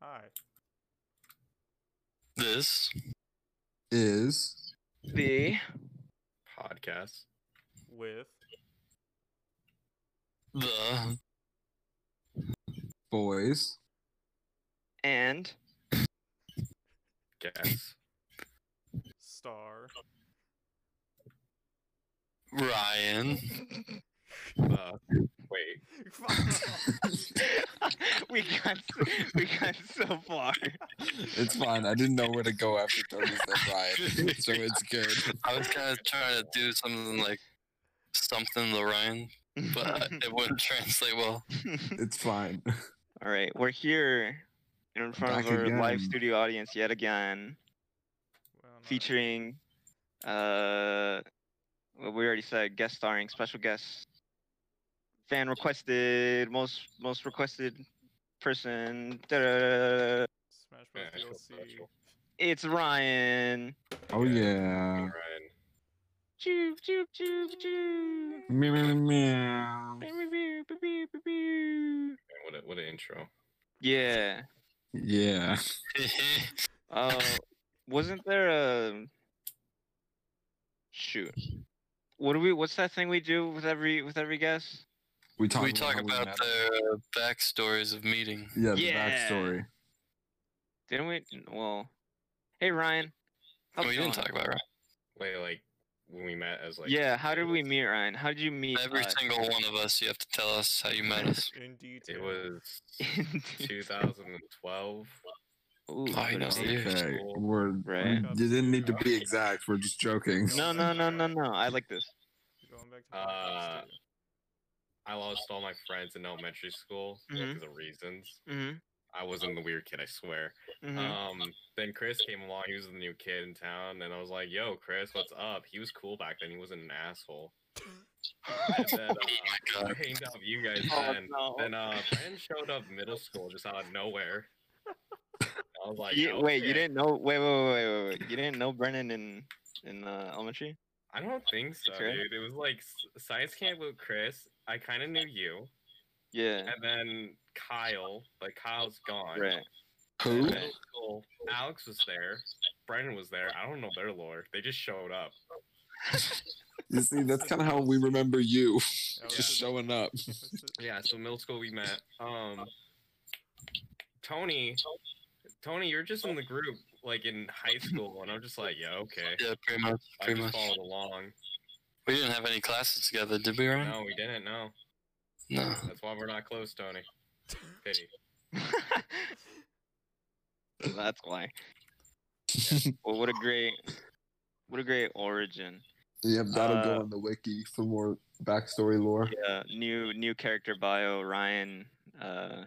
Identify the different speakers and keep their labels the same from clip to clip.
Speaker 1: Hi.
Speaker 2: This
Speaker 3: Is
Speaker 4: The
Speaker 2: podcast.
Speaker 1: With
Speaker 2: The
Speaker 3: boys.
Speaker 4: and
Speaker 2: guess.
Speaker 1: Star.
Speaker 2: Ryan. Uh, wait.
Speaker 1: Fuck off.
Speaker 4: we got we got so far.
Speaker 3: It's fine. I didn't know where to go after Tony said Ryan, so it's good.
Speaker 2: I was kind of trying to do something like something the Ryan, but it wouldn't translate well.
Speaker 3: It's fine.
Speaker 4: All right, we're here in front
Speaker 3: Back
Speaker 4: of our live
Speaker 3: again.
Speaker 4: studio audience yet again,
Speaker 1: Well, no.
Speaker 4: featuring uh, well, we already said guest starring special guest, fan requested, most most requested person. da-da-da-da-da.
Speaker 1: Smash Bros.
Speaker 2: Yeah, it's so
Speaker 1: DLC.
Speaker 2: special.
Speaker 4: It's Ryan.
Speaker 3: Oh yeah.
Speaker 2: Ryan.
Speaker 4: Choop choop choop choop.
Speaker 3: Meow, meow, meow.
Speaker 2: Man, What a, what an intro.
Speaker 4: Yeah.
Speaker 3: Yeah.
Speaker 4: Uh, wasn't there a shoot? What do we? What's that thing we do with every with every guest?
Speaker 3: We talk.
Speaker 2: we talk
Speaker 3: how we
Speaker 2: about
Speaker 3: met.
Speaker 2: the backstories of meeting.
Speaker 3: yeah the
Speaker 4: Yeah.
Speaker 3: backstory.
Speaker 4: Didn't we? Well, hey Ryan. how's
Speaker 2: Oh, we
Speaker 4: it
Speaker 2: didn't
Speaker 4: going?
Speaker 2: talk about Ryan.
Speaker 5: Wait, like when we met as like
Speaker 4: yeah, how did we meet Ryan? How did you Uh, meet?
Speaker 2: Every
Speaker 4: us?
Speaker 2: single one of us, you have to tell us how you met us.
Speaker 1: In detail.
Speaker 5: It was 2012.
Speaker 4: Ooh,
Speaker 2: Oh, he knows
Speaker 4: pretty-
Speaker 2: the year.
Speaker 3: Okay.
Speaker 5: Cool.
Speaker 3: We're.
Speaker 4: Right.
Speaker 3: You didn't need to be exact. We're just joking.
Speaker 4: No, no, no, no, no. I like this.
Speaker 1: Going back to
Speaker 5: Uh,
Speaker 1: podcast too.
Speaker 5: I lost all my friends in elementary school
Speaker 4: Mhm.
Speaker 5: because of reasons.
Speaker 4: hmm
Speaker 5: I wasn't the weird kid, I swear.
Speaker 4: hmm
Speaker 5: Um, then Chris came along. He was the new kid in town, and I was like, "Yo, Chris, what's up?" He was cool back then. He wasn't an asshole. And then, uh, I
Speaker 2: God.
Speaker 5: hanged out with you guys
Speaker 4: oh
Speaker 5: then.
Speaker 4: no.
Speaker 5: Then uh, Brandon showed up middle school just out of nowhere. I was like,
Speaker 4: You- Wait, you
Speaker 5: "Okay."
Speaker 4: didn't know? Wait, wait, wait, wait, wait, wait. You didn't know Brennan in in uh, elementary?
Speaker 5: I don't think so,
Speaker 4: Sure.
Speaker 5: dude. It was like s- science camp with Chris. I kind of knew you,
Speaker 4: Yeah.
Speaker 5: and then Kyle. Like Kyle's gone.
Speaker 4: Right.
Speaker 3: Who?
Speaker 5: Middle school, Alex was there. Brendan was there. I don't know their lore. They just showed up.
Speaker 3: You see, that's kind of how we remember you.
Speaker 1: That was
Speaker 3: Just
Speaker 1: the-
Speaker 3: showing up.
Speaker 1: that's the-
Speaker 5: Yeah. So middle school we met. Um, Tony, Tony, you're just in the group like in high school, and I'm just like, yeah, okay.
Speaker 2: Yeah, pretty much.
Speaker 5: I
Speaker 2: Pretty
Speaker 5: just
Speaker 2: much.
Speaker 5: followed along.
Speaker 2: We didn't have any classes together, did we, Ryan?
Speaker 5: No, we didn't. No,
Speaker 2: No.
Speaker 5: that's why we're not close, Tony. Pity.
Speaker 4: That's why. well, what a great, what a great origin.
Speaker 3: Yep, that'll
Speaker 4: Uh,
Speaker 3: go on the wiki for more backstory lore.
Speaker 4: Yeah, new new character bio. Ryan. Uh,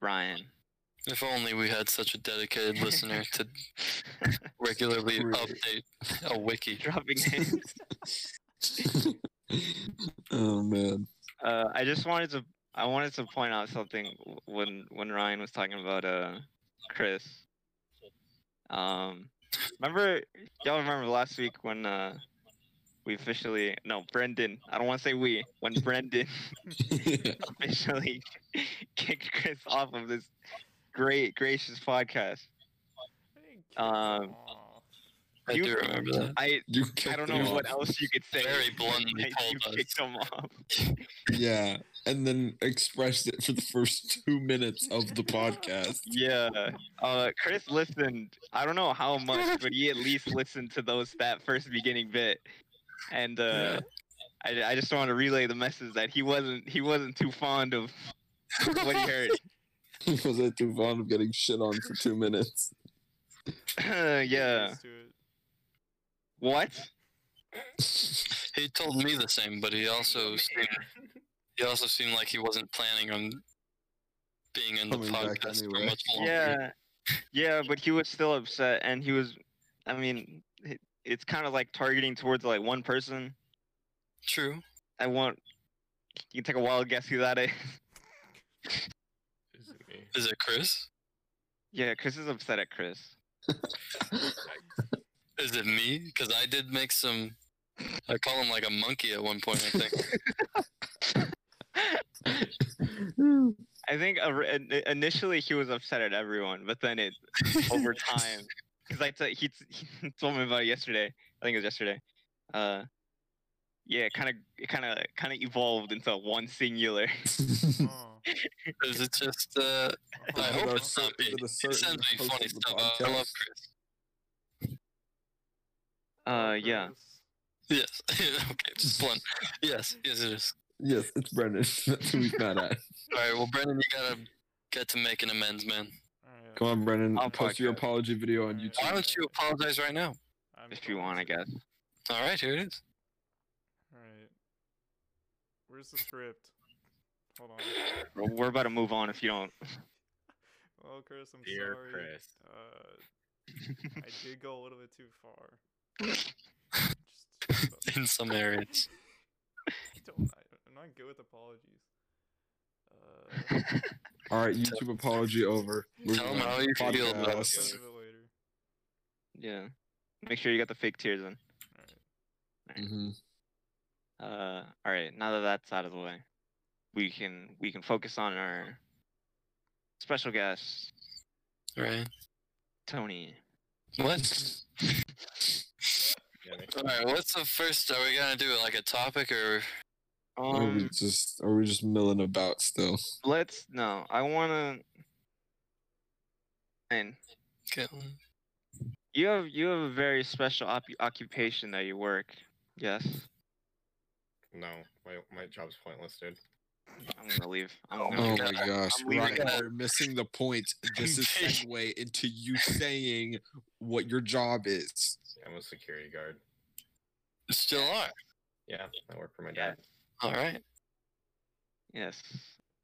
Speaker 4: Ryan.
Speaker 2: If only we had such a dedicated listener to regularly
Speaker 3: True.
Speaker 2: update a wiki.
Speaker 4: Dropping in.
Speaker 3: oh man.
Speaker 4: Uh, I just wanted to. I wanted to point out something when when Ryan was talking about uh Chris. Um, remember y'all remember last week when uh we officially no Brendan. I don't want to say we when Brendan officially kicked Chris off of this great gracious podcast.
Speaker 1: Thank you.
Speaker 4: Um,
Speaker 1: Aw.
Speaker 2: I
Speaker 4: You-
Speaker 2: do remember that.
Speaker 4: I
Speaker 3: you
Speaker 4: I
Speaker 3: kicked
Speaker 4: don't
Speaker 3: him
Speaker 4: know what
Speaker 3: off.
Speaker 4: else you could say.
Speaker 2: Very bluntly
Speaker 4: Like, you
Speaker 2: told us.
Speaker 4: kicked him off.
Speaker 3: Yeah, and then expressed it for the first two minutes of the podcast.
Speaker 4: Yeah. Uh, Chris listened. I don't know how much, but he at least listened to those that first beginning bit. And uh, I, I just want to relay the message that he wasn't he wasn't too fond of what he heard.
Speaker 3: was I too fond of getting shit on for two minutes?
Speaker 4: yeah.
Speaker 1: Let's do it.
Speaker 4: What?
Speaker 2: He told me the same, but he also seemed, he also seemed like he wasn't planning on being in the
Speaker 3: Coming back
Speaker 2: podcast for
Speaker 3: anyway.
Speaker 2: much longer.
Speaker 4: Yeah. Yeah, but he was still upset, and he was. I mean, it, it's kind of like targeting towards like one person.
Speaker 2: True.
Speaker 4: I want. You can take a wild guess who that is.
Speaker 5: This is me.
Speaker 2: Is it Chris?
Speaker 4: yeah, Chris is upset at Chris.
Speaker 2: Is it me? Because I did make some. I call him like a monkey at one point. I think
Speaker 4: I think or- in- initially he was upset at everyone, but then it over time because I t- he, t- he told me about it yesterday. I think it was yesterday. Uh, yeah, kind of, it kind of, kind of evolved into one singular.
Speaker 1: Oh.
Speaker 2: Because it's just, uh, I
Speaker 3: Is it
Speaker 2: hope
Speaker 3: our
Speaker 2: it's not
Speaker 3: cer- is
Speaker 2: me.
Speaker 3: it a
Speaker 2: He
Speaker 3: certain
Speaker 2: sends me
Speaker 3: host
Speaker 2: funny
Speaker 3: of the
Speaker 2: stuff. I- I love
Speaker 3: podcast?
Speaker 2: Chris.
Speaker 4: Uh, yeah.
Speaker 2: Yes. okay, just one. Yes, yes, it is.
Speaker 3: Yes, it's Brendan. That's who he's mad at.
Speaker 2: All right, well, Brandon, you gotta get to making amends, man.
Speaker 1: Alright,
Speaker 3: Come on, Brendan.
Speaker 4: I'll
Speaker 3: post your
Speaker 4: podcast.
Speaker 3: apology video on YouTube.
Speaker 2: Why don't you apologize right now?
Speaker 1: I'm
Speaker 4: If you want, I guess.
Speaker 2: All right, here it is.
Speaker 1: Alright. Where's the script? Hold on.
Speaker 4: We're we're about to move on. If you don't,
Speaker 1: Well, Chris, I'm
Speaker 5: Dear
Speaker 1: sorry.
Speaker 5: Chris.
Speaker 1: Uh, I did go a little bit too far. Just-
Speaker 2: In some areas.
Speaker 1: I don't, I, am not good with apologies. Uh,
Speaker 3: All right, YouTube apology over. We're
Speaker 2: Tell him
Speaker 3: gonna
Speaker 2: how you feel
Speaker 3: podcast.
Speaker 2: about
Speaker 1: I'll
Speaker 2: Yes.
Speaker 1: think of it later.
Speaker 4: yeah, make sure you got the fake tears in.
Speaker 1: Alright.
Speaker 2: Um,
Speaker 3: Mhm.
Speaker 4: Uh, all right. Now that that's out of the way, we can we can focus on our special guest,
Speaker 2: Right.
Speaker 4: Tony.
Speaker 2: What?
Speaker 5: Yeah, next
Speaker 2: All right, what's the first? Are we gonna do like a topic or?
Speaker 3: Are we
Speaker 4: Um,
Speaker 3: just are we just milling about still?
Speaker 4: let's no. I wanna. And
Speaker 2: Okay.
Speaker 4: you have you have a very special op- occupation that you work. Yes,
Speaker 5: No, my my job's pointless, dude.
Speaker 4: I'm gonna leave. I'm
Speaker 2: Oh
Speaker 4: gonna
Speaker 3: Oh
Speaker 4: leave.
Speaker 3: my gosh,
Speaker 4: I'm leaving
Speaker 3: Ryan,
Speaker 2: it.
Speaker 3: we're missing the point. This is segue into you saying what your job is.
Speaker 5: I'm a security guard.
Speaker 2: Still are.
Speaker 5: Yeah, I work for my
Speaker 4: Yeah.
Speaker 5: dad.
Speaker 2: All right.
Speaker 4: Yes.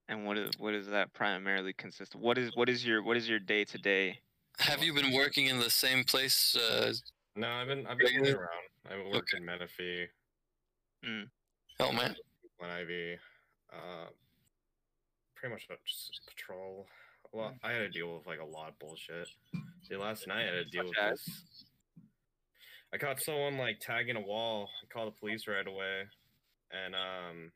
Speaker 4: And what is what does that primarily consist of? What is what is your what is your day to day?
Speaker 2: Have you been working in the same place? Uh,
Speaker 5: No, I've been I've been moving
Speaker 2: Regular?
Speaker 5: around. I worked in Menifee,
Speaker 2: oh man.
Speaker 5: Glen Ivy, uh, pretty much just patrol. Well, I had to deal with like a lot of bullshit. Dude, last night I had to deal with
Speaker 4: Such as?
Speaker 5: this. I caught someone like tagging a wall. I called the police right away, and um,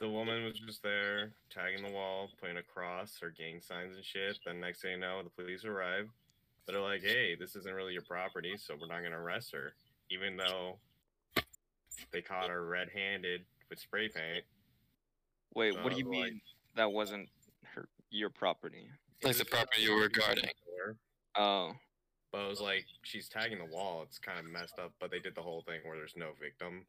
Speaker 5: the woman was just there tagging the wall, putting a cross or gang signs and shit. Then next thing you know, the police arrive. They're like, "Hey, this isn't really your property, so we're not gonna arrest her," even though they caught her red-handed with spray paint.
Speaker 4: Wait, what
Speaker 5: Uh,
Speaker 4: do you
Speaker 5: like-
Speaker 4: mean that wasn't her your property?
Speaker 2: Like the property you were guarding.
Speaker 4: Oh,
Speaker 5: But it was like she's tagging the wall. It's kind of messed up. But they did the whole thing where there's no victim.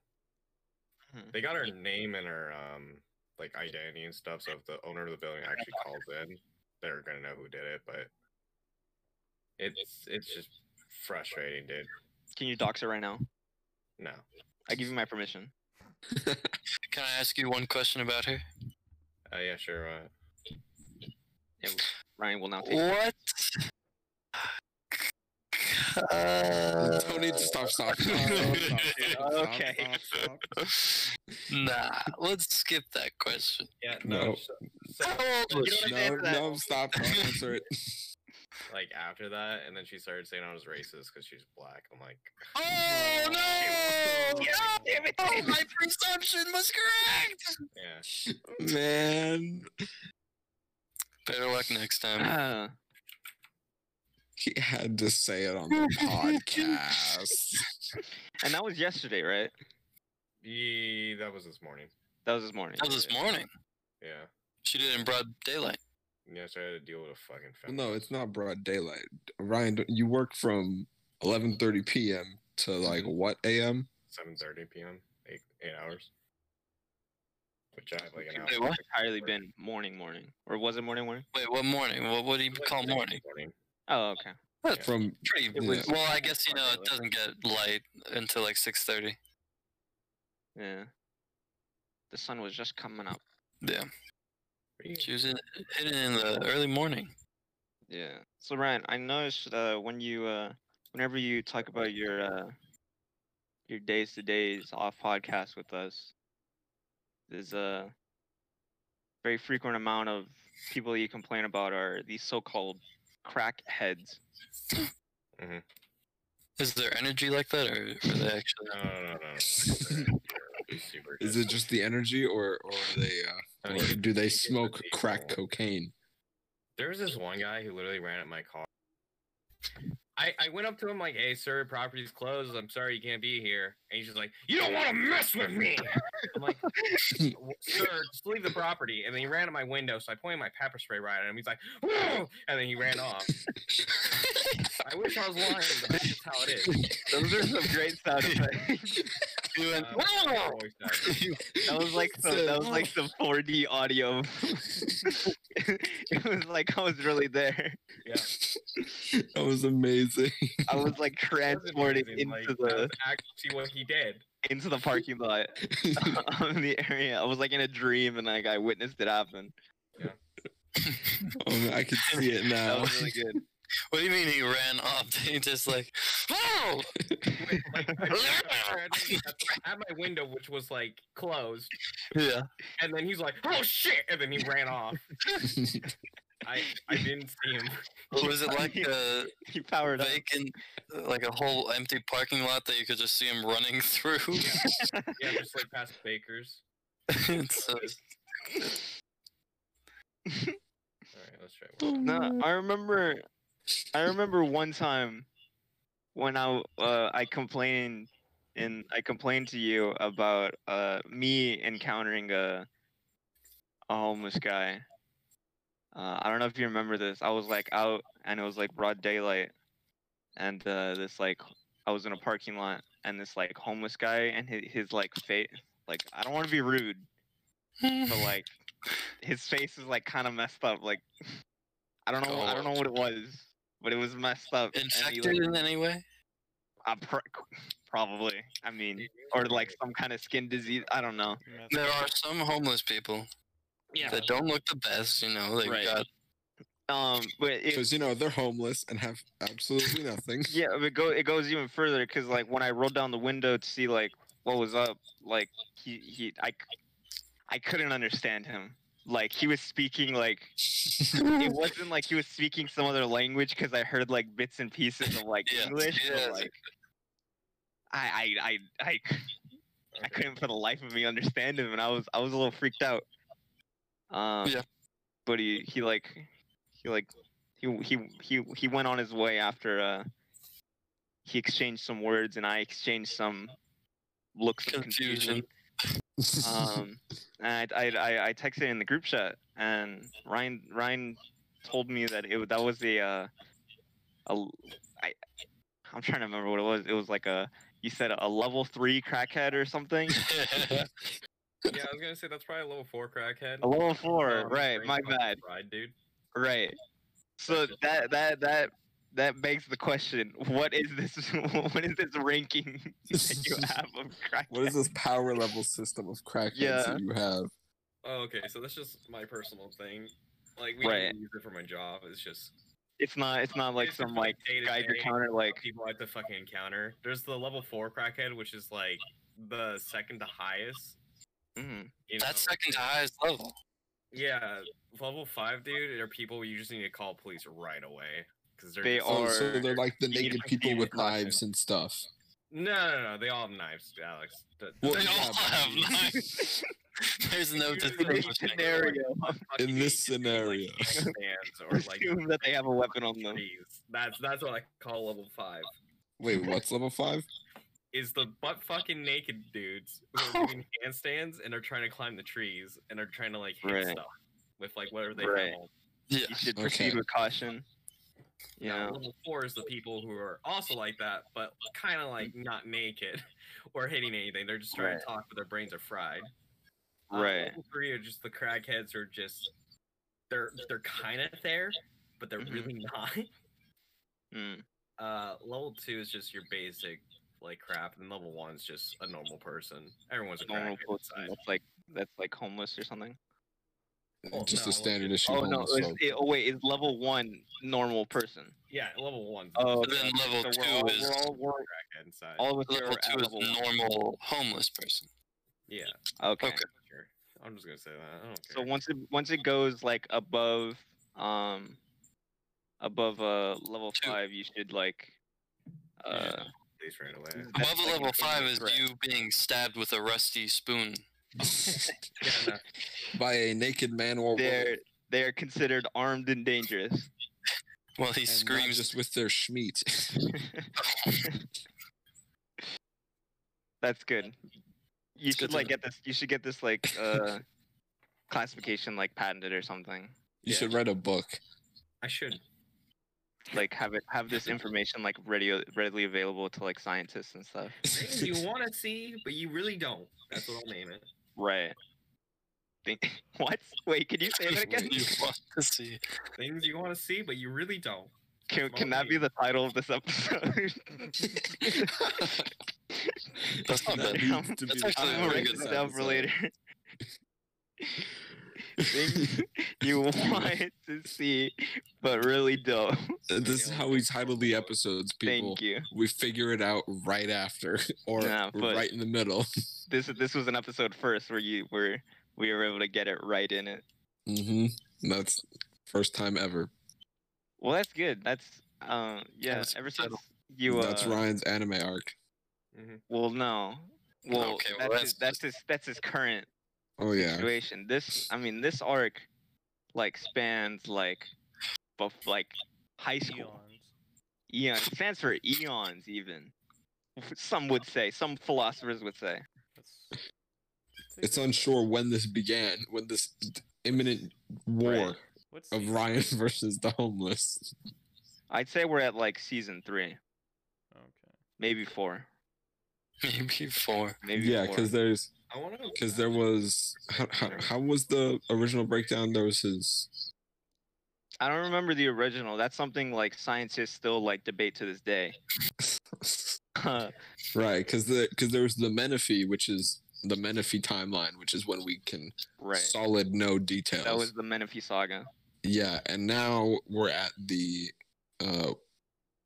Speaker 4: Hmm.
Speaker 5: They got her name and her um like identity and stuff. So if the owner of the building actually calls in, they're gonna know who did it. But it's it's just frustrating, dude.
Speaker 4: can you dox her right now?
Speaker 5: No,
Speaker 4: I give you my permission.
Speaker 2: Can I ask you one question about her?
Speaker 5: uh, yeah, sure. Uh,
Speaker 4: Ryan will now take. it.
Speaker 2: What? Uh,
Speaker 3: Tony, stop, stop, stop, stop, stop, stop,
Speaker 4: Okay.
Speaker 3: stop, stop.
Speaker 2: nah, let's skip that question.
Speaker 5: yeah,
Speaker 3: no, No.
Speaker 5: So,
Speaker 2: How old was
Speaker 4: You
Speaker 2: she?
Speaker 4: don't
Speaker 3: No,
Speaker 4: answer that.
Speaker 3: no, stop. Don't answer it.
Speaker 5: like after that, and then she started saying I was racist because she's black. I'm like,
Speaker 2: Oh no!
Speaker 1: Yeah, damn it.
Speaker 2: Oh, my perception was correct.
Speaker 5: yeah,
Speaker 3: Man,
Speaker 2: Better luck next time.
Speaker 4: Ah,
Speaker 3: he had to say it on the podcast.
Speaker 4: and that was yesterday, right?
Speaker 5: yeah, that was this morning.
Speaker 4: That was this morning.
Speaker 2: That was this morning.
Speaker 5: Yeah,
Speaker 2: She did it in broad daylight.
Speaker 5: yeah. So I had to deal with a fucking.
Speaker 3: Well, no,
Speaker 5: feminist.
Speaker 3: it's not broad daylight. Ryan, don't- you work from 11:30 p.m. to like what a.m.
Speaker 5: seven thirty p.m. eight eight hours, which I have like an hour.
Speaker 4: It was entirely been morning, morning, or was it morning, morning?
Speaker 2: Wait, what morning? What what do you
Speaker 5: Like,
Speaker 2: call
Speaker 5: six in the
Speaker 2: morning?
Speaker 4: Oh, okay.
Speaker 3: From
Speaker 2: Pretty.
Speaker 4: It was-
Speaker 2: well, I guess you know it
Speaker 5: Really?
Speaker 2: doesn't get light until like six thirty.
Speaker 4: Yeah. The sun was just coming up.
Speaker 2: Yeah,
Speaker 5: Pretty-
Speaker 2: she was in, hidden in the early morning.
Speaker 4: Yeah. So Ryan, I noticed uh, when you, uh, whenever you talk about your uh, your days to days off podcast with us, there's a very frequent amount of people that you complain about are these so-called crackheads.
Speaker 2: Is there energy like that, or are they actually?
Speaker 5: No, no, no, no, no. no, they're- they're super
Speaker 3: is
Speaker 5: good.
Speaker 3: it just the energy or or are they uh,
Speaker 5: I
Speaker 3: Or
Speaker 5: mean,
Speaker 3: do they
Speaker 5: it's
Speaker 3: smoke
Speaker 5: illegal.
Speaker 3: crack cocaine?
Speaker 5: There was this one guy who literally ran at my car. I, I went up to him like, "Hey, sir, property's closed. I'm sorry you can't be here." And he's just like, "You don't want to mess with me." I'm like, "Sir, just leave the property." And then he ran at my window, so I pointed my pepper spray right at him. He's like, "Whoa!" and then he ran off. I wish I was lying, but that's just how it is.
Speaker 4: Those are some great sound effects.
Speaker 2: You went,
Speaker 5: Um,
Speaker 2: "Wow!"
Speaker 5: always does.
Speaker 4: That was like the, that was like the 4D audio. it was like I was really there.
Speaker 3: that was amazing.
Speaker 4: I was like
Speaker 5: It was
Speaker 4: transported
Speaker 5: amazing,
Speaker 4: into
Speaker 5: like, that
Speaker 4: the
Speaker 5: was actually what he did.
Speaker 4: into the parking lot of the area. I was like in a dream and like I witnessed it happen.
Speaker 3: Um, I can see it
Speaker 4: That
Speaker 3: now.
Speaker 4: was really good.
Speaker 2: What do you mean he ran off? He just like, wow!
Speaker 5: Like, I tried at my window, which was like closed,
Speaker 2: Yeah.
Speaker 5: and then he's like, "Oh shit!" and then he ran off. I I didn't see him.
Speaker 2: What was it like a
Speaker 4: He powered up.
Speaker 2: vacant, like a whole empty parking lot that you could just see him running through?
Speaker 5: Yeah, just like past Baker's.
Speaker 2: It's so-
Speaker 5: All right, let's try one.
Speaker 4: No, I remember. I remember one time when I w- uh, I complained and I complained to you about uh, me encountering a a homeless guy. Uh, I don't know if you remember this. I was like out and it was like broad daylight, and uh, this like I was in a parking lot and this like homeless guy and his, his like face like I don't want to be rude, but like his face is like kind of messed up. Like I don't know, I don't know what it was, but it was messed up. and he,
Speaker 2: Infected
Speaker 4: like,
Speaker 2: in any way?
Speaker 4: uh, pro- probably. I mean, or like some kind of skin disease. I don't know.
Speaker 1: Meth-
Speaker 2: There are some homeless people
Speaker 4: Yeah.
Speaker 2: that don't look the best, you know. They
Speaker 4: Right.
Speaker 2: got
Speaker 4: Um, but it,
Speaker 3: Because you know they're homeless and have absolutely nothing.
Speaker 4: yeah, but it go it goes even further because like when I rolled down the window to see like what was up, like he he I c- I couldn't understand him. Like he was speaking like it wasn't like he was speaking some other language because I heard like bits and pieces of like
Speaker 2: Yeah,
Speaker 4: English. but,
Speaker 2: yeah.
Speaker 4: like, I, I I I c- I couldn't for the life of me understand him, and I was I was a little freaked out. Um,
Speaker 2: Yeah.
Speaker 4: But he he like he like he he he he went on his way after uh he exchanged some words and I exchanged some looks of confusion.
Speaker 2: confusion.
Speaker 4: Um, and I, I, I, I texted in the group chat, and Ryan Ryan told me that it that was a, uh, a l- I, I'm trying to remember what it was. It was like a you said a level three crackhead or something.
Speaker 5: Yeah, I was gonna say that's probably a level four crackhead.
Speaker 4: A level four,
Speaker 5: Um,
Speaker 4: right?
Speaker 5: brain
Speaker 4: My
Speaker 5: fucking
Speaker 4: bad,
Speaker 5: fried, dude.
Speaker 4: right. So that that that that begs the question: What is this? what is this ranking that you have of crackhead?
Speaker 3: what is this power level system of crackheads
Speaker 4: Yeah.
Speaker 3: that you have?
Speaker 5: Oh, okay, so that's just my personal thing. Like we
Speaker 4: Right.
Speaker 5: don't use it for my job. It's just
Speaker 4: It's not. It's not like
Speaker 5: It's just
Speaker 4: some like
Speaker 5: like day-to-day,
Speaker 4: Geiger counter like.
Speaker 5: people I have to fucking encounter. There's the level four crackhead, which is like the second to highest.
Speaker 4: mm.
Speaker 5: You know?
Speaker 2: That's second to highest level.
Speaker 5: Yeah, level five, dude, are people you just need to call police right away because they're
Speaker 4: They
Speaker 5: just-
Speaker 3: Oh, so
Speaker 4: Or
Speaker 3: they're like the
Speaker 4: you
Speaker 3: naked
Speaker 4: can
Speaker 3: people
Speaker 4: see
Speaker 3: with
Speaker 4: the content.
Speaker 3: knives and stuff.
Speaker 5: No, no, no, they all have knives, Alex. Th-
Speaker 3: Well,
Speaker 2: They
Speaker 5: th-
Speaker 3: yeah,
Speaker 2: all
Speaker 3: but
Speaker 2: have knives. There's no
Speaker 5: Usually the
Speaker 2: distinction.
Speaker 5: most scenario, fucking
Speaker 3: In this
Speaker 5: idiots who, like,
Speaker 3: scenario.
Speaker 5: handstands or like
Speaker 4: assume that they have a weapon on them.
Speaker 5: trees. That's that's what I call level five.
Speaker 3: Wait, what's level five?
Speaker 5: Is the butt fucking naked dudes who are doing handstands and are trying to climb the trees and are trying to like hit
Speaker 4: Right.
Speaker 5: stuff with like whatever they
Speaker 4: Right.
Speaker 5: have.
Speaker 2: Yeah.
Speaker 4: You should
Speaker 3: Okay.
Speaker 4: proceed with caution.
Speaker 5: Yeah.
Speaker 4: Yeah.
Speaker 5: level four is the people who are also like that, but kind of like not naked or hitting anything. They're just trying to talk, but their brains are fried. Uh,
Speaker 4: Right.
Speaker 5: level three are just the crackheads are just they're they're kind of there, but they're
Speaker 4: Mhm.
Speaker 5: really not.
Speaker 4: Mm.
Speaker 5: Uh, level two is just your basic like crap, and level one's just a normal person. Everyone's a
Speaker 4: Normal
Speaker 5: crackhead.
Speaker 4: person
Speaker 5: inside.
Speaker 4: that's like that's like homeless or something.
Speaker 5: Well,
Speaker 3: Just
Speaker 5: no,
Speaker 3: a standard issue.
Speaker 4: oh no!
Speaker 3: homeless
Speaker 4: It's,
Speaker 3: folk.
Speaker 4: it, oh wait, it's level one normal person.
Speaker 5: Yeah, level one's
Speaker 4: Oh,
Speaker 2: But then level
Speaker 4: so
Speaker 2: two
Speaker 4: we're all,
Speaker 2: is
Speaker 4: we're all, we're
Speaker 5: crackhead inside.
Speaker 4: all of us
Speaker 2: level
Speaker 4: are at
Speaker 2: two is
Speaker 4: level one.
Speaker 2: normal homeless person.
Speaker 5: yeah,
Speaker 4: Okay.
Speaker 2: Okay.
Speaker 5: sure. I'm just gonna say that. I don't
Speaker 4: So
Speaker 5: care.
Speaker 4: once it once it goes like above um above uh level
Speaker 2: Two.
Speaker 4: five, you should like
Speaker 5: You
Speaker 4: uh
Speaker 5: just- Police right away.
Speaker 4: that's
Speaker 2: Above
Speaker 4: like
Speaker 2: level
Speaker 4: an
Speaker 2: five
Speaker 4: imminent
Speaker 2: is
Speaker 4: threat.
Speaker 2: you being stabbed with a rusty spoon.
Speaker 5: Yeah, no.
Speaker 3: by a naked man or
Speaker 4: They're
Speaker 3: woman,
Speaker 4: they are considered armed and dangerous.
Speaker 2: Well, he
Speaker 3: and not
Speaker 2: screams.
Speaker 3: just with their schmeat.
Speaker 4: That's good. You
Speaker 2: It's good
Speaker 4: should
Speaker 2: to
Speaker 4: like
Speaker 2: know.
Speaker 4: get this. You should get this like uh, classification like patented or something.
Speaker 3: You
Speaker 5: Yeah.
Speaker 3: should write a book.
Speaker 5: I should.
Speaker 4: Like have it have this information like radio readily available to like scientists and stuff.
Speaker 5: Things you want to see, but you really don't. That's what I'll name it.
Speaker 4: Right. Think- what? Wait, can you say that again?
Speaker 2: you want to see.
Speaker 5: Things you want to see, but you really don't.
Speaker 4: Can, can that be the title of this episode?
Speaker 2: That's not
Speaker 4: That
Speaker 2: bad.
Speaker 4: needs
Speaker 3: to
Speaker 2: That's
Speaker 3: be
Speaker 2: actually
Speaker 4: I'm gonna
Speaker 2: a pretty
Speaker 4: write
Speaker 2: good
Speaker 4: this
Speaker 2: sound.
Speaker 4: down for later. Things you want to see, but really don't.
Speaker 3: this is how we title the episodes, people.
Speaker 4: Thank you.
Speaker 3: We figure it out right after or
Speaker 4: Nah, but-
Speaker 3: right in the middle.
Speaker 4: This this was an episode first where you were we were able to get it right in it.
Speaker 3: hmm That's first time ever.
Speaker 4: Well, that's good. That's um yeah.
Speaker 2: That's a
Speaker 4: Ever
Speaker 2: good
Speaker 4: since
Speaker 2: title.
Speaker 4: you uh,
Speaker 3: That's Ryan's anime arc.
Speaker 4: Well, no. Well,
Speaker 2: Okay, well,
Speaker 4: that's,
Speaker 2: that's
Speaker 4: his, that's his that's his current
Speaker 3: Oh yeah.
Speaker 4: situation. This I mean this arc like spans like but like high school.
Speaker 1: Eons.
Speaker 4: Eon it stands for eons, even. Some would say, some philosophers would say.
Speaker 1: That's,
Speaker 3: It's unsure when this began, when this imminent war
Speaker 4: Right.
Speaker 1: What's
Speaker 3: of Ryan versus the homeless.
Speaker 4: I'd say we're at like season three,
Speaker 1: Okay.
Speaker 4: maybe four,
Speaker 2: Maybe four.
Speaker 4: maybe
Speaker 3: yeah,
Speaker 4: four.
Speaker 3: because there's
Speaker 5: I want to.
Speaker 3: because there was how, how, how was the original breakdown? There was his
Speaker 4: I don't remember the original. That's something like scientists still like debate to this day. Uh,
Speaker 3: right because the because there was the Menifee, which is the Menifee timeline, which is when we can
Speaker 4: right.
Speaker 3: solid no details.
Speaker 4: That was the Menifee saga.
Speaker 3: Yeah, and now we're at the uh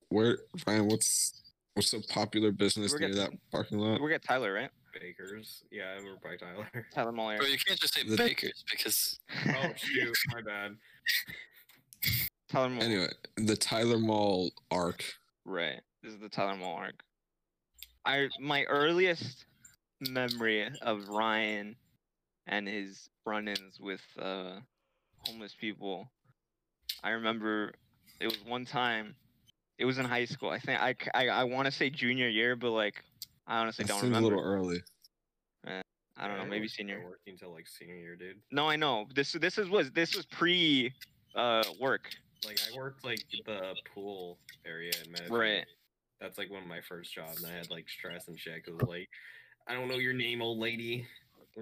Speaker 3: where Ryan, what's what's a popular business
Speaker 4: We're
Speaker 3: near that
Speaker 4: getting-
Speaker 3: parking lot?
Speaker 4: We got Tyler, right?
Speaker 5: Bakers. Yeah, we're by Tyler.
Speaker 4: Tyler Muller.
Speaker 2: Bro, you can't just say
Speaker 3: The-
Speaker 2: bakers because
Speaker 5: Oh shoot, my bad.
Speaker 4: Tyler Muller.
Speaker 3: Anyway, the Tyler Mall arc.
Speaker 4: Right. This is the Tyler Mall arc. I my earliest memory of Ryan and his run-ins with uh, homeless people. I remember it was one time. It was in high school. I think I c- I, want to say junior year, but like I honestly
Speaker 3: That
Speaker 4: don't
Speaker 3: seems a
Speaker 4: remember.
Speaker 3: little early.
Speaker 4: I don't know.
Speaker 5: Yeah,
Speaker 4: Maybe
Speaker 5: like,
Speaker 4: senior.
Speaker 5: Working till like senior year, dude.
Speaker 4: No, I know. This this is was this was pre uh work.
Speaker 5: Like I worked like the pool area in Medford.
Speaker 4: Right.
Speaker 5: That's like one of my first jobs, and I had like stress and shit because like I don't know your name, old lady.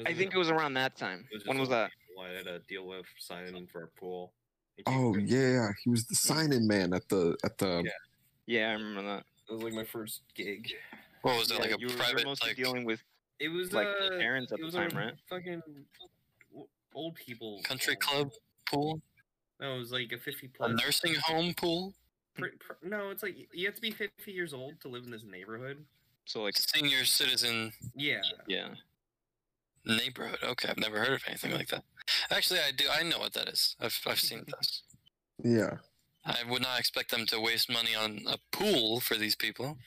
Speaker 4: I think it was around that time.
Speaker 5: It was
Speaker 4: When
Speaker 5: just
Speaker 4: was
Speaker 5: old
Speaker 4: that?
Speaker 5: people I had to deal with signing for a pool. It
Speaker 3: Oh
Speaker 5: was-
Speaker 3: yeah, he was the sign-in man at the at the
Speaker 5: Yeah.
Speaker 4: Yeah, I remember that.
Speaker 5: It was like my first gig.
Speaker 2: what was it
Speaker 4: Yeah,
Speaker 2: like a
Speaker 4: you were- you were
Speaker 2: private
Speaker 4: mostly
Speaker 2: like
Speaker 4: dealing with
Speaker 5: It was
Speaker 4: like
Speaker 5: uh,
Speaker 4: parents at
Speaker 5: it
Speaker 4: the
Speaker 5: was
Speaker 4: time,
Speaker 5: a
Speaker 4: right?
Speaker 5: fucking w- old people
Speaker 2: country
Speaker 5: home.
Speaker 2: club pool,
Speaker 5: No, it was like a fifty
Speaker 2: a
Speaker 4: Uh-huh.
Speaker 5: plus.
Speaker 2: nursing home pool,
Speaker 5: Pr- pr- no, it's like y- you have to be fifty years old to live in this neighborhood.
Speaker 4: So like,
Speaker 2: senior citizen
Speaker 5: Yeah.
Speaker 4: yeah,
Speaker 2: neighborhood. Okay, I've never heard of anything like that. Actually, I do. I know what that is. I've I've seen this.
Speaker 3: yeah.
Speaker 2: I would not expect them to waste money on a pool for these people.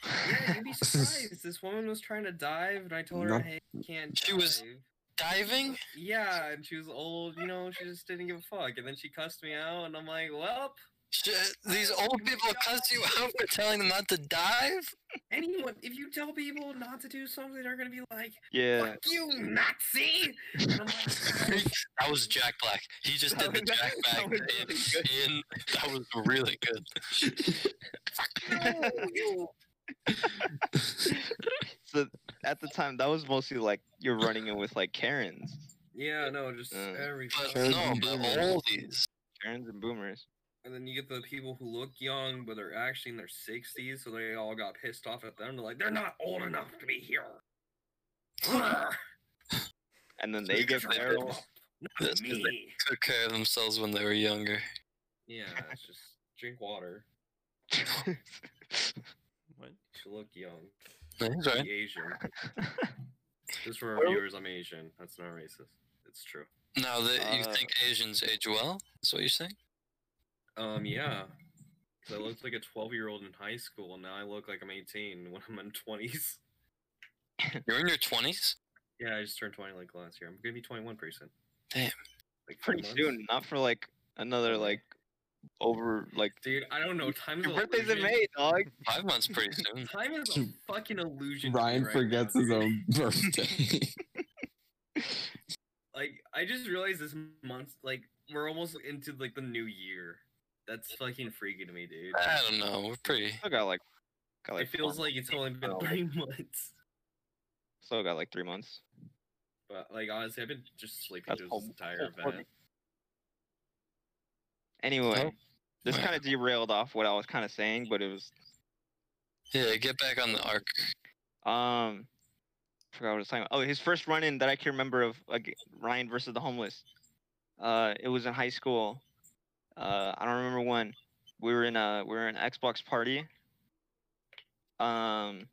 Speaker 5: Yeah, you'd be surprised. this woman was trying to dive, and I told her,
Speaker 3: No.
Speaker 5: "Hey, you can't."
Speaker 2: She was-
Speaker 5: dive."
Speaker 2: Diving?
Speaker 5: Yeah, and she was old. You know, she just didn't give a fuck. And then she cussed me out, and I'm like, "Well,
Speaker 2: Sh- These old people cuss you out for telling them not to dive?
Speaker 5: anyone, if you tell people not to do something, they're gonna be like,
Speaker 4: yeah.
Speaker 5: fuck you, Nazi!'" And I'm like,
Speaker 2: That was Jack Black. He just did the
Speaker 4: That was-
Speaker 2: Jack
Speaker 4: that
Speaker 2: Black
Speaker 4: was
Speaker 2: in,
Speaker 4: really good.
Speaker 2: in. That was really good.
Speaker 5: "No, you
Speaker 4: so at the time, that was mostly like you're running in with like Karens,
Speaker 5: Yeah, no, just
Speaker 4: Uh,
Speaker 5: every.
Speaker 2: But
Speaker 5: fucking-
Speaker 2: no, but all these.
Speaker 4: Karens and boomers.
Speaker 5: And then you get the people who look young, but they're actually in their sixties, so they all got pissed off at them. They're like, "They're not old enough to be here."
Speaker 4: And then they get
Speaker 5: Shut
Speaker 4: their
Speaker 5: up,
Speaker 4: own.
Speaker 5: not
Speaker 2: That's 'cause they-
Speaker 5: me.
Speaker 2: Took care of themselves when they were younger.
Speaker 5: Yeah, it's just drink water.
Speaker 1: What?
Speaker 5: You look young.
Speaker 2: That's right.
Speaker 5: Be Asian. Just for our
Speaker 4: Well-
Speaker 5: viewers, I'm Asian. That's not racist. It's true.
Speaker 2: Now that you
Speaker 4: Uh,
Speaker 2: think Asians age well, is what you're saying?
Speaker 5: Um, yeah. 'Cause I looked like a 12 year old in high school, and now I look like I'm 18 when I'm in 20s.
Speaker 2: You're in your 20s?
Speaker 5: Yeah, I just turned 20 like last year. I'm gonna be 21 pretty soon.
Speaker 2: Damn.
Speaker 5: Like four
Speaker 4: Pretty
Speaker 5: months.
Speaker 4: soon, not for like another like over like.
Speaker 5: Dude, I don't know. Time's
Speaker 4: Your
Speaker 5: a
Speaker 4: birthday's in
Speaker 5: illusion.
Speaker 4: May, dog.
Speaker 2: Five months pretty soon.
Speaker 5: Time is a fucking illusion. to me
Speaker 3: Ryan
Speaker 5: right
Speaker 3: forgets
Speaker 5: now,
Speaker 3: his
Speaker 5: dude.
Speaker 3: own birthday.
Speaker 5: Like, I just realized this month, like, we're almost into like the new year. That's fucking freaking to me, dude.
Speaker 2: I don't know. We're pretty.
Speaker 4: Still got like. Got Ah, like.
Speaker 5: It feels
Speaker 4: four-
Speaker 5: like it's only been
Speaker 4: Oh.
Speaker 5: three months.
Speaker 4: Still got like three months.
Speaker 5: But like honestly, I've been just sleeping
Speaker 4: That's
Speaker 5: through
Speaker 4: all-
Speaker 5: this entire
Speaker 4: all funny.
Speaker 5: event.
Speaker 4: Anyway, this
Speaker 2: Wow.
Speaker 4: kind of derailed off what I was kind of saying, but it was
Speaker 2: Yeah, get back on the arc.
Speaker 4: um. Forgot what I was talking about. Oh, his first run in that I can remember of like Ryan versus the homeless. Uh, it was in high school. Uh, I don't remember when. We were in a we were in an Xbox party. Um,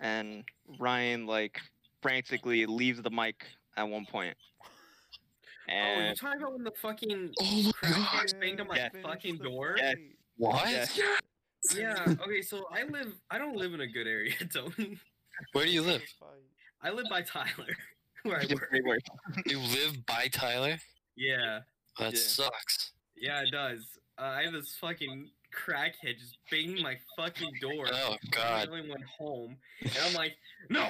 Speaker 4: and Ryan like frantically leaves the mic at one point.
Speaker 5: Oh, you
Speaker 4: And
Speaker 5: talking about when the fucking
Speaker 3: oh my god!
Speaker 5: crackhead banged on my
Speaker 4: Yeah.
Speaker 5: fucking door?
Speaker 4: Yeah.
Speaker 2: What?
Speaker 4: Yeah.
Speaker 5: Yeah. Okay, so I live. I don't live in a good area, Tony.
Speaker 2: Where do you live?
Speaker 5: I live by Tyler, where I
Speaker 4: Yeah,
Speaker 5: work.
Speaker 4: they were-
Speaker 2: You live by Tyler?
Speaker 5: Yeah.
Speaker 2: That
Speaker 4: Yeah.
Speaker 2: sucks.
Speaker 5: Yeah, it does. Uh, I have this fucking crackhead just banging my fucking door.
Speaker 2: Oh
Speaker 5: I'm
Speaker 2: God.
Speaker 5: the only one home, and I'm like, no,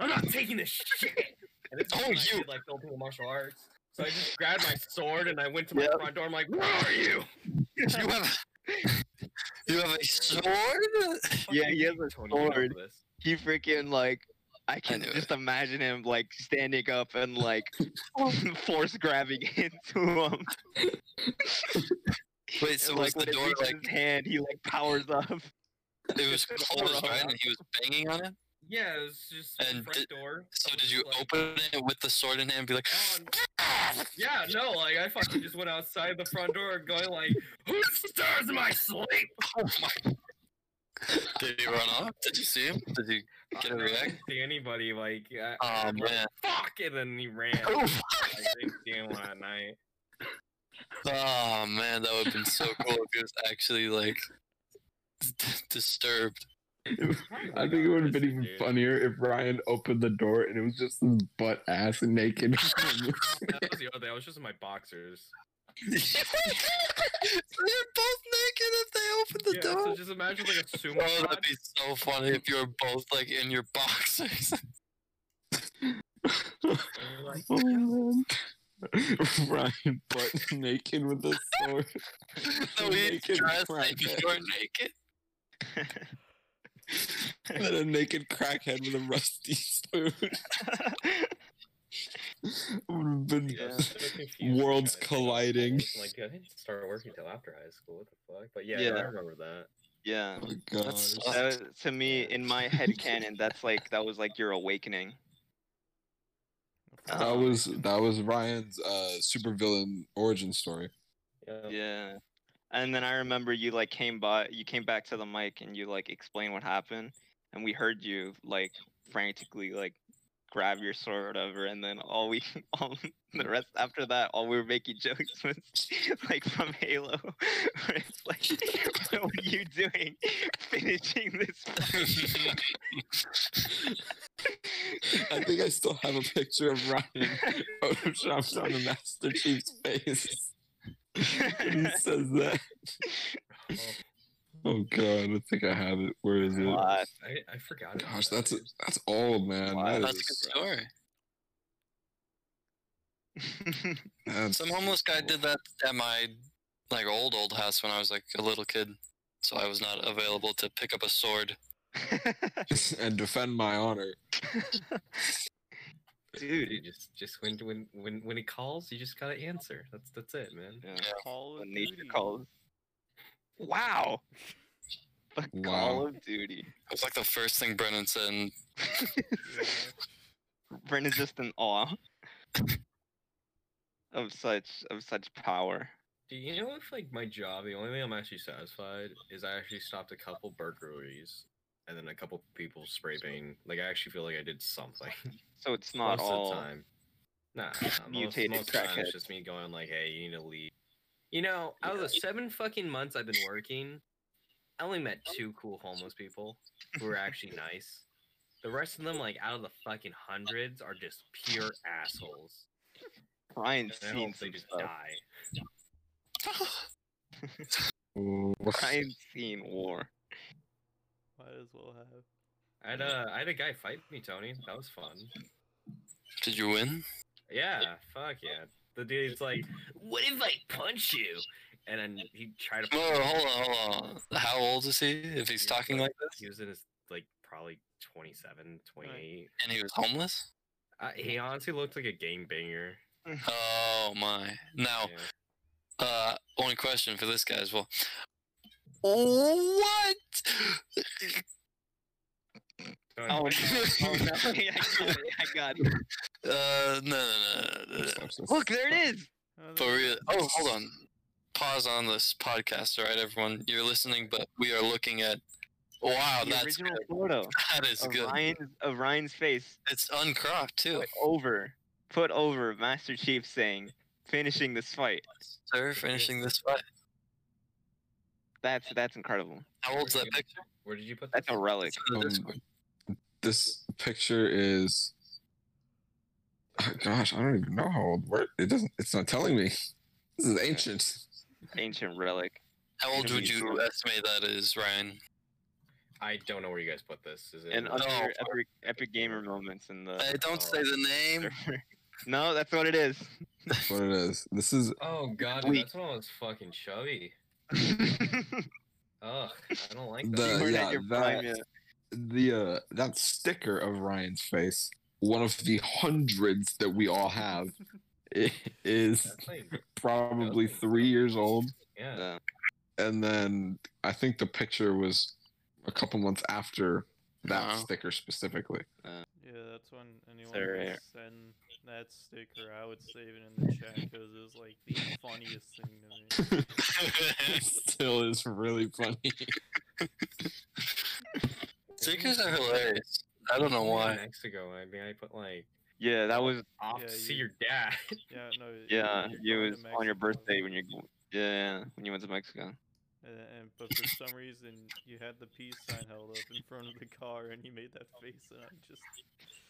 Speaker 5: I'm not taking this shit. And this is
Speaker 2: Oh,
Speaker 5: when I
Speaker 2: you-
Speaker 5: did, like Filipino martial arts. So I just grabbed my sword and I went to my
Speaker 4: Yep.
Speaker 5: front door. I'm like, where are you?
Speaker 2: You have. You have a sword.
Speaker 4: Yeah, he has a
Speaker 5: Tony, you know
Speaker 4: sword.
Speaker 5: this.
Speaker 4: he freaking like I can
Speaker 2: knew it.
Speaker 4: just imagine him like standing up and like force grabbing into him.
Speaker 2: Wait, so
Speaker 4: and,
Speaker 2: was
Speaker 4: like
Speaker 2: the
Speaker 4: when it
Speaker 2: door
Speaker 4: reaches
Speaker 2: like
Speaker 4: his hand, he like powers up.
Speaker 2: it was
Speaker 4: the door
Speaker 2: closed,
Speaker 4: open
Speaker 2: right?
Speaker 4: up.
Speaker 2: And he was banging on it.
Speaker 5: Yeah, it was just the
Speaker 2: And
Speaker 5: front
Speaker 2: did-
Speaker 5: door.
Speaker 2: So
Speaker 5: I was
Speaker 2: did you
Speaker 5: like,
Speaker 2: open it with the sword in hand and be like,
Speaker 5: "Oh, n- yeah, no, like I fucking just went outside the front door, going like, "Who stirs my sleep?"
Speaker 2: "Oh my!" Did he run off? Did you see him? Did you? Get a
Speaker 5: I
Speaker 2: react?
Speaker 5: didn't see anybody like. I, I
Speaker 2: Oh
Speaker 5: was like,
Speaker 2: man!
Speaker 5: Fuck! And then he ran. like,
Speaker 2: Oh,
Speaker 5: big damn one at night.
Speaker 2: Oh, man, that would have been so cool if he was actually like d- disturbed.
Speaker 3: I think it would have been
Speaker 5: Honestly,
Speaker 3: even
Speaker 5: dude.
Speaker 3: funnier if Ryan opened the door and it was just his butt ass naked.
Speaker 5: That was the other day. I was just in my boxers.
Speaker 2: so you're both naked if they open the
Speaker 5: yeah,
Speaker 2: door.
Speaker 5: so just imagine like a sumo.
Speaker 2: Oh,
Speaker 5: shot.
Speaker 2: that'd be so funny if you were both like in your boxers.
Speaker 5: Like,
Speaker 3: Oh, man. Ryan butt naked with a sword.
Speaker 2: no, he's
Speaker 3: Naked
Speaker 2: dressed and
Speaker 3: crackhead.
Speaker 2: you're naked.
Speaker 3: and a naked crackhead with a rusty spoon. would have been
Speaker 5: yeah, I'm so confused,
Speaker 3: Worlds
Speaker 5: guys.
Speaker 3: colliding.
Speaker 5: Like I didn't start working till after high school. What the fuck? But yeah,
Speaker 4: Yeah.
Speaker 5: I remember that.
Speaker 4: yeah.
Speaker 3: Oh, gosh.
Speaker 2: sucks.
Speaker 4: That, was- to me, in my head canon, that's like that was like your awakening.
Speaker 3: That was that was Ryan's uh supervillain origin story.
Speaker 5: Yeah.
Speaker 4: Yeah. And then I remember you like came by you came back to the mic and you like explained what happened and we heard you like frantically like grab your sword or whatever and then all we all the rest after that all we were making jokes was like from Halo where it's like what are you doing finishing this fight?"
Speaker 3: I think I still have a picture of Ryan photoshopped on the Master Chief's face. he says that. Oh god, I think I have it. Where is it?
Speaker 4: Wow.
Speaker 5: Oh, I, I forgot. about
Speaker 3: Gosh,
Speaker 5: that,
Speaker 3: that's
Speaker 5: dude.
Speaker 3: that's old, man.
Speaker 4: Wow,
Speaker 3: That
Speaker 2: That's a
Speaker 3: is-
Speaker 2: good story.
Speaker 3: that's-
Speaker 2: Some homeless guy did that at my like old old house when I was like a little kid, so I was not available to pick up a sword.
Speaker 3: and defend my honor.
Speaker 5: dude. You just just when when when when he calls, you just gotta answer. That's that's it, man.
Speaker 4: Yeah.
Speaker 1: Call of
Speaker 4: when nature
Speaker 1: Duty.
Speaker 4: calls. Wow. The
Speaker 3: Wow.
Speaker 4: Call of Duty.
Speaker 2: It was like the first thing Brennan said. And
Speaker 1: Yeah.
Speaker 4: Brennan's just in awe of such of such power.
Speaker 5: Do you know if like my job, the only thing I'm actually satisfied is I actually stopped a couple burglaries and then a couple people spray painting. Like I actually feel like I did something
Speaker 4: So it's not
Speaker 5: most
Speaker 4: all.
Speaker 5: of the time. Nah, nah, most,
Speaker 4: Mutated
Speaker 5: most of the time
Speaker 4: crackhead.
Speaker 5: it's just me going like, "Hey, you need to leave." You know, out of the seven fucking months I've been working, I only met two cool homeless people who were actually nice. The rest of them, like out of the fucking hundreds, are just pure assholes.
Speaker 4: Ryan's
Speaker 5: And then
Speaker 4: seen
Speaker 5: they
Speaker 4: some
Speaker 5: just
Speaker 4: stuff.
Speaker 5: die.
Speaker 4: Ryan's seen war.
Speaker 1: Might as well have.
Speaker 5: I had a uh, I had a guy fight me, Tony. That was fun.
Speaker 2: Did you win?
Speaker 5: Yeah, fuck yeah. The dude's like, "What if I punch you?" And then he tried to.
Speaker 2: Oh,
Speaker 5: punch me.
Speaker 2: hold on, hold on. How old is he? If he's
Speaker 5: He was,
Speaker 2: talking like this,
Speaker 5: He was in his like probably 27, 28.
Speaker 2: and he was homeless.
Speaker 5: Uh, he honestly looked like a game banger.
Speaker 2: Oh my! Now,
Speaker 5: Yeah.
Speaker 2: uh, one question for this guy as well. What?
Speaker 5: Tony,
Speaker 4: Oh no! Oh no! I got it! I got it!
Speaker 2: Uh, no, no, no, no. no.
Speaker 4: Uh, Look, there it is.
Speaker 1: No,
Speaker 2: But
Speaker 1: that's-
Speaker 2: really, oh, hold on. Pause on this podcast, all right, everyone. You're listening, but we are looking at. Wow, Oh,
Speaker 4: the
Speaker 2: that's
Speaker 4: original
Speaker 2: good.
Speaker 4: photo
Speaker 2: that is
Speaker 4: of
Speaker 2: good.
Speaker 4: Ryan's of Ryan's face
Speaker 2: It's uncropped too.
Speaker 4: put over, put over Master Chief saying, "Finishing this fight."
Speaker 2: Sir, finishing this fight.
Speaker 4: That's that's incredible.
Speaker 2: How old's that picture?
Speaker 5: where did you put that?
Speaker 4: That's a relic.
Speaker 2: It's in the
Speaker 3: Um,
Speaker 2: Discord.
Speaker 3: this picture is oh, gosh i don't even know how old where it doesn't it's not telling me this is ancient
Speaker 4: ancient relic.
Speaker 2: How old
Speaker 4: It'll
Speaker 2: would
Speaker 4: be
Speaker 2: you
Speaker 4: soon.
Speaker 2: estimate that is, Ryan?
Speaker 5: I don't know where you guys put this. Is it? Oh,
Speaker 4: And
Speaker 5: in-
Speaker 4: other
Speaker 2: No.
Speaker 4: epic, epic gamer moments in the.
Speaker 2: Uh, don't say the name.
Speaker 4: server. no, that's what it is.
Speaker 3: That's what it is this is
Speaker 5: oh god,
Speaker 4: Wait.
Speaker 5: that's when I was fucking chubby.
Speaker 1: Uh,
Speaker 5: Ugh, I don't like
Speaker 3: The-
Speaker 5: that.
Speaker 4: You weren't at
Speaker 3: yeah,
Speaker 4: your prime
Speaker 3: that-
Speaker 4: yet.
Speaker 3: the uh that sticker of ryan's face one of the hundreds that we all have i- is
Speaker 5: That's like,
Speaker 3: probably three years old
Speaker 5: yeah.
Speaker 1: uh,
Speaker 4: Yeah.
Speaker 3: and then i think the picture was a couple months after that
Speaker 2: Wow.
Speaker 3: sticker specifically
Speaker 1: Yeah, that's when anyone
Speaker 4: there
Speaker 1: can
Speaker 4: a-
Speaker 1: send that sticker. I would save it in the chat because it was like the funniest thing to me.
Speaker 3: it still is really funny
Speaker 2: Stickers are hilarious. I don't know why.
Speaker 5: Mexico. I mean, I put like
Speaker 4: Yeah, that was.
Speaker 5: off
Speaker 1: Yeah,
Speaker 5: to see
Speaker 1: you-
Speaker 5: your dad.
Speaker 1: Yeah, no. you-
Speaker 4: Yeah,
Speaker 1: you
Speaker 4: it
Speaker 1: go to
Speaker 4: was on your
Speaker 1: Mexico,
Speaker 4: birthday when you. Yeah, when you went to Mexico.
Speaker 1: And, and but for some reason you had the peace sign held up in front of the car, and you made that face, and I just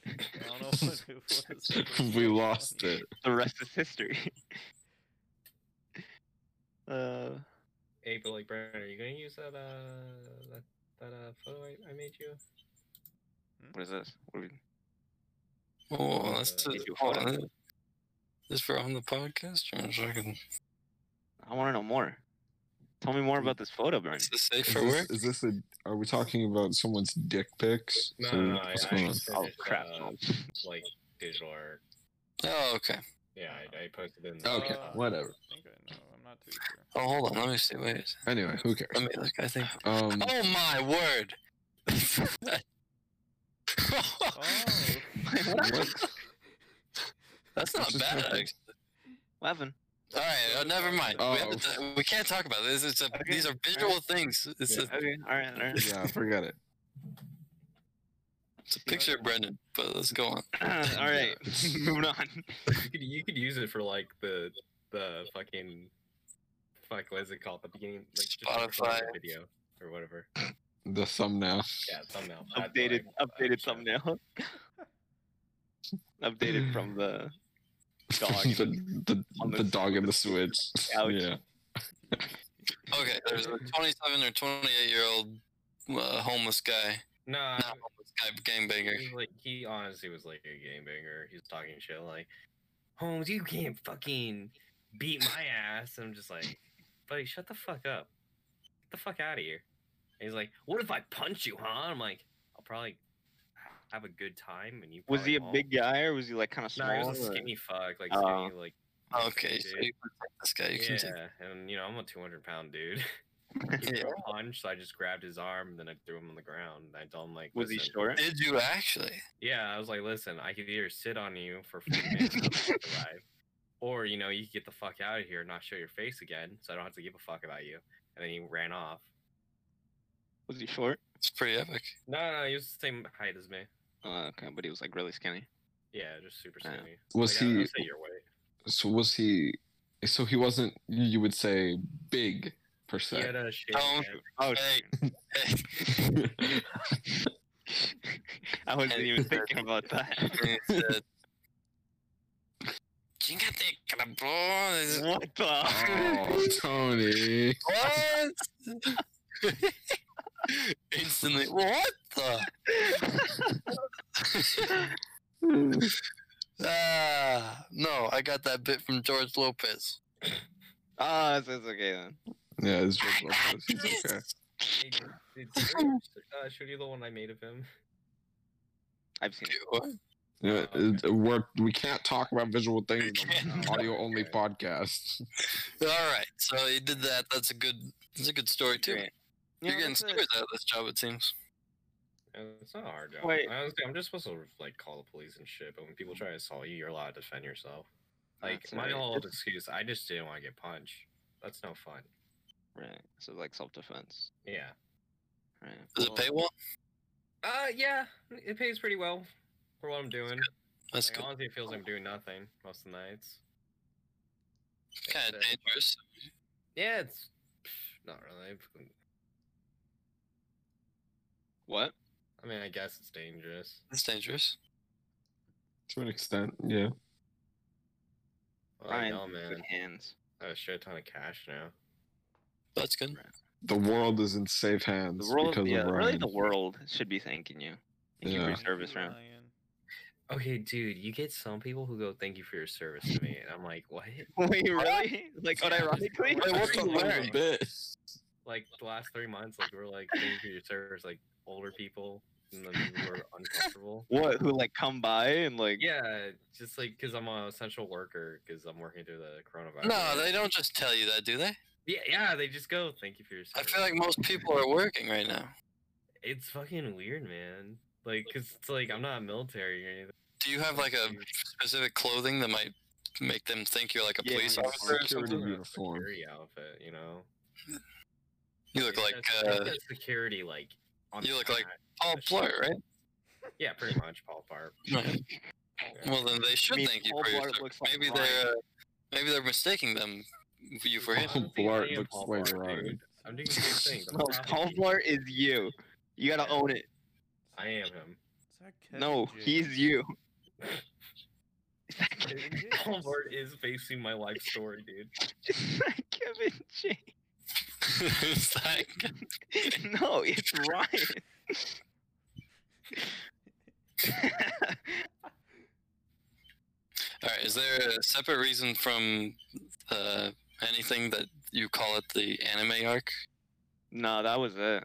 Speaker 1: I don't know what it was. It was
Speaker 3: we
Speaker 1: so
Speaker 3: lost
Speaker 1: funny.
Speaker 3: it
Speaker 4: The rest is history. uh,
Speaker 5: hey, but like, Brandon, are you gonna use that uh that that uh photo I, I made you?
Speaker 4: what is this? What are we...
Speaker 2: Oh, that's
Speaker 5: Uh,
Speaker 2: too.
Speaker 4: you
Speaker 2: Hold
Speaker 4: hold
Speaker 2: on. Is this for on the podcast? Or is it-
Speaker 4: I want to know more. Tell me more about this photo, Brian.
Speaker 2: Is this safe
Speaker 3: Is
Speaker 2: for work?
Speaker 3: this, is this a? Are we talking about someone's dick pics?
Speaker 5: No,
Speaker 3: Or
Speaker 5: no, no, I, I
Speaker 3: what's going on?
Speaker 5: just
Speaker 4: Oh
Speaker 5: finished,
Speaker 4: crap!
Speaker 5: uh, like digital art.
Speaker 2: Oh, okay.
Speaker 5: Yeah, I, I posted it in.
Speaker 1: Oh.
Speaker 3: okay,
Speaker 1: Uh,
Speaker 3: whatever.
Speaker 1: I think I know. I'm not too sure.
Speaker 2: Oh, hold on. Let me see. Wait.
Speaker 3: Anyway, who cares?
Speaker 2: Let me look. I think.
Speaker 3: Um,
Speaker 2: Oh my word!
Speaker 1: Oh,
Speaker 3: what?
Speaker 2: That's not
Speaker 3: Just
Speaker 2: bad.
Speaker 3: happened.
Speaker 2: actually.
Speaker 4: What happened?
Speaker 2: All right. Uh, never mind. We, have
Speaker 3: Oh.
Speaker 2: to- we can't talk about this. It's a,
Speaker 4: Okay,
Speaker 2: These are visual things. It's,
Speaker 5: Yeah.
Speaker 2: a,
Speaker 4: Okay, all right, all right.
Speaker 3: Yeah, forget it.
Speaker 2: it's a picture of Brendan. But let's go on.
Speaker 4: all right, moving on.
Speaker 5: Oh, You could you could use it for like the the fucking fuck what is it called? The beginning like just like a
Speaker 2: Spotify.
Speaker 5: thumbnail video or whatever.
Speaker 3: The thumbnail.
Speaker 5: Yeah, thumbnail. That's what I-
Speaker 4: Updated, updated
Speaker 5: I-
Speaker 4: thumbnail. updated from the dog.
Speaker 3: the the,
Speaker 4: On the-
Speaker 3: the dog in the switch.
Speaker 4: Ouch.
Speaker 3: Yeah.
Speaker 2: Okay. There's a 27 or 28 year old uh, homeless guy.
Speaker 5: Nah,
Speaker 2: Not homeless guy. Gangbanger.
Speaker 5: he, like he honestly was like a game banger. He's talking shit like, Holmes, you can't fucking beat my ass. I'm just like, buddy, shut the fuck up. Get the fuck out of here. And he's like, what if I punch you, huh? I'm like, I'll probably have a good time. And you
Speaker 4: Was
Speaker 5: probably
Speaker 4: he a
Speaker 5: won't."
Speaker 4: big guy or was he like kind of small?
Speaker 5: No, he was a
Speaker 4: or-
Speaker 5: skinny fuck, like
Speaker 4: Oh.
Speaker 5: skinny, like.
Speaker 2: Okay, so
Speaker 5: dude.
Speaker 2: you can take this guy. You can take.
Speaker 5: yeah, and you know I'm a 200 pound dude. He
Speaker 2: Yeah.
Speaker 5: threw a punch, so I just grabbed his arm, then I threw him on the ground. I told him like,
Speaker 4: Was he
Speaker 5: "Listen,"
Speaker 4: short?
Speaker 2: Did you actually?
Speaker 5: Yeah, I was like, listen, I could either sit on you for 40 minutes and I'll survive, or you know, you could get the fuck out of here and not show your face again, so I don't have to give a fuck about you. And then he ran off.
Speaker 4: Was he short?
Speaker 2: It's pretty epic.
Speaker 5: No, no, he was the same height as me.
Speaker 4: Uh, okay, but he was like really skinny.
Speaker 5: Yeah, just super
Speaker 4: Yeah.
Speaker 5: skinny.
Speaker 3: Was
Speaker 5: Like, I- I'd
Speaker 3: he?
Speaker 5: say your weight.
Speaker 3: So was he? So he wasn't. You would say big per
Speaker 5: He had
Speaker 3: se.
Speaker 5: a shape.
Speaker 2: Oh,
Speaker 5: man.
Speaker 4: Oh,
Speaker 2: Hey, hey,
Speaker 4: I wasn't
Speaker 2: And-
Speaker 4: even thinking about that.
Speaker 2: And he said, "Chingatecra, bro." Is-
Speaker 4: What the?
Speaker 3: Oh, Tony.
Speaker 2: What? Instantly, what the? Ah, no, I got that bit from George Lopez.
Speaker 4: Ah, it's, it's okay then.
Speaker 3: Yeah, it's
Speaker 2: I
Speaker 3: George
Speaker 2: got
Speaker 3: Lopez. It's Okay.
Speaker 2: this.
Speaker 5: Hey, did, did Derek uh, show you the one I made of him?
Speaker 4: I've seen it.
Speaker 2: What?
Speaker 3: Yeah,
Speaker 5: Oh, okay.
Speaker 3: it- Uh, We're, we can't talk about visual things in an
Speaker 2: can't.
Speaker 3: audio only podcast.
Speaker 2: All right, so he did that. That's a good. That's a good story too.
Speaker 4: Great.
Speaker 2: You're
Speaker 4: Yeah,
Speaker 2: getting
Speaker 4: that's it.
Speaker 2: screwed out of this job, it seems.
Speaker 5: Uh, It's not a hard job.
Speaker 4: Wait.
Speaker 5: Honestly, I'm just supposed to like call the police and shit. But when people try to assault you, you're allowed to defend yourself. Like
Speaker 4: That's
Speaker 5: my
Speaker 4: right.
Speaker 5: whole excuse, I just didn't want to get punched. That's no fun.
Speaker 4: Right. So like self defense.
Speaker 5: Yeah.
Speaker 4: Right.
Speaker 2: Does
Speaker 4: well,
Speaker 2: it pay well?
Speaker 5: Uh, yeah, it pays pretty well for what I'm doing.
Speaker 2: That's
Speaker 5: Like,
Speaker 2: good.
Speaker 5: honestly, it feels like I'm doing nothing most of the nights.
Speaker 2: It's kind
Speaker 5: uh,
Speaker 2: of dangerous.
Speaker 5: Yeah, it's pff, not really.
Speaker 4: What?
Speaker 5: I mean, I guess it's dangerous.
Speaker 2: It's dangerous.
Speaker 3: To an extent, yeah. Oh,
Speaker 5: Well, I
Speaker 4: Ryan,
Speaker 5: know,
Speaker 4: Good
Speaker 5: man.
Speaker 4: hands.
Speaker 5: I have a shit ton of cash now.
Speaker 2: That's good.
Speaker 3: The world is in safe hands
Speaker 4: The world,
Speaker 3: because
Speaker 4: yeah,
Speaker 3: of Ryan.
Speaker 4: really, the world should be thanking you. Thank you for
Speaker 3: Yeah.
Speaker 4: your service, Ryan.
Speaker 1: Ryan.
Speaker 5: Okay, dude, you get some people who go, "Thank you for your service to me," and I'm like, "What?"
Speaker 4: Wait, really? Like,
Speaker 5: Yeah.
Speaker 4: unironically?
Speaker 5: Wait, what
Speaker 3: That's
Speaker 5: the
Speaker 3: a little
Speaker 5: learning?
Speaker 3: bit.
Speaker 5: Like the last three months, like we're like, "Thank you for your service," like older people, and then people who are uncomfortable.
Speaker 4: What? Who like come by and like?
Speaker 5: Yeah, just like because I'm a essential worker because I'm working through the coronavirus.
Speaker 2: No, they don't just tell you that, do they?
Speaker 5: Yeah, yeah, they just go, "Thank you for your
Speaker 2: I
Speaker 5: service."
Speaker 2: feel like most people are working right now.
Speaker 5: it's fucking weird, man. Like, cause it's like I'm not military or anything.
Speaker 2: Do you have like a specific clothing that might make them think you're like a
Speaker 4: Yeah,
Speaker 2: police
Speaker 4: like a
Speaker 2: officer or
Speaker 3: security
Speaker 2: something?
Speaker 5: I'm in a
Speaker 3: uniform.
Speaker 5: security outfit, you know.
Speaker 2: You look
Speaker 5: Yeah,
Speaker 2: like
Speaker 5: that's-
Speaker 2: uh,
Speaker 5: that's that security, like on
Speaker 2: you
Speaker 5: the
Speaker 2: look like
Speaker 5: back.
Speaker 2: Paul Blart, right?
Speaker 5: yeah, pretty much Paul Bart.
Speaker 2: Right. Well, then they should
Speaker 4: mean,
Speaker 2: thank you
Speaker 4: Paul
Speaker 2: for your
Speaker 4: Blart
Speaker 2: service.
Speaker 4: looks like
Speaker 2: maybe
Speaker 4: Ryan.
Speaker 2: they're uh, maybe they're mistaking them for you for him.
Speaker 3: Paul Blart looks like Ryan.
Speaker 5: I'm doing good things. I'm
Speaker 4: No,
Speaker 5: proud of
Speaker 4: Paul
Speaker 5: you.
Speaker 4: Blart is you. You gotta own it.
Speaker 5: I am him.
Speaker 1: Is that Kevin
Speaker 4: No,
Speaker 1: James?
Speaker 4: he's you.
Speaker 1: Kevin James.
Speaker 5: Paul Bart is facing my life story, dude.
Speaker 4: Kevin James.
Speaker 2: It's like-
Speaker 4: No, it's Ryan.
Speaker 2: All right, is there a separate reason from uh, anything that you call it the anime arc?
Speaker 4: no, that was it.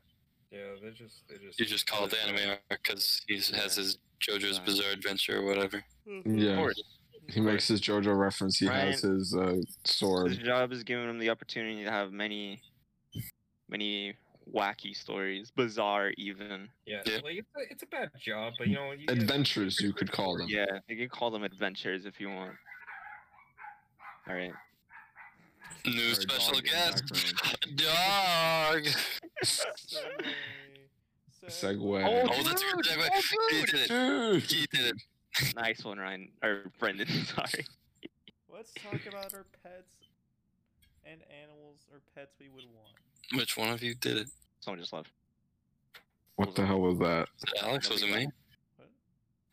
Speaker 5: Yeah, they just they just
Speaker 2: You just call it the anime arc because he has
Speaker 4: Yeah.
Speaker 2: his JoJo's
Speaker 4: Right.
Speaker 2: Bizarre Adventure or whatever.
Speaker 4: Of
Speaker 3: Yeah,
Speaker 4: course.
Speaker 3: he makes his JoJo reference. He has his uh,
Speaker 4: His
Speaker 3: sword.
Speaker 4: job is giving him the opportunity to have many, many wacky stories, bizarre even.
Speaker 5: yeah.
Speaker 2: Yeah.
Speaker 5: Like it's a, it's a bad job, but you know you get-
Speaker 3: Adventures, you could call them.
Speaker 4: Yeah, you can call them adventures if you want. All right.
Speaker 2: New
Speaker 3: Sorry,
Speaker 2: special
Speaker 3: dog in the
Speaker 2: guest,
Speaker 3: background.
Speaker 2: dog.
Speaker 3: Segway.
Speaker 1: um,
Speaker 4: Oh,
Speaker 2: Oh, that's a good segue. He did it.
Speaker 3: Dude.
Speaker 2: He did it.
Speaker 4: Nice one, Ryan or Brendan. Sorry.
Speaker 1: Let's talk about our pets and animals or pets we would want.
Speaker 2: Which one of you did it?
Speaker 4: Someone just left.
Speaker 3: What the hell was that?
Speaker 2: Was it Alex, was it me?
Speaker 1: What?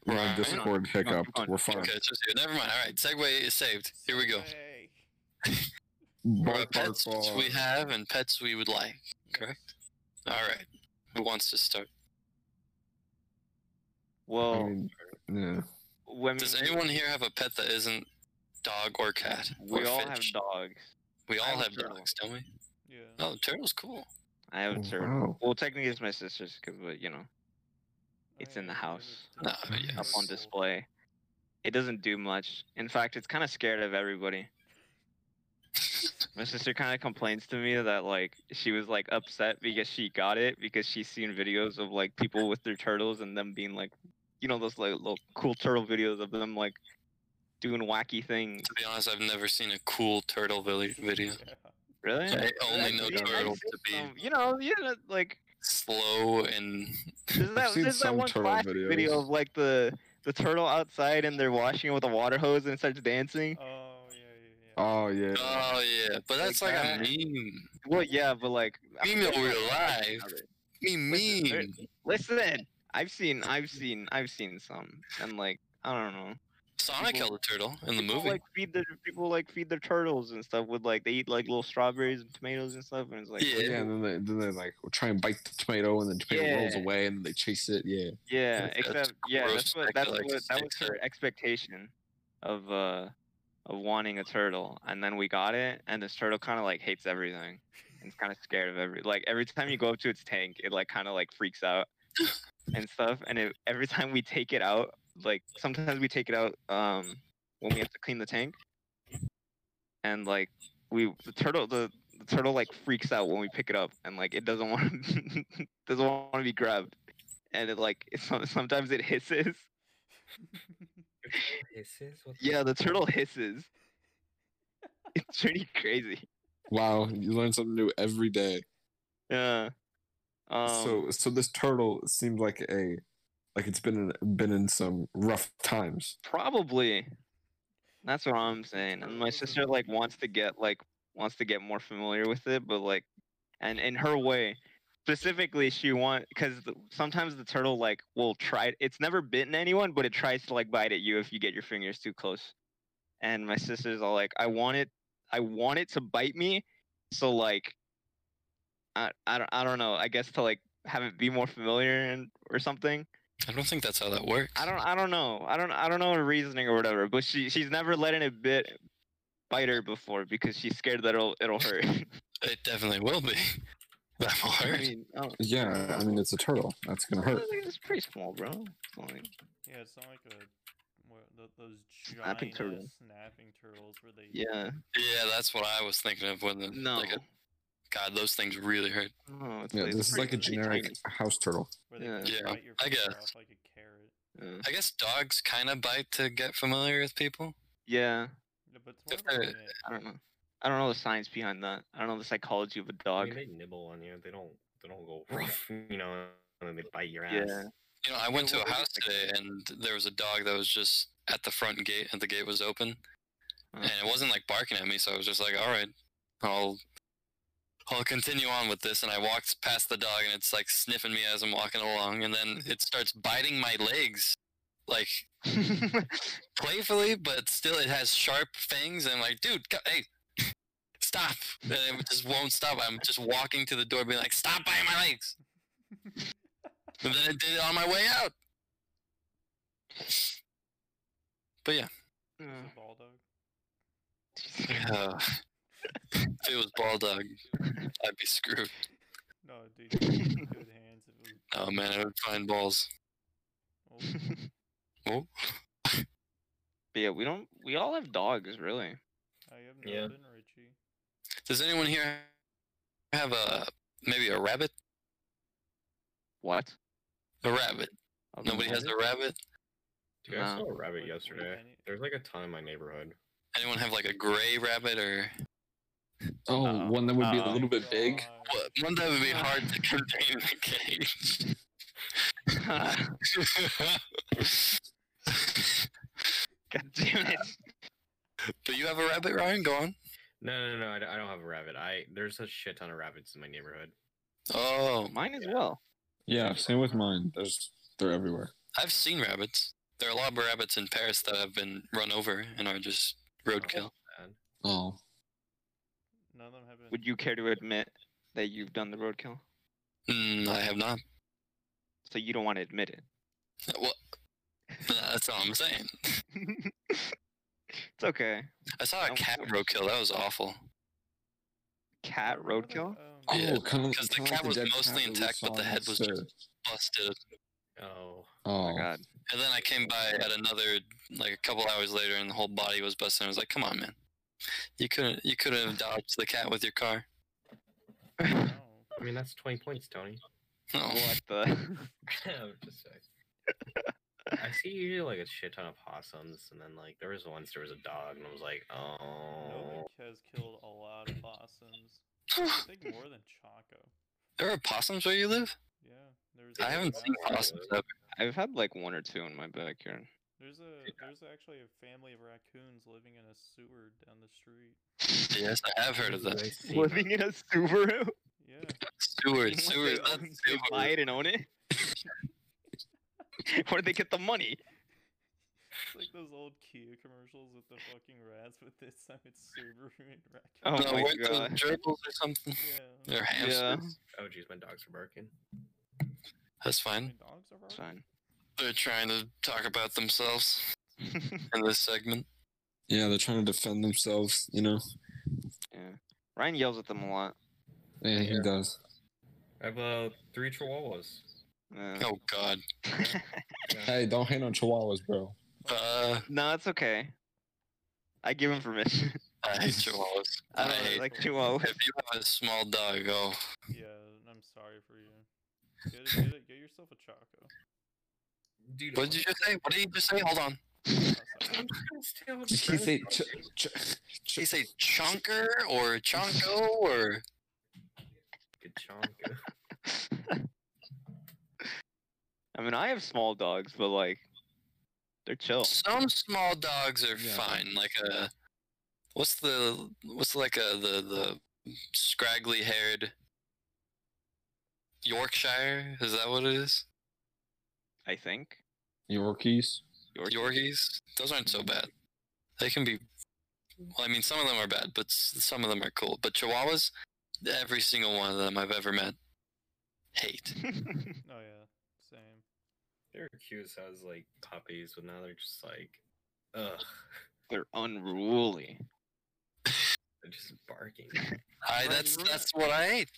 Speaker 3: We're on
Speaker 2: Ryan?
Speaker 3: Discord hiccup.
Speaker 4: on,
Speaker 3: We're
Speaker 4: keep
Speaker 3: fine.
Speaker 2: Okay, it's just you. Never mind. All right, segue is saved. Here we go.
Speaker 1: Segway.
Speaker 2: What
Speaker 3: Bark, bark,
Speaker 2: pets we
Speaker 3: bark.
Speaker 2: have and pets we would like. Correct. All right. Who wants to start?
Speaker 3: I
Speaker 4: Well,
Speaker 3: mean, yeah.
Speaker 4: when
Speaker 2: Does
Speaker 4: we-
Speaker 2: anyone here have a pet that isn't dog or cat?
Speaker 4: we
Speaker 2: or
Speaker 4: all
Speaker 2: fish?
Speaker 4: have dogs.
Speaker 2: We
Speaker 4: I
Speaker 2: all
Speaker 4: have a
Speaker 2: have
Speaker 4: turtle.
Speaker 2: dogs, don't we?
Speaker 1: Yeah.
Speaker 2: Oh, turtle's cool.
Speaker 4: I have a turtle.
Speaker 3: Wow.
Speaker 4: Well, technically it's my sister's, cause but you know It's
Speaker 1: I
Speaker 4: in the
Speaker 1: agree
Speaker 4: house.
Speaker 1: with that.
Speaker 2: Ah, yes.
Speaker 4: up on
Speaker 1: Turtle.
Speaker 4: display. It doesn't do much. In fact, it's kind of scared of everybody. My sister kind of complains to me that like she was like upset because she got it because she's seen videos of like people with their turtles and them being like, you know those like little cool turtle videos of them like doing wacky things.
Speaker 2: To be honest, I've never seen a cool turtle villi- video.
Speaker 1: Yeah.
Speaker 4: Really?
Speaker 2: I only
Speaker 4: I've
Speaker 2: know
Speaker 4: seen- I've
Speaker 2: turtles
Speaker 4: seen
Speaker 2: to be
Speaker 4: some- you know, you know, like
Speaker 2: slow and
Speaker 4: there's that,
Speaker 3: seen
Speaker 4: there's that
Speaker 3: some
Speaker 4: one
Speaker 3: turtle
Speaker 4: classic video
Speaker 3: videos.
Speaker 4: of like the the turtle outside and they're washing it with a water hose and it starts dancing.
Speaker 1: Oh yeah, yeah, yeah.
Speaker 3: Oh yeah.
Speaker 2: oh yeah, but that's like, a
Speaker 4: Like
Speaker 2: meme.
Speaker 4: Well, yeah, but like I
Speaker 2: Meme
Speaker 4: mean,
Speaker 2: in
Speaker 4: they're
Speaker 2: real
Speaker 4: not-
Speaker 2: life. Me
Speaker 4: Listen,
Speaker 2: meme.
Speaker 4: Listen, I've seen, I've seen, I've seen some, and like I don't know.
Speaker 2: Sonic
Speaker 4: People-
Speaker 2: held a turtle in the
Speaker 4: people
Speaker 2: movie.
Speaker 4: like feed their people like feed their turtles and stuff with like they eat like little strawberries and tomatoes and stuff, and it's like
Speaker 2: Yeah.
Speaker 3: yeah, and then they, then they like try and bite the tomato, and then the tomato rolls
Speaker 4: Yeah.
Speaker 3: away, and they chase it. Yeah,
Speaker 4: Yeah,
Speaker 2: That's
Speaker 4: except yeah,
Speaker 2: gross
Speaker 4: that's what
Speaker 2: that
Speaker 4: that's
Speaker 2: they like
Speaker 4: what that was
Speaker 2: sticks
Speaker 4: her expectation of uh of wanting a turtle, and then we got it, and this turtle kind of like hates everything, and it's kind of scared of every like every time you go up to its tank, it like kind of like freaks out and stuff, and it, every time we take it out, like sometimes we take it out um when we have to clean the tank, and like we the turtle the the turtle like freaks out when we pick it up and like it doesn't want to doesn't want to be grabbed and it like it, some- sometimes it hisses yeah the turtle hisses it's pretty crazy
Speaker 3: wow, you learn something new every day.
Speaker 4: yeah um,
Speaker 3: so, so this turtle seems like a, like it's been in, been in some rough times.
Speaker 4: probably that's what i'm saying and my
Speaker 1: Turtles are
Speaker 4: sister like wants to get like wants to get more familiar with it but like and in her way specifically she want because sometimes the turtle like will try it's never bitten anyone but it tries to like bite at you if you get your fingers too close and my sister's all like i want it i want it to bite me so like i i don't, I don't know i guess to like have it be more familiar and or something
Speaker 2: I don't think that's how that works.
Speaker 4: I don't I don't know. I don't I don't know her reasoning or whatever, but she she's never letting it bit bite her before because she's scared that it'll it'll hurt.
Speaker 2: It definitely will be. That will
Speaker 4: I
Speaker 2: hurt.
Speaker 4: mean, I don't-
Speaker 3: Yeah, I mean it's a turtle. That's gonna hurt.
Speaker 4: it's pretty small, bro. It's only-
Speaker 1: Yeah, it's not like a what, th- those
Speaker 4: Snapping
Speaker 1: giant
Speaker 4: turtle.
Speaker 1: ass snapping turtles where they
Speaker 4: Yeah.
Speaker 2: Yeah, that's what I was thinking of when the
Speaker 4: No.
Speaker 2: like a, God, those things really hurt.
Speaker 4: No, it's,
Speaker 3: Yeah,
Speaker 4: it's
Speaker 3: this is like a
Speaker 4: pretty
Speaker 3: generic
Speaker 4: tiny.
Speaker 3: house turtle.
Speaker 1: where they
Speaker 4: Yeah.
Speaker 1: just
Speaker 2: Yeah,
Speaker 1: bite your
Speaker 2: I
Speaker 1: finger
Speaker 2: guess.
Speaker 1: off like a carrot.
Speaker 4: Yeah.
Speaker 2: I guess dogs kind of bite to get familiar with people.
Speaker 4: Yeah,
Speaker 1: Yeah, but
Speaker 2: If
Speaker 1: tomorrow
Speaker 2: they're-
Speaker 1: night,
Speaker 4: I don't know. I don't know the science behind that. I don't know the psychology of a
Speaker 5: I
Speaker 4: dog.
Speaker 5: mean, they nibble on you. They don't. They don't go rough. You know, and then they bite your ass.
Speaker 4: Yeah.
Speaker 2: You know, I went to
Speaker 4: what
Speaker 2: a
Speaker 4: is
Speaker 2: house
Speaker 4: like
Speaker 2: today and there was a dog that was just at the front gate, and the gate was open,
Speaker 4: Uh,
Speaker 2: and it wasn't like barking at me. So I was just like, all right, I'll. I'll continue on with this, and I walked past the dog, and it's like sniffing me as I'm walking along, and then it starts biting my legs, like playfully, but still it has sharp fangs. And I'm like, dude, go, hey, stop. And it just won't stop. I'm just walking to the door being like, stop biting my legs. and then it did it on my way out. But yeah.
Speaker 1: it's
Speaker 4: yeah.
Speaker 1: a ball dog.
Speaker 2: uh, if it was ball dog, I'd be screwed.
Speaker 1: No, dude, you have good hands. If it
Speaker 2: Oh man, I would find balls.
Speaker 1: was, oh,
Speaker 2: Oh,
Speaker 4: But yeah, we don't. We all have dogs, really.
Speaker 1: I have
Speaker 5: Yeah.
Speaker 1: nothing, Richie.
Speaker 2: does anyone here have a maybe a rabbit?
Speaker 4: What?
Speaker 2: A rabbit.
Speaker 4: Other
Speaker 2: Nobody
Speaker 4: than
Speaker 2: has
Speaker 4: that?
Speaker 2: a rabbit.
Speaker 5: Dude, I
Speaker 4: Nah.
Speaker 5: saw a rabbit
Speaker 1: Like,
Speaker 5: yesterday.
Speaker 1: any-
Speaker 5: There's like a ton in my neighborhood.
Speaker 2: Anyone have like a gray rabbit or
Speaker 3: Oh, one
Speaker 2: Uh,
Speaker 4: Uh-oh.
Speaker 3: that would be a
Speaker 4: Uh-oh.
Speaker 3: little bit big.
Speaker 1: Ah, God.
Speaker 2: Well, one that would be hard to contain in a cage.
Speaker 4: God damn it.
Speaker 2: but you have a rabbit, Ryan? Go on.
Speaker 5: No, no, no. I, d- I don't have a rabbit. I there's a shit ton of rabbits in my neighborhood.
Speaker 2: Oh,
Speaker 4: Mine as well.
Speaker 3: Yeah, same with mine. There's they're everywhere.
Speaker 2: I've seen rabbits. There are a lot of rabbits in Paris that have been run over and are just roadkill.
Speaker 3: Oh,
Speaker 1: None of them have been.
Speaker 4: Would you care to admit that you've done the roadkill?
Speaker 2: Mm, I have not.
Speaker 4: So you don't want to admit
Speaker 2: Well, that's all I'm saying.
Speaker 4: it. it's okay.
Speaker 2: I saw a cat roadkill. That was awful.
Speaker 4: Cat
Speaker 1: Remember the-
Speaker 4: roadkill?
Speaker 1: um,
Speaker 2: Yeah,
Speaker 3: oh, kind of
Speaker 2: 'cause the
Speaker 3: kinda
Speaker 2: cat was
Speaker 3: dead
Speaker 2: mostly
Speaker 3: cat that we
Speaker 2: intact, but
Speaker 3: saw
Speaker 2: the head was just-
Speaker 3: downstairs.
Speaker 2: Busted.
Speaker 5: Oh,
Speaker 4: Oh
Speaker 3: Oh,
Speaker 4: my god.
Speaker 2: And then I came by at another, like a couple hours later, and the whole body was busted. I was like, "Come on, man! You couldn't, you could have dodged the cat with your car."
Speaker 1: no.
Speaker 5: I mean that's 20 points, Tony.
Speaker 2: No.
Speaker 4: What the?
Speaker 5: I'm just saying. I see usually like a shit ton of possums, and then like there was once there was a dog, and I was like, oh,
Speaker 1: Novik has killed a lot of possums. I think more than Chaco.
Speaker 2: There are possums where you live?
Speaker 1: Yeah, there's.
Speaker 2: I
Speaker 1: a
Speaker 2: haven't seen
Speaker 1: rabbit-
Speaker 2: possums ever.
Speaker 4: I've had like one or two in my backyard.
Speaker 1: There's a there's actually a family of raccoons living in a sewer down the street.
Speaker 2: Yes, I have heard of
Speaker 5: Did I
Speaker 2: that.
Speaker 5: see that?
Speaker 4: Living in a Subaru?
Speaker 1: Yeah,
Speaker 2: Seward,
Speaker 4: What,
Speaker 2: Seward,
Speaker 4: they
Speaker 2: that's
Speaker 4: own- they
Speaker 2: Seward.
Speaker 4: buy it and own it? Where did they get the money?
Speaker 1: It's like those old Kia commercials with the fucking rats, but this time it's Subaru and raccoon.
Speaker 4: Oh
Speaker 2: no,
Speaker 4: my
Speaker 2: where's those
Speaker 4: God.
Speaker 2: gerbils or something?
Speaker 1: Yeah.
Speaker 2: They're hamsters.
Speaker 5: Oh, geez, my dogs are barking.
Speaker 2: That's
Speaker 1: My
Speaker 2: fine.
Speaker 1: dogs are
Speaker 4: It's
Speaker 1: barking?
Speaker 4: fine.
Speaker 2: They're trying to talk about themselves in this segment.
Speaker 3: Yeah, they're trying to defend themselves, you know?
Speaker 4: yeah. Ryan yells at them a lot.
Speaker 3: Yeah, he does.
Speaker 5: I have uh, three chihuahuas.
Speaker 4: Yeah.
Speaker 2: Oh God.
Speaker 3: Hey, don't hate on chihuahuas, bro.
Speaker 2: Uh,
Speaker 4: no, it's okay. I give him permission.
Speaker 2: I hate chihuahuas.
Speaker 4: I
Speaker 2: I
Speaker 4: don't
Speaker 2: hate.
Speaker 4: like Chihuahua.
Speaker 2: If you have a small dog, oh,
Speaker 1: Yeah, I'm sorry for you. Get, a, get, a, get yourself a Choco.
Speaker 5: Dude,
Speaker 2: what did you just say? What did you just say? Hold on.
Speaker 1: Oh, sorry.
Speaker 3: Did he say ch- ch-
Speaker 2: Did you
Speaker 3: ch-
Speaker 2: say chunker or chonko or?
Speaker 5: Kachanka.
Speaker 4: I mean, I have small dogs, but like, they're chill.
Speaker 2: Some small dogs are
Speaker 3: Yeah.
Speaker 2: fine. Like a, what's the what's like a the the scraggly haired Yorkshire? Is that what it is?
Speaker 4: I think.
Speaker 3: Yorkies?
Speaker 2: Yorkies. Those aren't so bad. They can be. Well, I mean, some of them are bad, but s- some of them are cool. But Chihuahuas, every single one of them I've ever met, hate.
Speaker 1: Oh, yeah, same.
Speaker 5: They're cute as hell as, like puppies, but now they're just like, ugh,
Speaker 4: they're unruly.
Speaker 5: they're just barking.
Speaker 2: I
Speaker 4: Right,
Speaker 2: that's
Speaker 4: right.
Speaker 2: that's what I hate.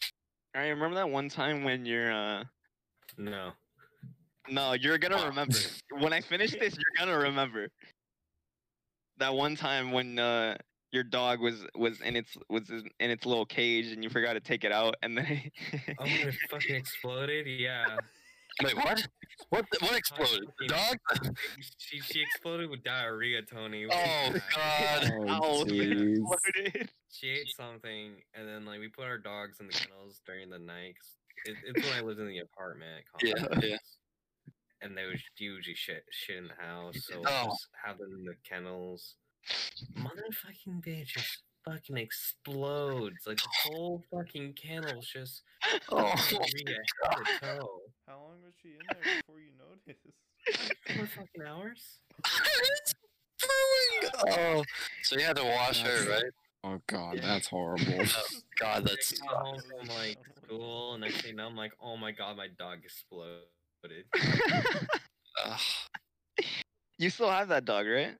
Speaker 4: I remember that one time when you're uh.
Speaker 5: No.
Speaker 4: No, you're gonna
Speaker 2: Wow.
Speaker 4: remember. when I finish this, you're gonna remember. That one time when uh, your dog was was in its was in in its little cage and you forgot to take it out, and then
Speaker 5: Oh, when it fucking exploded. Yeah.
Speaker 2: Wait, what? What? What exploded? The dog?
Speaker 5: She, she exploded with diarrhea, Tony. What
Speaker 2: Oh
Speaker 5: the heck?
Speaker 2: God!
Speaker 4: owl
Speaker 3: jeez.
Speaker 4: exploded.
Speaker 5: She ate something, and then like we put our dogs in the kennels during the night. 'cause It, it's when I lived in the apartment.
Speaker 2: Yeah, yeah.
Speaker 5: complex, And there was usually shit shit in the house, so we
Speaker 2: Oh.
Speaker 5: just have them in the kennels. Motherfucking bitch just fucking explodes like the whole fucking kennel's just
Speaker 2: Oh,
Speaker 5: diarrhea head to toe.
Speaker 1: How long was she in there before you noticed?
Speaker 5: Four fucking hours.
Speaker 2: It's brewing. Oh, so you had to wash her, right?
Speaker 3: Oh god, that's horrible.
Speaker 2: Oh, God, that's
Speaker 5: I got home from like school, and next thing now I'm like, oh my god, my dog exploded.
Speaker 2: ugh.
Speaker 4: you still have that dog, right?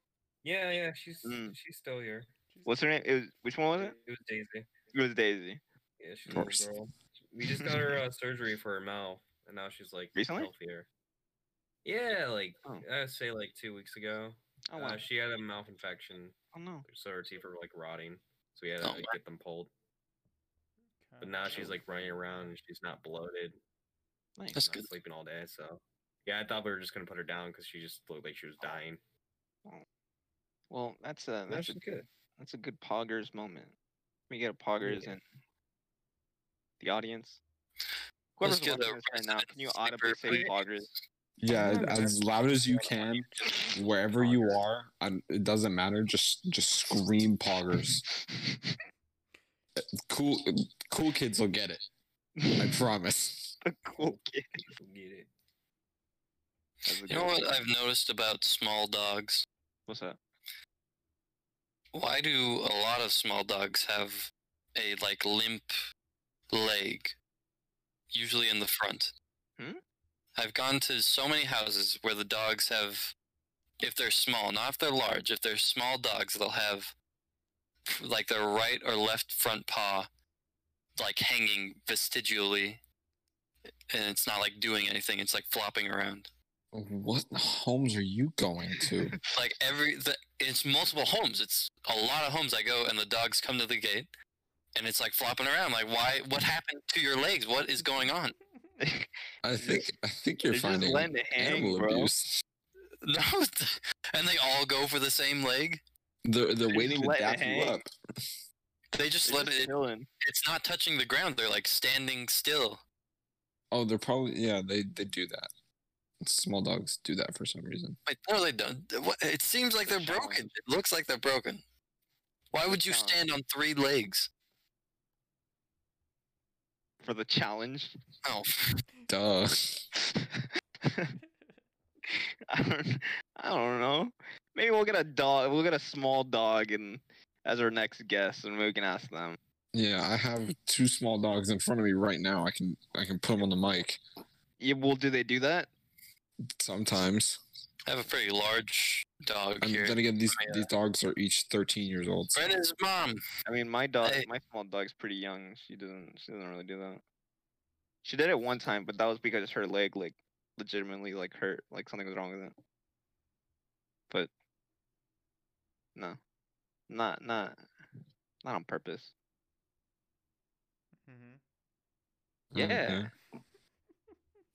Speaker 5: Yeah, yeah, she's
Speaker 4: Mm.
Speaker 5: she's still here.
Speaker 4: What's her name? It was, which one was it?
Speaker 5: It was Daisy.
Speaker 4: It was Daisy.
Speaker 5: Yeah, she's
Speaker 3: Of
Speaker 5: a
Speaker 3: course.
Speaker 5: little girl. We just got her uh, surgery for her mouth, and now she's like
Speaker 4: Recently?
Speaker 5: healthier. Yeah, like
Speaker 4: Oh.
Speaker 5: I'd say like two weeks ago.
Speaker 4: Oh,
Speaker 5: uh,
Speaker 4: wow.
Speaker 5: she had a mouth infection,
Speaker 4: oh no.
Speaker 5: so her teeth were like rotting. So we had to
Speaker 2: Oh,
Speaker 5: like, get them pulled. But
Speaker 1: Kinda
Speaker 5: now she's
Speaker 1: cool.
Speaker 5: like running around, and she's not bloated.
Speaker 4: Nice.
Speaker 2: That's
Speaker 5: not
Speaker 2: good.
Speaker 5: Sleeping all day, so. Yeah, I thought we were just gonna put her down because she just looked like she was dying.
Speaker 4: Well, that's a that's a,
Speaker 5: good.
Speaker 4: that's a good poggers moment. We get a poggers
Speaker 5: Yeah.
Speaker 4: and the audience.
Speaker 2: Let's
Speaker 4: Whoever's
Speaker 2: get a
Speaker 4: watching this right now,
Speaker 2: resident
Speaker 4: can you
Speaker 2: sleeper,
Speaker 4: audibly say
Speaker 2: please.
Speaker 4: poggers?
Speaker 3: Yeah, as loud as you can, wherever you are, um, it doesn't matter. Just just scream poggers. Cool, cool kids will get it. I promise.
Speaker 4: cool kid.
Speaker 5: Get it.
Speaker 4: That's a
Speaker 2: You
Speaker 4: good
Speaker 2: know
Speaker 4: one.
Speaker 2: what I've noticed about small dogs?
Speaker 4: What's up?
Speaker 2: Why do a lot of small dogs have a like limp leg, usually in the front?
Speaker 4: Hmm?
Speaker 2: I've gone to so many houses where the dogs have, if they're small, not if they're large, if they're small dogs, they'll have like their right or left front paw like hanging vestigially and it's not like doing anything it's like flopping around
Speaker 3: What homes are you going to?
Speaker 2: like every the, it's multiple homes it's a lot of homes i go and the dogs come to the gate and it's like flopping around like why what happened to your legs what is going on
Speaker 3: I think I think you're
Speaker 4: They're
Speaker 3: finding
Speaker 4: just letting it hang,
Speaker 3: animal
Speaker 4: bro.
Speaker 3: abuse.
Speaker 2: no and they all go for the same leg
Speaker 3: They're they're
Speaker 4: just
Speaker 3: waiting to
Speaker 4: letting it
Speaker 3: dap you
Speaker 4: hang.
Speaker 3: up.
Speaker 2: they just
Speaker 4: They're
Speaker 2: let
Speaker 4: just
Speaker 2: it
Speaker 4: chilling.
Speaker 2: it's not touching the ground they're like standing still
Speaker 3: Oh, they're probably yeah. They they do that. Small dogs do that for some reason.
Speaker 2: Like, no, they don't. Th- what- It seems like
Speaker 4: They're
Speaker 2: they're broken.
Speaker 4: challenged.
Speaker 2: It looks like they're broken. Why would you
Speaker 4: challenged.
Speaker 2: stand on three legs?
Speaker 4: for the challenge.
Speaker 2: Oh,
Speaker 3: Duh.
Speaker 4: I don't, I don't know. Maybe we'll get a dog. We'll get a small dog and as our next guest, and we can ask them.
Speaker 3: Yeah, I have two small dogs in front of me right now. I can I can put them on the mic
Speaker 4: Yeah, well, do they do that?
Speaker 3: sometimes.
Speaker 2: I have a pretty large dog
Speaker 3: I mean,
Speaker 2: here.
Speaker 3: then again, these
Speaker 4: uh,
Speaker 2: Yeah.
Speaker 3: these dogs are each 13 years old. so-
Speaker 2: Brennan's mom.
Speaker 4: I mean, my dog,
Speaker 2: Hey.
Speaker 4: my small dog's pretty young. She doesn't, she doesn't really do that. She did it one time, but that was because her leg, like, legitimately, like, hurt. Like something was wrong with it. But no, not, not, not on purpose.
Speaker 1: Mhm.
Speaker 4: Yeah.
Speaker 3: Okay.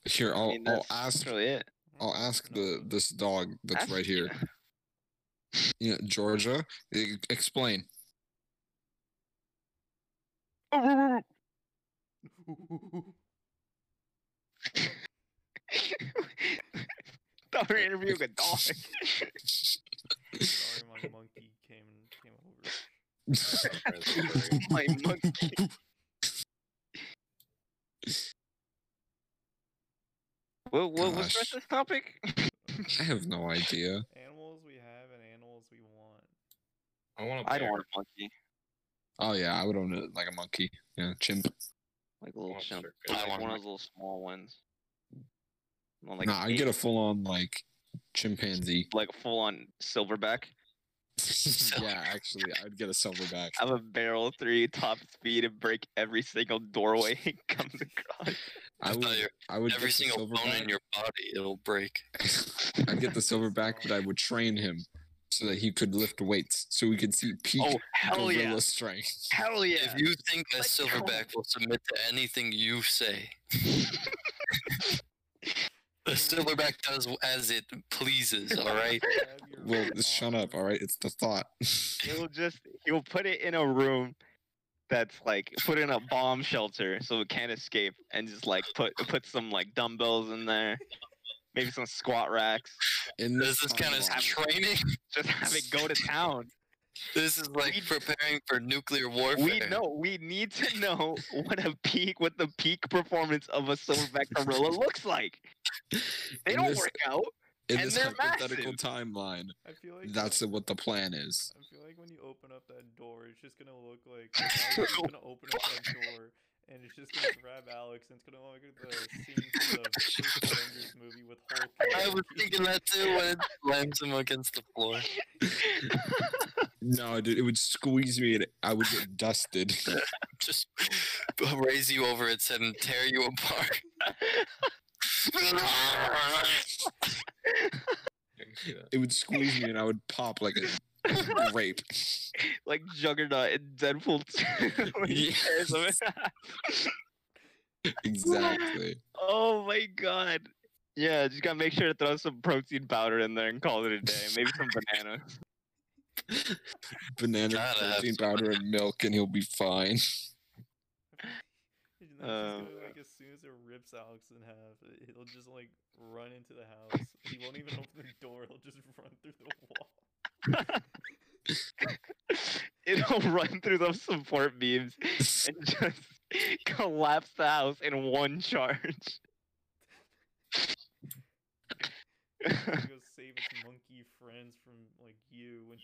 Speaker 3: Here, I'll
Speaker 4: I mean,
Speaker 3: I'll
Speaker 4: that's,
Speaker 3: Oh, ask
Speaker 4: that's really it.
Speaker 3: I'll ask
Speaker 1: No.
Speaker 3: the this dog that's
Speaker 4: Ask-
Speaker 3: right here. You know, Georgia, e- explain.
Speaker 4: Thought we were interviewing a dog.
Speaker 1: Sorry, my monkey came came over.
Speaker 4: My monkey. What, what was the
Speaker 3: Gosh.
Speaker 4: rest of this topic?
Speaker 3: I have no idea.
Speaker 1: Animals we have and animals we want.
Speaker 5: I want to.
Speaker 4: I don't want a monkey.
Speaker 3: Oh yeah, I would own it like a monkey. Yeah, chimp.
Speaker 4: Like a little
Speaker 5: want
Speaker 4: chimp.
Speaker 5: circus.
Speaker 4: I
Speaker 2: I
Speaker 4: like
Speaker 2: want
Speaker 4: one
Speaker 2: a
Speaker 4: of those little small ones. Well, like
Speaker 3: nah, I get
Speaker 4: eight-
Speaker 3: a full on like chimpanzee.
Speaker 4: like full on silverback.
Speaker 3: yeah, actually, I'd get a silverback.
Speaker 4: I have a barrel three top speed and break every single doorway it comes across.
Speaker 3: I
Speaker 2: I'll
Speaker 3: would.
Speaker 2: tell you,
Speaker 3: I would
Speaker 2: Every
Speaker 3: get the
Speaker 2: single bone in
Speaker 3: silverback.
Speaker 2: your body, it'll break.
Speaker 3: I'd get the silverback, but I would train him so that he could lift weights, so we could see peak
Speaker 4: Oh hell
Speaker 3: gorilla
Speaker 4: yeah!
Speaker 3: strength.
Speaker 4: Hell yeah!
Speaker 2: If you think that
Speaker 4: Like,
Speaker 2: silverback will submit to anything you say, the silverback does as it pleases. All right.
Speaker 1: Grab your
Speaker 3: Well,
Speaker 1: right
Speaker 3: shut
Speaker 1: arm.
Speaker 3: up. All right, it's the thought.
Speaker 4: he'll just he'll put it in a room that's like put in a bomb shelter so it can't escape and just like put put some like dumbbells in there maybe some squat racks
Speaker 3: In
Speaker 2: This is kind of
Speaker 3: timeline-
Speaker 2: training.
Speaker 4: just have it go to town
Speaker 2: This is like
Speaker 4: We-
Speaker 2: preparing for nuclear warfare.
Speaker 4: we know we need to know what a peak what the peak performance of a silverback gorilla looks like they
Speaker 3: In
Speaker 4: don't
Speaker 3: this-
Speaker 4: work out
Speaker 3: in
Speaker 4: and
Speaker 3: this
Speaker 4: they're
Speaker 3: hypothetical
Speaker 4: massive.
Speaker 3: timeline.
Speaker 1: I feel like
Speaker 3: That's what the plan is.
Speaker 1: I feel like when you open up that door, it's just gonna look like the dog is gonna open up that door, and it's just gonna grab Alex, and it's gonna look like the scene from the first Avengers movie with Hulk. and
Speaker 2: I was
Speaker 1: Loki.
Speaker 2: thinking that too when it slams him against the floor.
Speaker 3: No, dude, it would squeeze me and I would get dusted.
Speaker 2: Just raise you over its head and tear you apart.
Speaker 5: I can see that.
Speaker 3: It would squeeze me and I would pop like a grape.
Speaker 4: like juggernaut in deadpool 2 when he tears them in half.
Speaker 3: Exactly.
Speaker 4: Oh my god. Yeah, just gotta make sure to throw some protein powder in there and call it a day. Maybe some bananas.
Speaker 3: Banana
Speaker 2: Gotta have
Speaker 3: protein
Speaker 2: some-
Speaker 3: powder and milk, and he'll be fine.
Speaker 1: And then it's just
Speaker 4: Um,
Speaker 1: gonna, like as soon as it rips Alex in half, it- it'll just like run into the house. He won't even open the door. It'll just run through the wall.
Speaker 4: It'll run through those support beams and just collapse the house in one charge.
Speaker 1: It'll go save its monkey friends from like you. And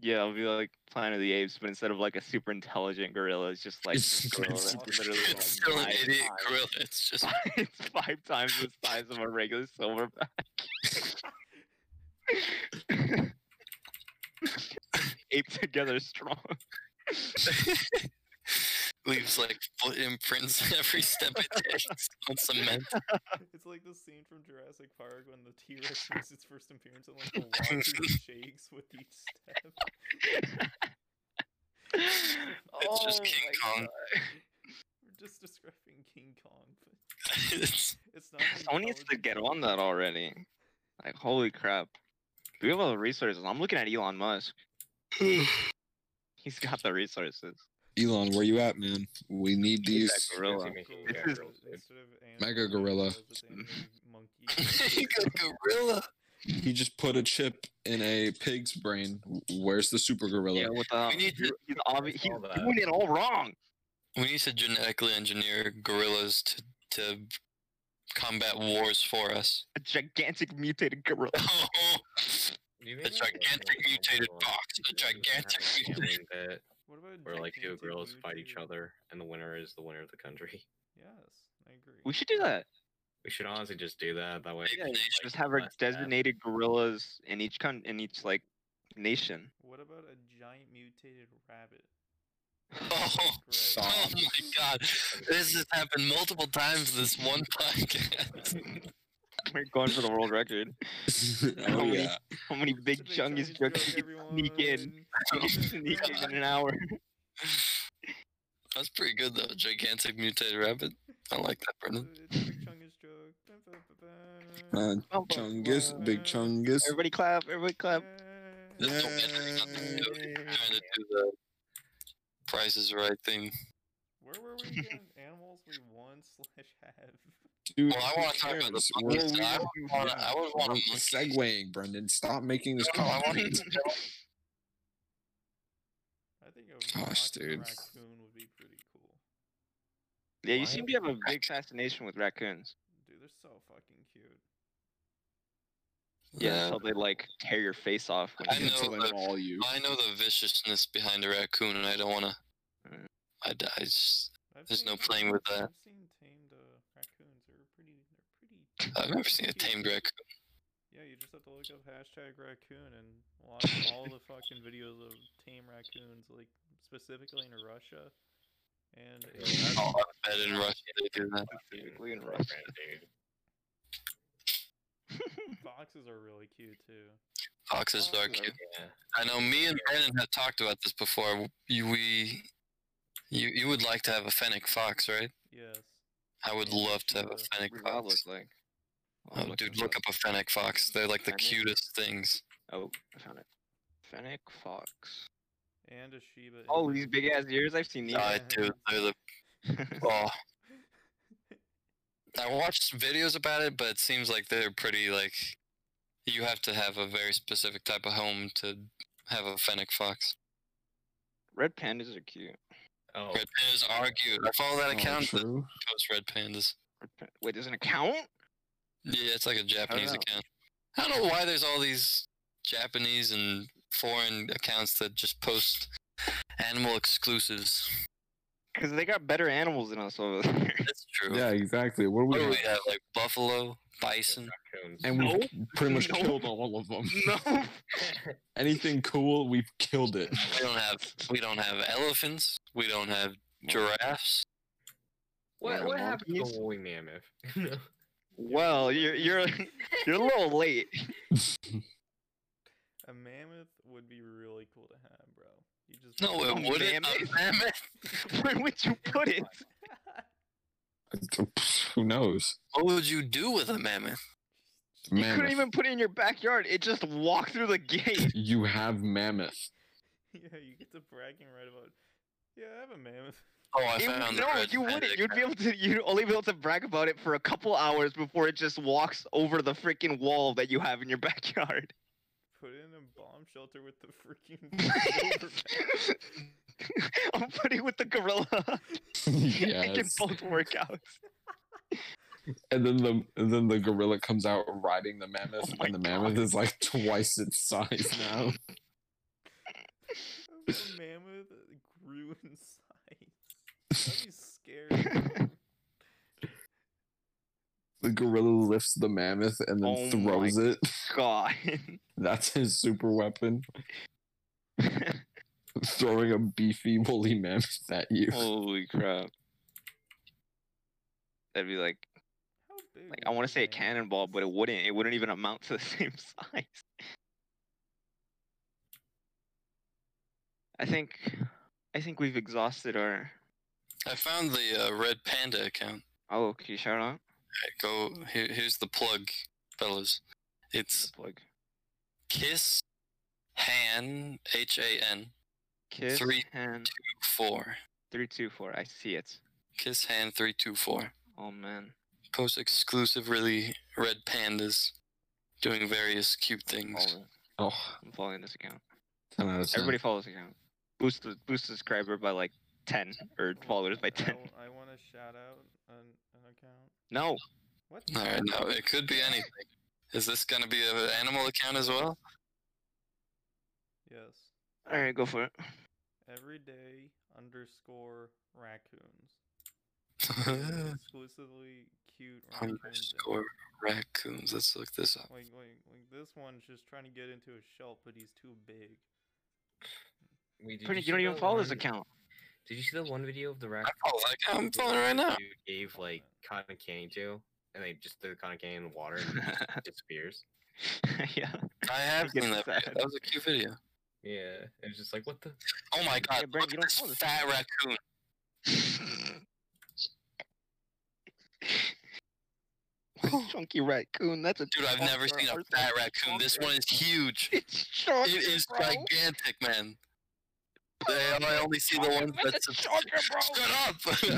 Speaker 4: yeah, it'll be like Planet of the Apes, but instead of like a super intelligent gorilla, it's just like this gorilla that's
Speaker 1: Super-
Speaker 4: literally like
Speaker 2: It's still an
Speaker 4: five
Speaker 2: idiot
Speaker 4: times-
Speaker 2: gorilla. It's just
Speaker 4: it's five times the size of a regular silverback. Ape together strong.
Speaker 2: leaves like foot imprints every step it takes on cement.
Speaker 1: it's like the scene from Jurassic Park when the T Rex makes its first appearance and like the locker shakes with each step.
Speaker 4: it's
Speaker 2: just King Kong.
Speaker 1: We're just describing King Kong, but
Speaker 2: It's-
Speaker 1: it's not. an
Speaker 4: Someone needs to
Speaker 1: intelligent
Speaker 4: get
Speaker 1: gorilla.
Speaker 4: on that already. Like, holy crap. We have all the resources. I'm looking at Elon Musk. He's got the resources.
Speaker 3: Elon, where you at, man? We need
Speaker 4: He's
Speaker 3: these.
Speaker 4: that gorilla.
Speaker 5: Making
Speaker 1: Cool,
Speaker 5: mega
Speaker 1: it's-
Speaker 5: gorillas, dude.
Speaker 1: instead of
Speaker 3: Mega
Speaker 1: animal
Speaker 3: gorilla.
Speaker 1: gorillas, it's animal monkey.
Speaker 2: You got gorilla.
Speaker 3: He just put a chip in a pig's brain. Where's the super gorilla?
Speaker 4: Yeah, with the,
Speaker 2: We need to-
Speaker 4: he's obvi-
Speaker 5: I
Speaker 4: he's
Speaker 5: saw that.
Speaker 4: doing it all wrong.
Speaker 2: We need to genetically engineer gorillas to to combat wars for us.
Speaker 4: A gigantic mutated gorilla.
Speaker 5: You
Speaker 2: a
Speaker 5: think
Speaker 2: gigantic
Speaker 5: that's
Speaker 2: mutated
Speaker 5: possible?
Speaker 2: box. A
Speaker 5: You think we can have
Speaker 2: gigantic
Speaker 5: a
Speaker 2: mutated.
Speaker 5: gambling bet
Speaker 1: What about
Speaker 5: Where like two
Speaker 1: gigantic
Speaker 5: gorillas fight each
Speaker 1: mutated-
Speaker 5: other, and the winner is the winner of the country.
Speaker 1: Yes, I agree.
Speaker 4: We should do that.
Speaker 5: We should honestly just do that. That way,
Speaker 2: Yeah,
Speaker 5: it's,
Speaker 2: they
Speaker 5: like,
Speaker 4: Just have our
Speaker 5: less bad.
Speaker 4: designated gorillas in each con- in each like nation.
Speaker 1: What about a giant mutated rabbit?
Speaker 2: Oh,
Speaker 1: Jesus
Speaker 2: oh
Speaker 1: Christ.
Speaker 2: my god. This has happened multiple times this one podcast.
Speaker 4: We're going for the world record.
Speaker 3: oh
Speaker 4: we-
Speaker 3: yeah.
Speaker 4: How many big
Speaker 1: It's a
Speaker 4: chungus
Speaker 1: Chungus
Speaker 4: jokes you
Speaker 1: everyone.
Speaker 4: sneak in? sneak in in an hour.
Speaker 2: That's pretty good though. Gigantic mutated rabbit. I like that, Brendan.
Speaker 1: It's a big Chungus joke. Ba, ba, ba, ba.
Speaker 3: Uh,
Speaker 4: Oh, but-
Speaker 3: Chungus, big Chungus.
Speaker 4: Everybody clap! Everybody clap!
Speaker 1: Yeah.
Speaker 2: This don't get it,
Speaker 4: Mm.
Speaker 2: nothing to do. Trying to do the Price is Right thing.
Speaker 1: Where were we again? Animals we want slash have.
Speaker 3: Dude,
Speaker 2: Well, I
Speaker 3: who
Speaker 2: want to talk about the
Speaker 3: cares? We're-
Speaker 2: monkeys. I
Speaker 3: we're-
Speaker 2: would want to. I would want a
Speaker 3: we're
Speaker 2: monkey.
Speaker 3: segueing, Brendan. Stop making this.
Speaker 2: No, I want
Speaker 3: complicated.
Speaker 1: I think a
Speaker 3: Gosh,
Speaker 1: rock-
Speaker 3: dude.
Speaker 1: raccoon would be pretty cool.
Speaker 4: Yeah, you
Speaker 5: Why
Speaker 4: seem to have a big fascination with raccoons.
Speaker 1: Dude, they're so fucking cute.
Speaker 4: Yeah, that's how they like tear your face off. When
Speaker 2: I
Speaker 4: you-
Speaker 2: know
Speaker 3: Cancel them
Speaker 2: that-
Speaker 3: all, you.
Speaker 2: I know the viciousness behind a raccoon, and I don't want to.
Speaker 4: Mm.
Speaker 2: I, d- I just.
Speaker 1: I've
Speaker 2: There's no
Speaker 1: seen-
Speaker 2: playing with that.
Speaker 1: I've seen tamed uh, raccoons. They're pretty. They're pretty.
Speaker 2: I've never seen a
Speaker 1: cute.
Speaker 2: tamed raccoon.
Speaker 1: Yeah, you just have to look up hashtag raccoon and watch all the fucking videos of tame raccoons, like specifically in Russia. And uh,
Speaker 5: Yeah, that's-
Speaker 2: Oh, I bet in Russia they do that.
Speaker 4: Specifically in
Speaker 5: Fucking
Speaker 4: Russia.
Speaker 5: rat, dude.
Speaker 1: foxes are really cute too.
Speaker 2: Foxes
Speaker 4: Oh,
Speaker 2: are
Speaker 1: Foxes are
Speaker 2: cute.
Speaker 5: Yeah.
Speaker 2: I know. Me and Brandon have talked about this before. You, we, you, you would like to have a fennec fox, right?
Speaker 1: Yes.
Speaker 2: I would love to have a fennec
Speaker 4: What do I look
Speaker 2: fox.
Speaker 4: like? I'm
Speaker 2: Oh,
Speaker 4: looking
Speaker 2: dude, look
Speaker 4: for-
Speaker 2: up a fennec fox. They're like the
Speaker 4: Fennec?
Speaker 2: cutest things.
Speaker 4: Oh, I found it. Fennec fox.
Speaker 1: And a Shiba.
Speaker 4: Oh,
Speaker 1: Inu.
Speaker 4: these big ass ears. I've seen these.
Speaker 2: Uh, dude, they're the oh. I watched videos about it, but it seems like they're pretty like you have to have a very specific type of home to have a fennec fox.
Speaker 4: Red pandas are cute.
Speaker 5: Oh,
Speaker 2: Red pandas are cute. I follow that account that
Speaker 3: Oh, true.
Speaker 2: posts red pandas.
Speaker 4: Red pan- Wait, there's an account?
Speaker 2: Yeah, it's like a Japanese
Speaker 4: know.
Speaker 2: account. I don't know why there's all these Japanese and foreign accounts that just post animal exclusives.
Speaker 4: Because they got better animals than us over there.
Speaker 2: That's true. Oh,
Speaker 3: Yeah, exactly. What do
Speaker 2: What
Speaker 3: we
Speaker 2: do we
Speaker 3: have?
Speaker 2: have? Like buffalo, bison.
Speaker 5: raccoons.
Speaker 3: And we
Speaker 4: No.
Speaker 3: pretty much
Speaker 4: No.
Speaker 3: killed all of them.
Speaker 4: no.
Speaker 3: Anything cool, we've killed it.
Speaker 2: We don't have we don't have elephants. We don't have giraffes.
Speaker 5: what,
Speaker 4: Yeah,
Speaker 5: what happened to
Speaker 4: monkeys.
Speaker 5: the woolly mammoth? No.
Speaker 4: Well, you're you're you're a little late.
Speaker 1: A mammoth would be really cool to have, bro. You just
Speaker 2: No, it
Speaker 4: Oh,
Speaker 2: wouldn't. A
Speaker 4: mammoth.
Speaker 2: mammoth.
Speaker 4: Where would you put it?
Speaker 3: Who knows?
Speaker 2: What would you do with a mammoth?
Speaker 4: You couldn't
Speaker 3: Mammoth.
Speaker 4: even put it in your backyard. It just walked through the gate.
Speaker 3: You have mammoth.
Speaker 1: yeah, you get to bragging right about. Yeah, I have a mammoth.
Speaker 2: Oh, I
Speaker 4: It-
Speaker 2: found the
Speaker 4: no,
Speaker 2: red
Speaker 4: you wouldn't.
Speaker 2: bandit.
Speaker 4: You'd be able to. You'd only be able to brag about it for a couple hours before it just walks over the freaking wall that you have in your backyard.
Speaker 1: Put it in a bomb shelter with the freaking.
Speaker 4: I'm putting with the gorilla. It can
Speaker 3: yes.
Speaker 4: both work out.
Speaker 3: And then the and then the gorilla comes out riding the mammoth,
Speaker 4: Oh my
Speaker 3: and the mammoth is like twice its size now.
Speaker 1: a mammoth grew in size. That'd be scary.
Speaker 3: The gorilla lifts the mammoth and then
Speaker 4: Oh my-
Speaker 3: throws it.
Speaker 4: God.
Speaker 3: That's his super weapon. Throwing a beefy woolly mammoth at you.
Speaker 4: Holy crap. That'd be like
Speaker 1: How big?
Speaker 4: like I
Speaker 1: would
Speaker 4: want
Speaker 1: a
Speaker 4: to say a
Speaker 1: mammoth
Speaker 4: cannonball, but it
Speaker 1: be?
Speaker 4: wouldn't. It wouldn't even amount to the same size. I think, I think we've exhausted our.
Speaker 2: I found the uh, red panda account.
Speaker 4: Oh, okay, shout out.
Speaker 2: Alright, Go here, here's the plug, fellas. It's
Speaker 4: Plug.
Speaker 2: kiss han h a n
Speaker 4: Kiss
Speaker 2: Three,
Speaker 4: hand
Speaker 2: four
Speaker 4: three two four. I see it.
Speaker 2: kiss han three two four.
Speaker 4: Oh man.
Speaker 2: Post exclusive really red pandas doing various cute
Speaker 4: I'm
Speaker 2: things.
Speaker 4: following-
Speaker 3: Oh,
Speaker 4: I'm following this account.
Speaker 3: 10 out of 10.
Speaker 4: Everybody follow this account. Boost the boost the subscriber by like ten or followers by
Speaker 1: Oh, I
Speaker 4: ten.
Speaker 1: w- I, want to shout out an, an account.
Speaker 4: No,
Speaker 1: What?
Speaker 2: All right, now it could be anything. Is this gonna be an animal account as well?
Speaker 1: Yes.
Speaker 4: All right, go for it.
Speaker 1: Everyday underscore raccoons. Exclusively cute raccoons. that-
Speaker 2: Underscore raccoons. Let's look this up.
Speaker 1: Like, like, like this one's just trying to get into a shelf, but he's too big.
Speaker 5: Wait, did
Speaker 4: Pretty, you
Speaker 5: see
Speaker 4: don't even
Speaker 5: that
Speaker 4: follow this
Speaker 5: one-
Speaker 4: account.
Speaker 5: Did you see the one video of the
Speaker 2: I
Speaker 5: raccoon?
Speaker 2: follow that account. I'm following it right now.
Speaker 5: Dude gave like cotton candy to, and they just threw the cotton candy in the water and it just disappears.
Speaker 4: yeah.
Speaker 2: I have
Speaker 4: Gets
Speaker 2: seen that. video.
Speaker 4: sad.
Speaker 2: That was a cute video.
Speaker 5: Yeah, it was just like what the.
Speaker 2: Oh my god!
Speaker 4: Brent,
Speaker 2: look
Speaker 4: you
Speaker 2: at
Speaker 4: don't
Speaker 2: this
Speaker 4: follow this
Speaker 2: fat raccoon.
Speaker 4: chunky raccoon. That's a
Speaker 2: Dude, I've never seen a fat raccoon. This one is huge.
Speaker 4: It's chunky,
Speaker 2: It is
Speaker 4: bro.
Speaker 2: gigantic, man. They, I only see the ones that's
Speaker 4: It's chunky, bro.
Speaker 2: Shut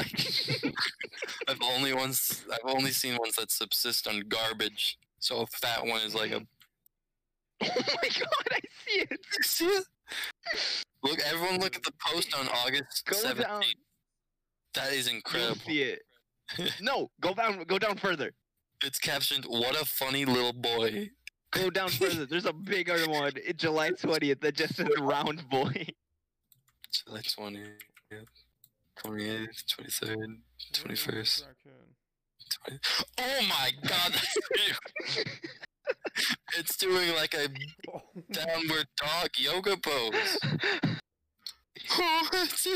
Speaker 2: up! I've only ones I've only seen ones that subsist on garbage. So a fat one is like a
Speaker 4: Oh my god, I see it.
Speaker 2: see it? Look everyone look at the post on August
Speaker 4: Go
Speaker 2: seventh.
Speaker 4: down.
Speaker 2: That is
Speaker 4: You'll
Speaker 2: incredible.
Speaker 4: see it. No, go down. Go down further.
Speaker 2: It's captioned What a funny little boy.
Speaker 4: Go down further. There's a bigger one. It's July 20th that just says round boy.
Speaker 2: July twentieth, twenty eighth, twenty third.
Speaker 1: What is this
Speaker 2: 21st.
Speaker 1: Raccoon.
Speaker 2: Oh my god, that's huge. it's doing like a
Speaker 1: Oh my
Speaker 2: downward dog yoga pose.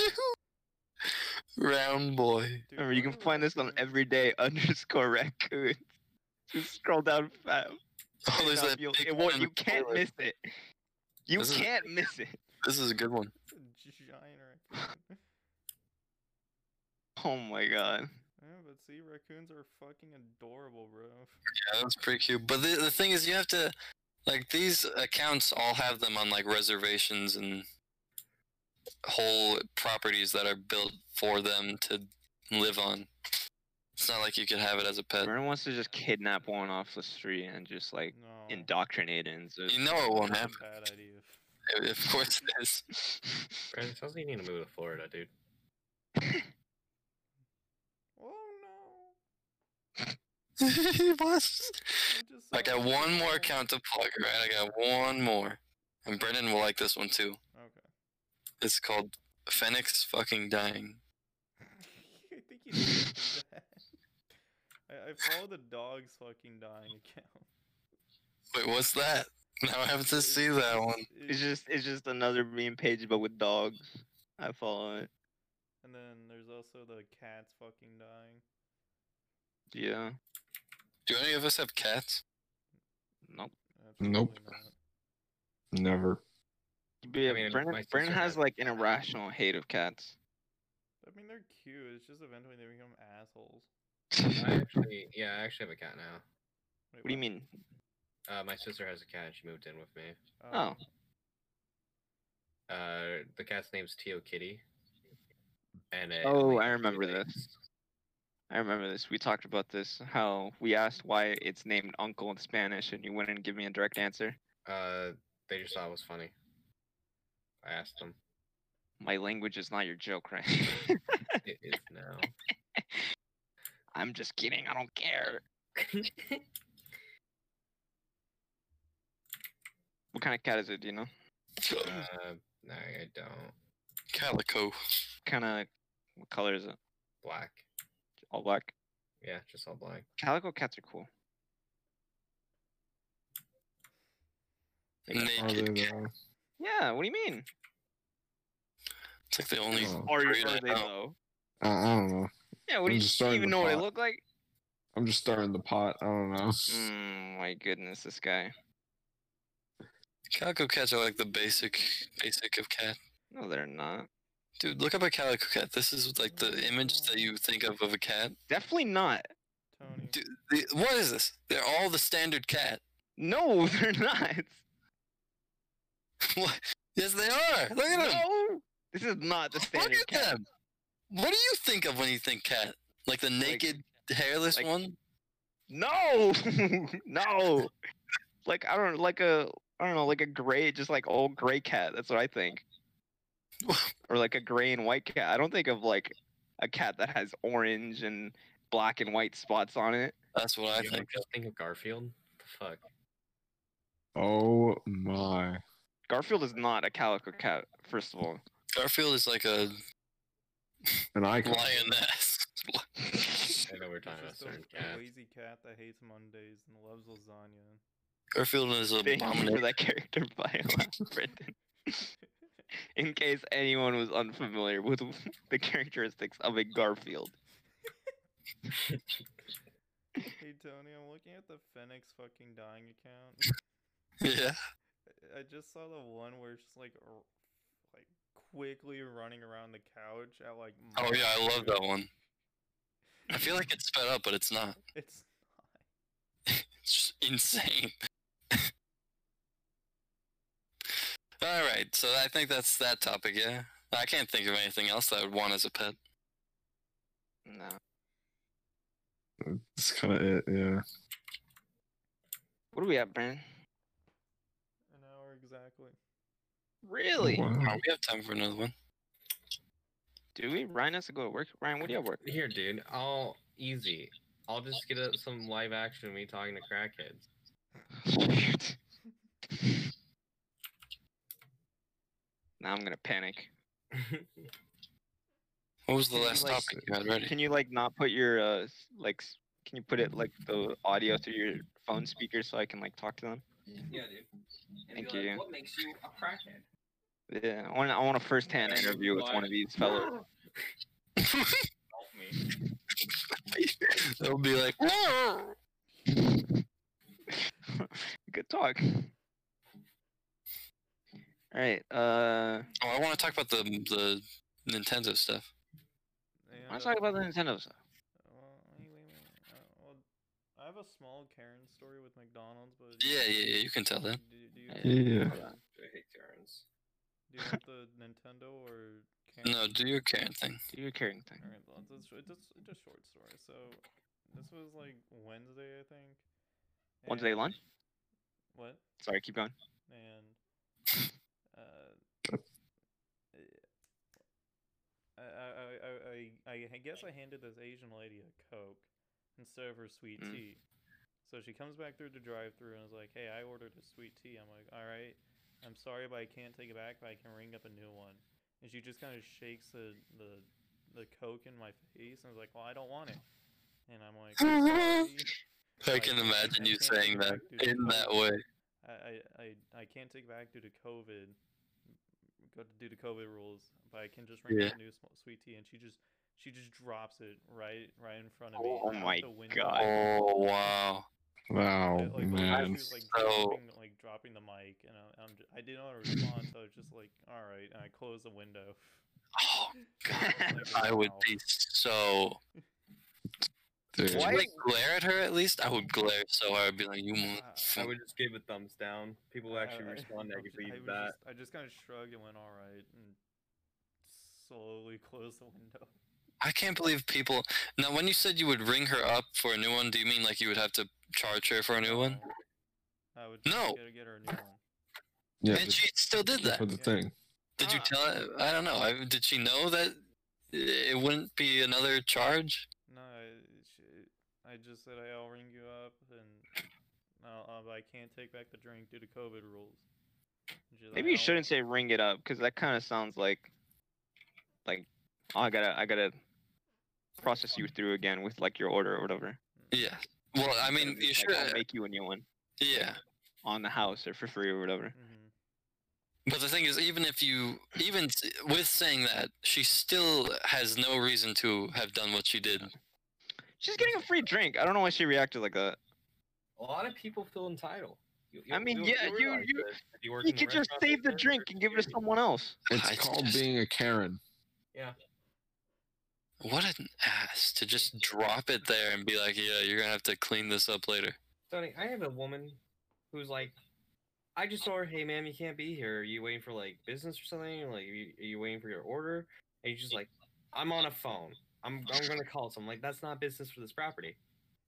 Speaker 2: Round boy.
Speaker 1: dude,
Speaker 4: Remember, you
Speaker 1: what
Speaker 4: can
Speaker 1: are
Speaker 4: find this on
Speaker 1: raccoons-
Speaker 4: everyday underscore raccoon. Just scroll down fast.
Speaker 2: Oh, there's
Speaker 4: enough,
Speaker 2: that
Speaker 4: you'll-
Speaker 2: big
Speaker 4: it
Speaker 2: one
Speaker 4: won't,
Speaker 2: in
Speaker 4: you
Speaker 2: the
Speaker 4: can't
Speaker 2: toilet.
Speaker 4: miss it. You
Speaker 2: This is-
Speaker 4: can't miss it.
Speaker 2: This is a good one.
Speaker 1: it's a Giant raccoon.
Speaker 4: Oh my god.
Speaker 1: Yeah, but see, raccoons are fucking adorable, bro.
Speaker 2: Yeah, that's pretty cute. But the, the thing is, you have to like these accounts all have them on like reservations and whole properties that are built for them to live on. It's not like you could have it as a pet.
Speaker 4: Vern wants to just kidnap one off the street and just like
Speaker 1: No.
Speaker 4: indoctrinate it into.
Speaker 2: You know it won't
Speaker 1: that's
Speaker 2: happen.
Speaker 1: a bad idea.
Speaker 2: Of course it is.
Speaker 5: Brandon, sounds like you need to move to Florida, dude.
Speaker 1: Oh no!
Speaker 2: What?
Speaker 1: I just
Speaker 2: I
Speaker 1: saw
Speaker 2: got
Speaker 1: a
Speaker 2: one more
Speaker 1: raccoon.
Speaker 2: account to plug, right? I got one more. And Brendan will like this one too.
Speaker 1: Okay.
Speaker 2: It's called Phoenix Fucking Dying.
Speaker 1: I think you did that. I, I follow the dog's fucking dying account.
Speaker 2: Wait, what's that? Now I have to see that one.
Speaker 4: It's just it's just another meme page but with dogs. I follow it.
Speaker 1: And then there's also the cats fucking dying.
Speaker 4: Yeah.
Speaker 2: Do any of us have cats?
Speaker 4: Nope.
Speaker 1: That's
Speaker 3: Nope.
Speaker 1: probably not-
Speaker 3: Never.
Speaker 4: Yeah,
Speaker 5: I mean, my
Speaker 4: Brennan,
Speaker 5: sister
Speaker 4: Brennan has
Speaker 5: has-
Speaker 4: like an irrational hate of cats.
Speaker 1: I mean, they're cute. It's just eventually they become assholes.
Speaker 5: I actually, yeah, I actually have a cat now.
Speaker 1: Wait,
Speaker 4: What do you mean?
Speaker 5: Uh, my sister has a cat. and She moved in with me.
Speaker 4: Oh,
Speaker 5: Uh, the cat's name's Tio Kitty. And it,
Speaker 4: Oh,
Speaker 5: like,
Speaker 4: I
Speaker 5: it
Speaker 4: remember
Speaker 5: like-
Speaker 4: this. I remember this. We talked about this. How we asked why it's named Uncle in Spanish, and you went and give me a direct answer.
Speaker 5: Uh, they just thought it was funny. I asked them.
Speaker 4: My language is not your joke, right?
Speaker 5: It is now.
Speaker 4: I'm just kidding. I don't care. What kind of cat is it? Do you know?
Speaker 5: Uh, no, I don't.
Speaker 2: Calico.
Speaker 4: Kind of. What color is it?
Speaker 5: Black.
Speaker 4: All black.
Speaker 5: Yeah, just all black.
Speaker 4: Calico cats are cool.
Speaker 3: Are they
Speaker 2: Naked. cat.
Speaker 3: though?
Speaker 4: Yeah. What do you mean?
Speaker 2: It's like the only.
Speaker 3: Oh.
Speaker 4: Are,
Speaker 2: breed I
Speaker 4: are they
Speaker 2: know.
Speaker 4: though?
Speaker 3: I, I don't know.
Speaker 4: Yeah. What
Speaker 3: I'm
Speaker 4: do you,
Speaker 3: just
Speaker 4: do you
Speaker 3: starting
Speaker 4: even
Speaker 3: to
Speaker 4: know what they
Speaker 3: thought.
Speaker 4: look like?
Speaker 3: I'm just stirring the pot. I don't know.
Speaker 4: Mm, my goodness, this guy.
Speaker 2: Calico cats are like the basic, basic of cat.
Speaker 4: No, they're not.
Speaker 2: Dude, look up a calico cat. This is like the image that you think of of a cat.
Speaker 4: Definitely not.
Speaker 1: Tony.
Speaker 2: Dude, the, what is this? They're all the standard cat.
Speaker 4: No, they're not.
Speaker 2: What? Yes, they are. Look at them.
Speaker 4: No, this is not the standard
Speaker 2: Look at
Speaker 4: cat.
Speaker 2: them. What do you think of when you think cat? Like the naked, hairless
Speaker 4: like-
Speaker 2: one?
Speaker 4: No, no. Like I don't like a I don't know like a gray just like old gray cat. That's what I think. or like a gray and white cat. I don't think of like a cat that has orange and black and white spots on it.
Speaker 2: That's what I
Speaker 5: You
Speaker 2: think.
Speaker 5: just think of Garfield. The fuck.
Speaker 3: Oh my.
Speaker 4: Garfield is not a calico cat, first of all.
Speaker 2: Garfield is like a
Speaker 3: An icon.
Speaker 2: lioness.
Speaker 5: I know we're talking about
Speaker 1: It's just
Speaker 5: certain
Speaker 1: a, a
Speaker 5: cats.
Speaker 1: lazy cat that hates Mondays and loves lasagna.
Speaker 2: Garfield is an
Speaker 4: Thank you for
Speaker 2: abomination.
Speaker 4: that character bylaw, Brendan. In case anyone was unfamiliar with the characteristics of a Garfield.
Speaker 1: Hey Tony, I'm looking at the Phoenix fucking dying account.
Speaker 2: Yeah.
Speaker 1: I- I just saw the one where she's like, r- like quickly running around the couch at like.
Speaker 2: Oh yeah, I
Speaker 1: mile
Speaker 2: love
Speaker 1: speed.
Speaker 2: that one. I feel like it's sped up, but it's not.
Speaker 1: It's not.
Speaker 2: It's just insane. All right, so I think that's that topic. Yeah, I can't think of anything else that I would want as a pet.
Speaker 4: No.
Speaker 3: That's kind of it, yeah.
Speaker 4: What do we have, Brendan?
Speaker 1: An hour exactly.
Speaker 4: Really?
Speaker 2: Oh,
Speaker 3: Wow.
Speaker 2: we have time for another one.
Speaker 4: Do we? Ryan has to go to work. Ryan, what do you have work?
Speaker 5: Here, dude. I'll easy. I'll just get up some live action of me talking to crackheads.
Speaker 4: now I'm gonna panic.
Speaker 2: What was the
Speaker 4: Can you,
Speaker 2: last
Speaker 4: like-
Speaker 2: topic you had ready?
Speaker 4: Can you like not put your uh s- like s- can you put it like the audio through your phone speaker so I can like talk to them?
Speaker 6: Yeah, dude. And
Speaker 4: Thank
Speaker 6: be like,
Speaker 4: you.
Speaker 6: What makes you a crackhead?
Speaker 4: Yeah, I want I want a first hand
Speaker 6: Yeah,
Speaker 4: interview with one of these fellows.
Speaker 6: Help me.
Speaker 2: They'll be like, Oh, "Whoa."
Speaker 4: Good talk. All right. Uh,
Speaker 2: oh, I want to talk about the the Nintendo stuff.
Speaker 1: And,
Speaker 4: let's
Speaker 1: uh,
Speaker 4: talk about the Nintendo stuff.
Speaker 1: Well, wait, wait, wait. Uh, well, I have a small Karen story with McDonald's, but
Speaker 2: Yeah, yeah, yeah. You can tell that.
Speaker 1: Do, do you, do
Speaker 3: Yeah.
Speaker 5: I hate Karens.
Speaker 1: you want the Nintendo or Karen?
Speaker 2: No, do your Karen thing.
Speaker 4: Do your caring thing.
Speaker 1: All right, well, it's, a sh- it's, a- it's a short story. So this was like Wednesday, I think.
Speaker 4: Wednesday
Speaker 1: and-
Speaker 4: lunch.
Speaker 1: What?
Speaker 4: Sorry, keep going.
Speaker 1: and uh, I, I, I, I, I guess I handed this Asian lady a Coke instead of her sweet
Speaker 4: Mm.
Speaker 1: tea. So she comes back through the drive through and is like, hey, I ordered a sweet tea. I'm like, all right, I'm sorry, but I can't take it back, but I can ring up a new one. And she just kind of shakes the, the, the Coke in my face and is like, well, I don't want it. And I'm like, "I'm sorry."
Speaker 2: I
Speaker 1: Like,
Speaker 2: can
Speaker 1: I- I
Speaker 2: imagine you
Speaker 1: can't take
Speaker 2: saying
Speaker 1: it
Speaker 2: that
Speaker 1: back due to
Speaker 2: in that
Speaker 1: COVID.
Speaker 2: way.
Speaker 1: I, I, I, I can't take back due to COVID, go due to COVID rules, but I can just ring
Speaker 2: Yeah.
Speaker 1: up a new sm- sweet tea, and she just she just drops it right right in front of me.
Speaker 4: Oh
Speaker 1: out
Speaker 4: my
Speaker 1: the window.
Speaker 4: God.
Speaker 2: Oh wow.
Speaker 1: Like,
Speaker 3: Wow,
Speaker 1: like, literally,
Speaker 3: Oh, man.
Speaker 1: she was like
Speaker 2: So-
Speaker 1: dropping, like dropping the mic, and I, I'm just, I didn't want to respond, so I was just like, all right, and I closed the window.
Speaker 2: Oh
Speaker 1: Like,
Speaker 2: I would
Speaker 1: wow.
Speaker 2: be so. Would
Speaker 3: Dude.
Speaker 2: you,
Speaker 4: Why-
Speaker 2: like glare at her at least? I would glare so hard. I'd be like, you
Speaker 1: I-
Speaker 5: I
Speaker 2: motherfucker.
Speaker 5: would just give a thumbs down. People
Speaker 1: I-
Speaker 5: actually
Speaker 1: I-
Speaker 5: respond
Speaker 1: I was
Speaker 5: negatively
Speaker 1: ju- I
Speaker 5: to
Speaker 1: was
Speaker 5: that.
Speaker 1: just- I just kind of shrugged and went, all right, and slowly closed the window.
Speaker 2: I can't believe people. Now, when you said you would ring her up for a new one, do you mean like you would have to charge her for a new one?
Speaker 1: I would
Speaker 2: No.
Speaker 1: get, get her a new one.
Speaker 3: Yeah,
Speaker 2: and she still did that.
Speaker 3: for the
Speaker 1: Yeah.
Speaker 3: thing.
Speaker 2: Did you
Speaker 4: Ah.
Speaker 2: tell her? I don't know. I, did she know that it wouldn't be another charge?
Speaker 1: No, I- she, I just said "Hey, I'll ring you up, and I'll, uh, I can't take back the drink due to COVID rules. And she's like,
Speaker 4: Maybe you
Speaker 1: "I don't-
Speaker 4: shouldn't say ring it up because that kind of sounds like, like, oh, I gotta I gotta process you through again with like your order or whatever.
Speaker 2: Yeah. Well, I mean, you should.
Speaker 4: Like, I'll make you a new one
Speaker 2: Yeah.
Speaker 4: on the house or for free or whatever.
Speaker 1: Mhm.
Speaker 2: But the thing is, even if you, even s- with saying that, she still has no reason to have done what she did.
Speaker 4: She's getting a free drink. I don't know why she reacted like that.
Speaker 5: A lot of people feel entitled. You,
Speaker 4: I mean, yeah, you-
Speaker 5: realize
Speaker 4: you-
Speaker 5: this. If work
Speaker 4: You
Speaker 5: in a
Speaker 4: could just
Speaker 5: restaurant
Speaker 4: save the
Speaker 5: business,
Speaker 4: drink
Speaker 5: you're
Speaker 4: and give it to
Speaker 5: free.
Speaker 4: someone else.
Speaker 2: I
Speaker 3: It's called
Speaker 2: just-
Speaker 3: being a Karen.
Speaker 2: What an ass to just drop it there and be like, yeah, you're gonna have to clean this up later.
Speaker 5: Sonny, I have a woman who's like, I just told her, hey, ma'am, you can't be here. Are you waiting for like business or something? Or, Like, are you, are you waiting for your order? And she's just like, I'm on a phone. I'm, I'm going to call someone. Like, that's not business for this property.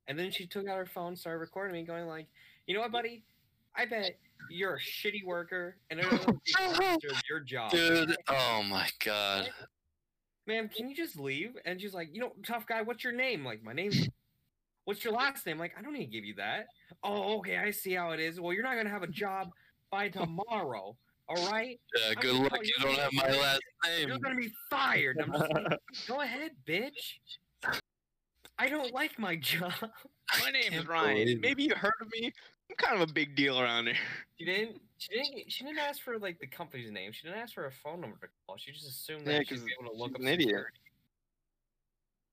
Speaker 5: And then she took out her phone, started recording me, going like, you know what, buddy? I bet you're a shitty worker and it doesn't serve your job.
Speaker 2: Dude, oh my god.
Speaker 5: Ma'am, can you just leave? And she's like, you know, tough guy, what's your name? Like, my name's. What's your last name? Like, I don't need to give you that. Oh, okay, I see how it is. Well, you're not gonna have a job by tomorrow. All right,
Speaker 2: Yeah, good luck. You don't have my last
Speaker 5: you're
Speaker 2: name.
Speaker 5: gonna be fired. And I'm just like, go ahead, bitch. I don't like my job.
Speaker 4: My name is
Speaker 3: can't
Speaker 4: Ryan.
Speaker 3: believe it.
Speaker 4: Maybe you heard of me. I'm kind of a big deal around here.
Speaker 5: She didn't. She didn't. She didn't ask for like the company's name. She didn't ask for a phone number to call. She just assumed that
Speaker 4: Yeah,
Speaker 5: she'd
Speaker 4: 'cause
Speaker 5: be able to look
Speaker 4: she's
Speaker 5: up
Speaker 4: an idiot.
Speaker 5: security.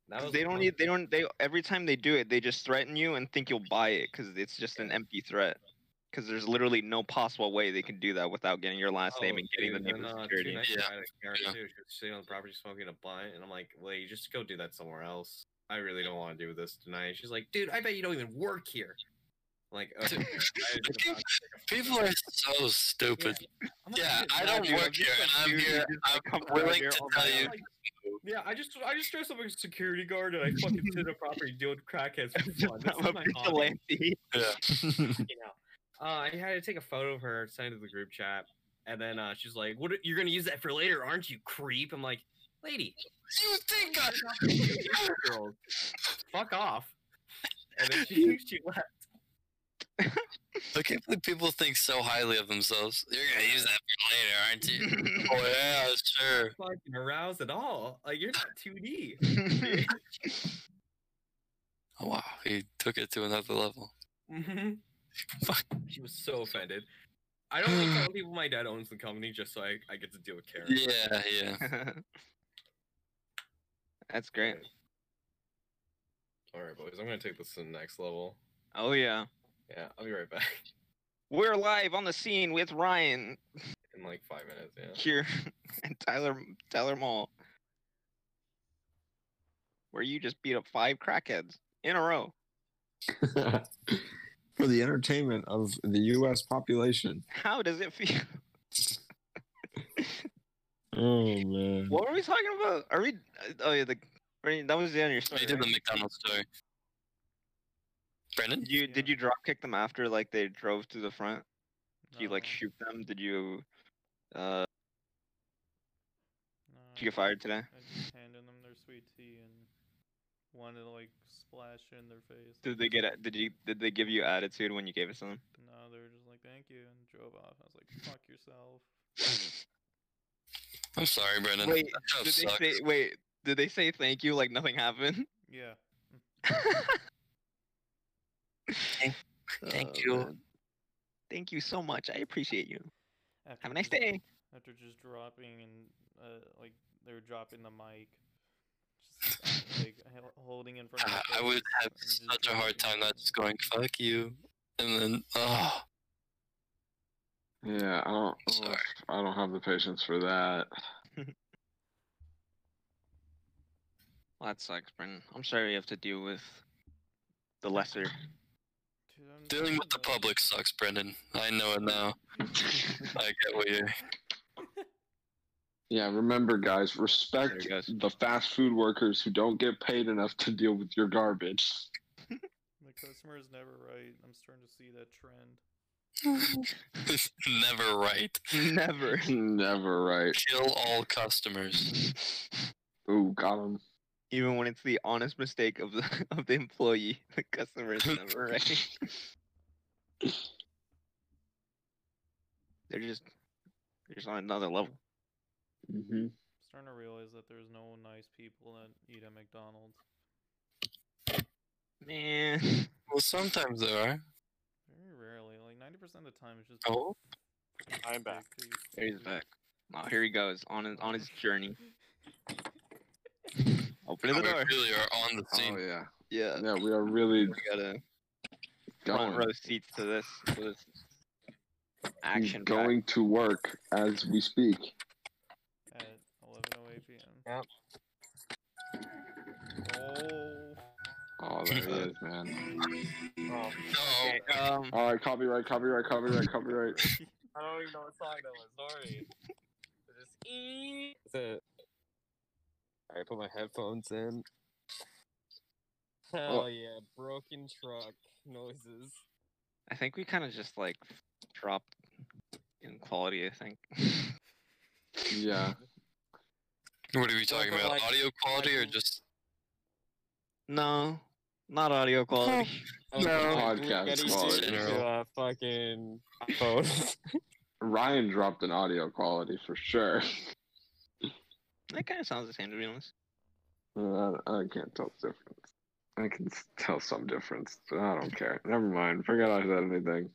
Speaker 5: That
Speaker 4: 'Cause
Speaker 5: was
Speaker 4: They
Speaker 5: the
Speaker 4: don't
Speaker 5: one-
Speaker 4: need. They don't. They every time they do it, they just threaten you and think you'll buy it because it's just an empty threat. Because there's literally no possible way they can do that without getting your last name
Speaker 5: Oh,
Speaker 4: and getting the
Speaker 5: dude,
Speaker 4: name
Speaker 5: and,
Speaker 4: of
Speaker 5: uh, two
Speaker 4: security.
Speaker 5: nights ago,
Speaker 2: Yeah.
Speaker 5: I had a Karen
Speaker 2: Yeah.
Speaker 5: too. She was sitting on the property smoking a blunt, and I'm like, "Well, you just go do that somewhere else. I really don't want to do this tonight." She's like, "Dude, I bet you don't even work here." I'm like, okay.
Speaker 2: Dude, People are so stupid.
Speaker 5: I'm like,
Speaker 2: Yeah,
Speaker 5: "Dude,
Speaker 2: I
Speaker 5: nah,
Speaker 2: don't
Speaker 5: dude, I'm
Speaker 2: work
Speaker 5: just
Speaker 2: here,
Speaker 5: a
Speaker 2: and I'm
Speaker 5: dude who
Speaker 2: here.
Speaker 5: just,
Speaker 2: I'm
Speaker 5: like, comes out
Speaker 2: willing
Speaker 5: here
Speaker 2: to
Speaker 5: on my
Speaker 2: tell
Speaker 5: own."
Speaker 2: you.
Speaker 5: Like, yeah, I just I just dressed up like a security guard and I fucking sit on a property dealing crackheads for fun. This
Speaker 4: I'm
Speaker 5: is
Speaker 4: a
Speaker 5: my hobby.
Speaker 4: vigilante.
Speaker 5: you know. Uh, I had to take a photo of her, send it to the group chat, and then uh, she's like, "What? Are, you're gonna use that for later, aren't you, creep?" I'm like, "Lady,
Speaker 2: You think I
Speaker 5: girls, fuck off." And then she, she left.
Speaker 2: I can't believe people think so highly of themselves. You're gonna use that for later, aren't you? oh yeah, sure.
Speaker 5: Fucking aroused at all? Like you're not 2D.
Speaker 2: Oh, wow, he took it to another level.
Speaker 5: Mhm.
Speaker 2: Fuck.
Speaker 5: She was so offended. I don't like telling people my dad owns the company just so I, I get to deal with Karen.
Speaker 2: Yeah, yeah.
Speaker 4: That's great.
Speaker 5: All right, boys, I'm gonna take this to the next level.
Speaker 4: Oh yeah,
Speaker 5: Yeah, I'll be right back
Speaker 4: we're live on the scene with Ryan
Speaker 5: in like five minutes. Yeah.
Speaker 4: here and Tyler Tyler Mall, where you just beat up five crackheads in a row.
Speaker 3: For the entertainment of the U.S. population.
Speaker 4: How does it feel?
Speaker 3: Oh man.
Speaker 4: What were we talking about? Are we? uh, Oh yeah, the I mean, that was the end of your story.
Speaker 2: Oh, He did the
Speaker 4: right?
Speaker 2: McDonald's story. Brendan?
Speaker 4: Did you did
Speaker 1: Yeah.
Speaker 4: you drop kick them after like they drove through the front? Did you like
Speaker 2: Uh,
Speaker 1: No,
Speaker 4: shoot them? Did you? Uh,
Speaker 1: no,
Speaker 4: did you get fired today?
Speaker 1: I just handed them their sweet tea and wanted to like splash it in their face.
Speaker 4: Did they get? a- Did you? Did they give you attitude when you gave it to them?
Speaker 1: No, they were just like, "Thank you," and drove off. I was like, "Fuck yourself."
Speaker 2: I'm sorry, Brendan.
Speaker 4: Wait,
Speaker 2: that job
Speaker 4: did they
Speaker 2: sucked.
Speaker 4: say, wait, did they say thank you like nothing happened?
Speaker 1: Yeah.
Speaker 4: Thank
Speaker 2: Oh,
Speaker 4: you.
Speaker 2: man.
Speaker 4: Thank you so much. I appreciate you.
Speaker 1: After
Speaker 4: Have a nice
Speaker 1: just-
Speaker 4: day.
Speaker 1: After just dropping and uh, like they were dropping the mic, just uh, like hel- holding in front of.
Speaker 2: Uh,
Speaker 1: my
Speaker 2: I would
Speaker 1: face
Speaker 2: have
Speaker 1: and just
Speaker 2: such a
Speaker 1: dropping
Speaker 2: hard time
Speaker 1: it
Speaker 2: not
Speaker 1: and-
Speaker 2: just going, fuck you. And then, oh,
Speaker 3: Yeah, I don't.
Speaker 2: Sorry.
Speaker 3: ugh, I don't have the patience for that.
Speaker 4: Well, that sucks, Brendan. I'm sorry you have to deal with the lesser.
Speaker 1: Dude, I'm
Speaker 2: dealing with the
Speaker 1: telling you,
Speaker 2: public sucks, Brendan. I know it now. I get what you're.
Speaker 3: Yeah, remember, guys,
Speaker 4: Sorry,
Speaker 3: respect
Speaker 4: guys.
Speaker 3: the fast food workers who don't get paid enough to deal with your garbage.
Speaker 1: The customer is never right. I'm starting to see that trend.
Speaker 2: It's never right.
Speaker 4: Never.
Speaker 3: Never right.
Speaker 2: Kill all customers.
Speaker 3: Ooh, got him.
Speaker 4: Even when it's the honest mistake of the of the employee, the customer is never right. they're just they're just on another level.
Speaker 3: hmm
Speaker 1: I'm starting to realize that there's no nice people that eat at McDonald's.
Speaker 4: Man.
Speaker 2: Well, sometimes there are.
Speaker 1: Very rarely, like 90% of the time, it's just.
Speaker 2: Oh.
Speaker 1: fucking
Speaker 7: I'm
Speaker 1: dick
Speaker 7: back.
Speaker 1: that you-
Speaker 4: He's
Speaker 1: you-
Speaker 4: back. Oh, here he goes on his on his journey. Open
Speaker 2: We
Speaker 4: the door.
Speaker 2: really are on the scene.
Speaker 3: Oh yeah,
Speaker 4: Yeah.
Speaker 3: yeah. We are really
Speaker 4: We got a front
Speaker 3: going
Speaker 4: row seats to this, to this action.
Speaker 3: going to work as we speak.
Speaker 1: at 11:08 p.m. Oh,
Speaker 3: Oh, there it is, man.
Speaker 7: Oh,
Speaker 2: No,
Speaker 4: Okay, um,
Speaker 3: All right, copyright, copyright, copyright, copyright.
Speaker 7: I don't even know what song that was. Sorry. Just ee. That's it. All right, put my headphones in. Hell yeah, broken truck noises.
Speaker 4: I think we kind of just like dropped in quality. I think.
Speaker 3: Yeah,
Speaker 2: what are we talking
Speaker 7: but
Speaker 2: about?
Speaker 7: like-
Speaker 2: Audio quality or
Speaker 7: like-
Speaker 2: just
Speaker 4: no, Not audio quality.
Speaker 3: Podcast quality.
Speaker 2: General.
Speaker 7: Uh, fucking phone.
Speaker 3: Ryan dropped an audio quality for sure.
Speaker 4: That kind of sounds the same, to be honest.
Speaker 3: Uh, I can't tell the difference. I can s- tell some difference, but I don't care. Never mind. Forget I said anything.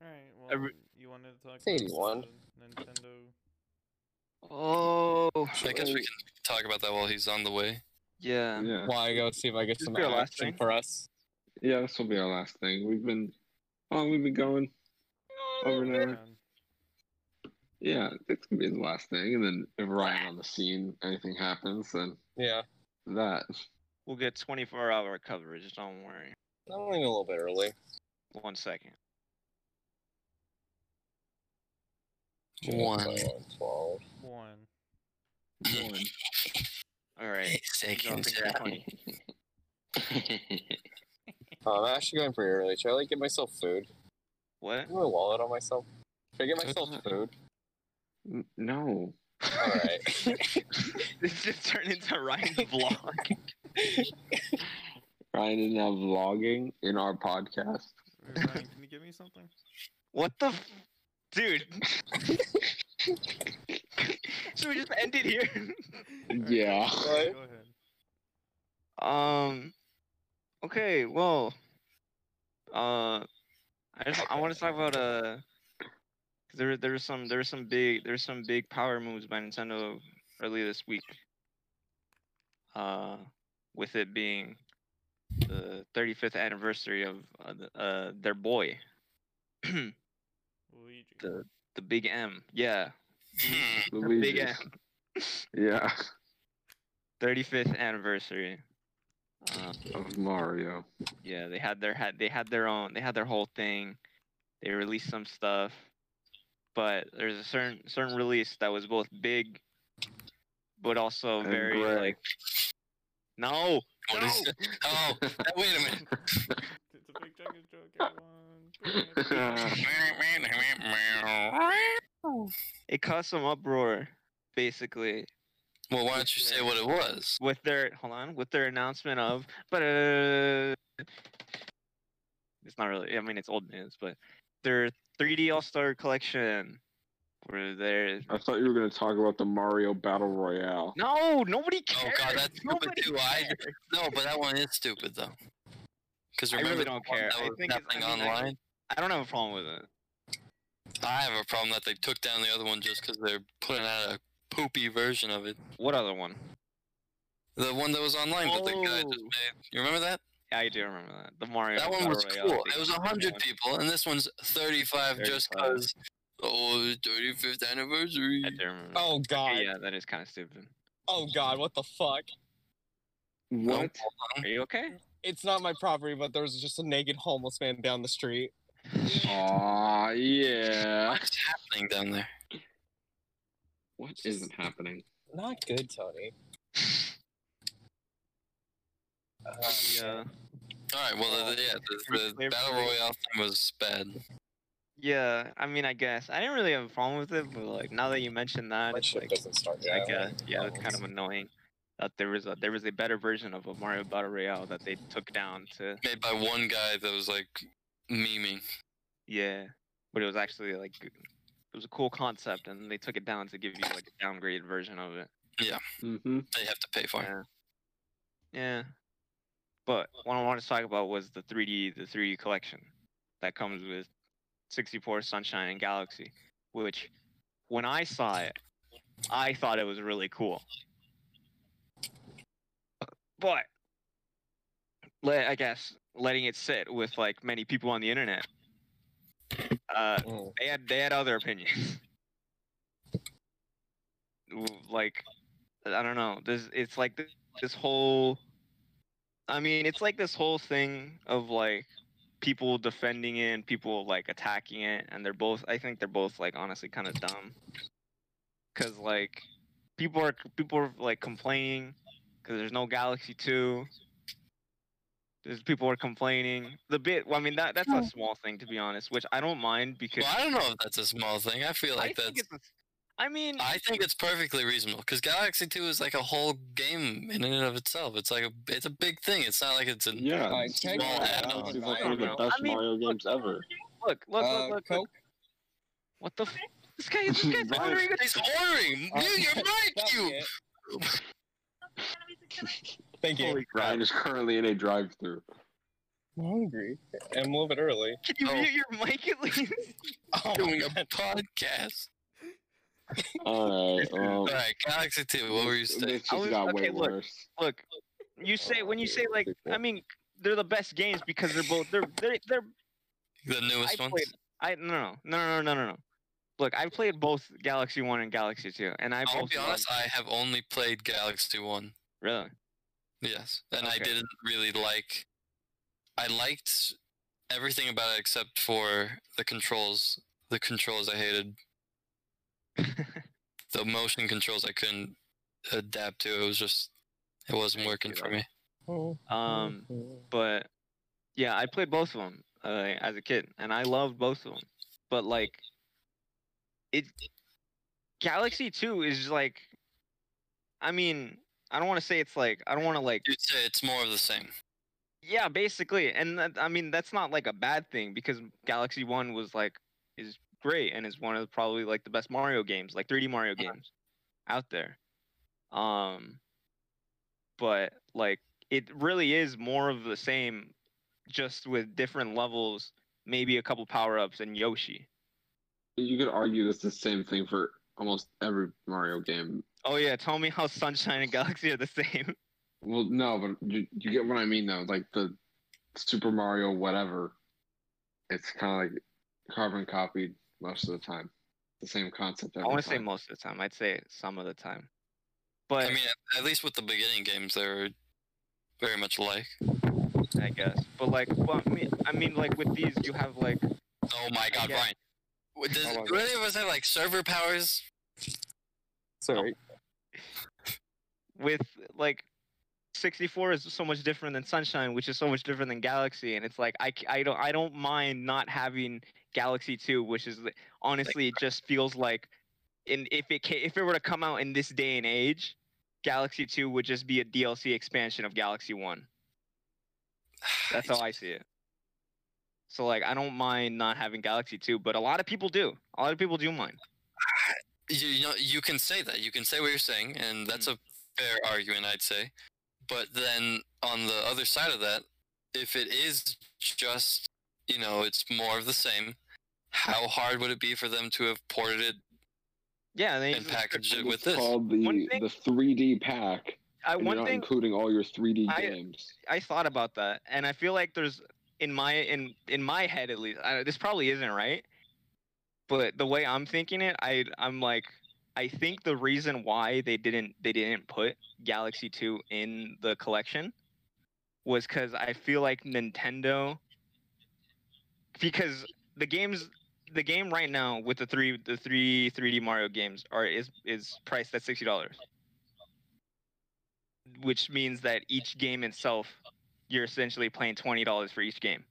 Speaker 1: All right. Well,
Speaker 4: Every-
Speaker 1: you wanted to talk
Speaker 7: Say
Speaker 1: about
Speaker 7: one.
Speaker 1: the Nintendo.
Speaker 4: Oh,
Speaker 2: I guess we can talk about that while he's on the way.
Speaker 4: yeah.
Speaker 3: Yeah.
Speaker 7: While I go see if I get
Speaker 4: Just
Speaker 7: some
Speaker 4: be our last
Speaker 7: action
Speaker 4: thing.
Speaker 7: for us.
Speaker 3: Yeah, this will be our last thing. We've been. How long we've been going? Over
Speaker 7: Mm.
Speaker 3: and over.
Speaker 1: Um,
Speaker 3: Yeah, this can be the last thing. And then if Ryan on the scene, anything happens, then
Speaker 7: Yeah.
Speaker 3: that.
Speaker 4: We'll get 24 hour coverage, don't worry.
Speaker 7: I'm leaving a little bit early.
Speaker 4: One second.
Speaker 2: One.
Speaker 7: 12.
Speaker 1: One.
Speaker 4: Alright.
Speaker 2: Seconds.
Speaker 8: Um,
Speaker 7: Oh, I'm actually going pretty early. Should I like get myself food?
Speaker 4: What?
Speaker 7: Put my wallet on myself. Should I get myself
Speaker 4: Uh-huh.
Speaker 3: Doesn't-
Speaker 7: food?
Speaker 3: N- No.
Speaker 7: Alright.
Speaker 4: this just turned into Ryan's vlog.
Speaker 3: Ryan is now vlogging in our podcast.
Speaker 1: Ryan, can you give me something?
Speaker 4: What the f- Dude. Should we just end it here?
Speaker 1: Alright,
Speaker 3: Yeah.
Speaker 1: Go ahead. go ahead.
Speaker 4: Um. Okay, well. Uh. I just I want to talk about uh. 'cause There there was some there was some big there's some big power moves by Nintendo early this week. Uh, with it being the 35th anniversary of uh, th- uh their boy, the
Speaker 1: Luigi.
Speaker 4: Big M. Yeah,
Speaker 2: Hmm.
Speaker 4: Big
Speaker 3: Luigi's.
Speaker 4: M.
Speaker 3: Yeah.
Speaker 4: 35th anniversary. Uh,
Speaker 3: Of Mario.
Speaker 4: Yeah, they had their had they had their own they had their whole thing. They released some stuff, but there's a certain certain release that was both big, but also
Speaker 3: And
Speaker 4: very
Speaker 3: gray.
Speaker 4: like no
Speaker 2: What is Oh, wait a minute.
Speaker 1: It's a big Jagged joke, everyone. Bring it.
Speaker 4: it caused some uproar basically
Speaker 2: well, why don't you say what it was?
Speaker 4: with their hold on with their announcement of but uh, it's not really I mean it's old news but their 3D All Star Collection where they're
Speaker 3: I thought you were going to talk about the Mario Battle Royale.
Speaker 4: no nobody
Speaker 2: Oh,
Speaker 4: cares.
Speaker 2: God, that's stupid,
Speaker 4: nobody
Speaker 2: too. I-
Speaker 4: cares.
Speaker 2: No, but that one is stupid though. Because
Speaker 4: I really
Speaker 2: remember, the
Speaker 4: don't
Speaker 2: one
Speaker 4: care.
Speaker 2: That
Speaker 4: I
Speaker 2: was
Speaker 4: think it's-
Speaker 2: nothing
Speaker 4: I mean, I-
Speaker 2: online.
Speaker 4: I don't have a problem with it.
Speaker 2: I have a problem that they took down the other one just because they're putting out a poopy version of it.
Speaker 4: What other one?
Speaker 2: The one that was online that the guy just
Speaker 4: Oh.
Speaker 2: made. You remember that?
Speaker 4: Yeah, I do remember that. The Mario.
Speaker 2: That one
Speaker 4: Battle
Speaker 2: was
Speaker 4: Royale
Speaker 2: cool.
Speaker 4: thing.
Speaker 2: It was 100
Speaker 4: Yeah.
Speaker 2: people, and this one's 35 just
Speaker 4: 35.
Speaker 2: because. Oh, the 35th anniversary.
Speaker 4: I do remember.
Speaker 7: Oh
Speaker 4: that.
Speaker 7: god.
Speaker 4: yeah, that is kind of stupid.
Speaker 7: Oh god, what the fuck?
Speaker 2: No,
Speaker 3: What?
Speaker 2: hold on.
Speaker 4: Are you okay?
Speaker 7: It's not my property, but there was just a naked homeless man down the street.
Speaker 3: Aw, yeah.
Speaker 2: What's happening down there?
Speaker 3: What isn't happening?
Speaker 7: Not good, Tony. Uh,
Speaker 4: Yeah.
Speaker 2: All right. Well, the, yeah,
Speaker 4: Can we
Speaker 2: the, the
Speaker 4: clear
Speaker 2: battle
Speaker 4: for me?
Speaker 2: royale thing was bad.
Speaker 4: Yeah. I mean, I guess I didn't really have a problem with it, but like now that you mentioned that,
Speaker 7: my
Speaker 4: it's
Speaker 7: shit
Speaker 4: like
Speaker 7: doesn't start yet.
Speaker 4: I guess yeah, it's kind of annoying that there was a there was a better version of a Mario Battle Royale that they took down to
Speaker 2: Made by one guy that was like memeing.
Speaker 4: yeah, but it was actually like it was a cool concept, and they took it down to give you like a downgraded version of it.
Speaker 3: Mm-hmm.
Speaker 2: They have to pay for it.
Speaker 4: Yeah. Yeah. But what I wanted to talk about was the 3D the 3D collection that comes with 64 Sunshine and Galaxy, which when I saw it, I thought it was really cool. But let, I guess letting it sit with like many people on the internet, uh,
Speaker 7: Mm.
Speaker 4: they had they had other opinions. W- like I don't know. This it's like this, this whole. I mean, it's like this whole thing of like people defending it and people like attacking it, and they're both. I think they're both like honestly kind of dumb. Cause like people are people are like complaining because there's no Galaxy Two. There's people are complaining. The bit. Well, I mean that that's a small thing to be honest, which I don't mind because
Speaker 2: Well, I don't know if that's a small thing. I feel like
Speaker 4: I
Speaker 2: that's
Speaker 4: think it's a, I mean,
Speaker 2: I think it's perfectly reasonable because Galaxy Two is like a whole game in and of itself. It's like a it's a big thing. It's not like it's an
Speaker 3: Yeah,
Speaker 2: small
Speaker 3: Uh,
Speaker 2: add-on.
Speaker 3: Galaxy's like one of the
Speaker 7: I
Speaker 3: best
Speaker 4: mean,
Speaker 3: Mario games ever.
Speaker 4: look, look,
Speaker 7: Uh,
Speaker 4: look, look, look.
Speaker 7: Coke?
Speaker 4: What the? F- this guy, this guy's
Speaker 3: Right.
Speaker 4: ordering a
Speaker 2: He's ordering.
Speaker 7: Uh,
Speaker 2: Mute your mic,
Speaker 7: Stop
Speaker 2: you.
Speaker 7: it. Thank you.
Speaker 3: Holy Ryan is currently in a drive-through.
Speaker 7: I'm hungry. I'm a little bit early.
Speaker 4: Can you
Speaker 2: Oh.
Speaker 4: mute your mic at least? Oh,
Speaker 2: Doing a podcast.
Speaker 3: All right, um, well,
Speaker 2: All right, Galaxy Two. What were you
Speaker 3: this
Speaker 2: saying?
Speaker 3: just
Speaker 4: I was-
Speaker 3: got way
Speaker 4: okay, look.
Speaker 3: worse.
Speaker 4: Look, you say
Speaker 2: Oh,
Speaker 4: when you say like,
Speaker 3: Sick,
Speaker 4: I mean, they're the best games because they're both they're they're they're.
Speaker 2: The newest
Speaker 4: I
Speaker 2: one.
Speaker 4: played. I no no no no no no no. Look, I played both Galaxy One and Galaxy Two, and I
Speaker 2: I'll
Speaker 4: both
Speaker 2: be
Speaker 4: loved-
Speaker 2: honest. I have only played Galaxy One.
Speaker 4: Really?
Speaker 2: Yes, and I
Speaker 4: Okay.
Speaker 2: didn't really like. I liked everything about it except for the controls. The controls I hated. the motion controls I couldn't adapt to. It was just, it wasn't working for me. Oh.
Speaker 4: um, but yeah, I played both of them uh, as a kid, and I loved both of them. But like, it Galaxy Two is like, I mean, I don't want to say it's like I don't want to like
Speaker 2: You'd say it's more of the same.
Speaker 4: yeah, basically, and that, I mean that's not like a bad thing because Galaxy One was like is great and is one of the, probably like the best Mario games, like 3D Mario
Speaker 2: Uh-huh.
Speaker 4: games out there. Um, but like it really is more of the same, just with different levels, maybe a couple power ups and Yoshi.
Speaker 3: You could argue that's the same thing for almost every Mario game.
Speaker 4: Oh yeah, tell me how Sunshine and Galaxy are the same.
Speaker 3: Well, no, but you, you get what I mean though. Like the Super Mario, whatever. It's kind of like carbon copied most of the time. The same concept.
Speaker 4: I
Speaker 3: every
Speaker 4: want to say
Speaker 3: time.
Speaker 4: most of the time. I'd say some of the time, but
Speaker 2: I mean, at- at least with the beginning games, they were very much alike.
Speaker 4: I guess. But like, well, I mean, I mean, like with these, you have like.
Speaker 2: Oh my God,
Speaker 4: guess.
Speaker 2: Brian! Wait, Does,
Speaker 7: Oh my
Speaker 2: do any of us have like server powers?
Speaker 7: Sorry.
Speaker 4: with like 64 is so much different than sunshine which is so much different than galaxy and it's like i, c- I don't i don't mind not having galaxy 2 which is li- honestly it just feels like and if it ca- if it were to come out in this day and age galaxy 2 would just be a dlc expansion of galaxy 1 that's how i see it so like i don't mind not having galaxy 2 but a lot of people do a lot of people do mind
Speaker 2: you, you know you can say that you can say what you're saying and that's
Speaker 4: Mm-hmm.
Speaker 2: a fair argument i'd say but then on the other side of that if it is just you know it's more of the same how hard would it be for them to have ported it
Speaker 4: yeah they
Speaker 2: and packaged it
Speaker 3: It's
Speaker 2: with this
Speaker 3: called the
Speaker 4: One thing-
Speaker 3: the 3D pack.
Speaker 4: I,
Speaker 3: and
Speaker 4: one
Speaker 3: you're not
Speaker 4: thing
Speaker 3: including all your 3D
Speaker 4: I-
Speaker 3: games.
Speaker 4: I thought about that, and I feel like there's in my in in my head at least. I, this probably isn't right, but the way I'm thinking it, I I'm like, I think the reason why they didn't they didn't put Galaxy Two in the collection was because I feel like Nintendo, because the games the game right now with the three the three 3D Mario games are is is priced at sixty dollars. Which means that each game itself, you're essentially playing twenty dollars for each game.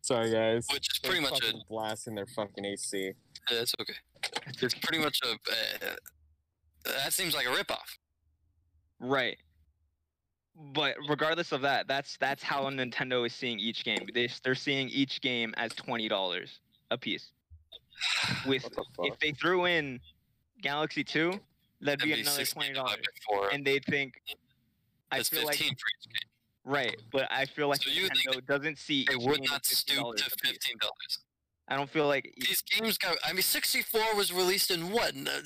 Speaker 7: Sorry, guys.
Speaker 2: which is pretty
Speaker 7: They're
Speaker 2: much a
Speaker 7: fucking blasting their fucking AC.
Speaker 2: yeah, it's okay it's pretty much a uh, that seems like a ripoff
Speaker 4: Right. But regardless of that, that's that's how Nintendo is seeing each game. They they're seeing each game as twenty dollars a piece. With
Speaker 7: What the
Speaker 4: if
Speaker 7: fuck?
Speaker 4: they threw in Galaxy Two,
Speaker 2: That'd
Speaker 4: that'd be another
Speaker 2: $16
Speaker 4: twenty dollars,
Speaker 2: for
Speaker 4: and they'd think. I
Speaker 2: that's
Speaker 4: feel
Speaker 2: 15
Speaker 4: like
Speaker 2: for each
Speaker 4: Right, but I feel like
Speaker 2: So you think
Speaker 4: Nintendo doesn't see.
Speaker 2: game.
Speaker 4: each
Speaker 2: they would
Speaker 4: game as
Speaker 2: not stoop
Speaker 4: $50
Speaker 2: to
Speaker 4: a piece.
Speaker 2: $15
Speaker 4: I don't feel like e-
Speaker 2: these games got i mean 64 was released in what uh,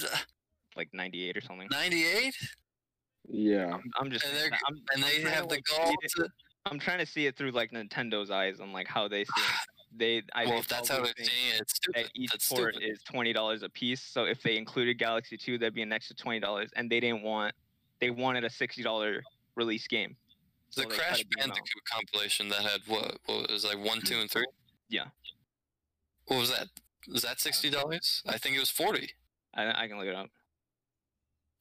Speaker 4: like ninety eight or something.
Speaker 2: 98
Speaker 3: Yeah.
Speaker 4: I'm, I'm just.
Speaker 2: And they're-
Speaker 4: I'm,
Speaker 2: and
Speaker 4: I'm
Speaker 2: they
Speaker 4: trying to,
Speaker 2: have the
Speaker 4: like,
Speaker 2: goal
Speaker 4: read it-
Speaker 2: to
Speaker 4: I'm trying to see it through like Nintendo's eyes on like how they see it. They I
Speaker 2: well,
Speaker 4: they
Speaker 2: if that's how
Speaker 4: probably
Speaker 2: they're
Speaker 4: think
Speaker 2: seeing it, it's
Speaker 4: that
Speaker 2: stupid.
Speaker 4: each
Speaker 2: That's
Speaker 4: port
Speaker 2: stupid.
Speaker 4: is twenty dollars a piece. So if they included Galaxy Two, that'd be an extra twenty dollars, and they didn't want they wanted a sixty dollar release game.
Speaker 2: the
Speaker 4: so they cut
Speaker 2: Crash
Speaker 4: it down now.
Speaker 2: Bandicoot compilation that had what, what was it, like one, two, and three.
Speaker 4: Yeah. Uh,
Speaker 2: What was that? Was that sixty dollars? I think it was forty.
Speaker 4: I, I can look it up.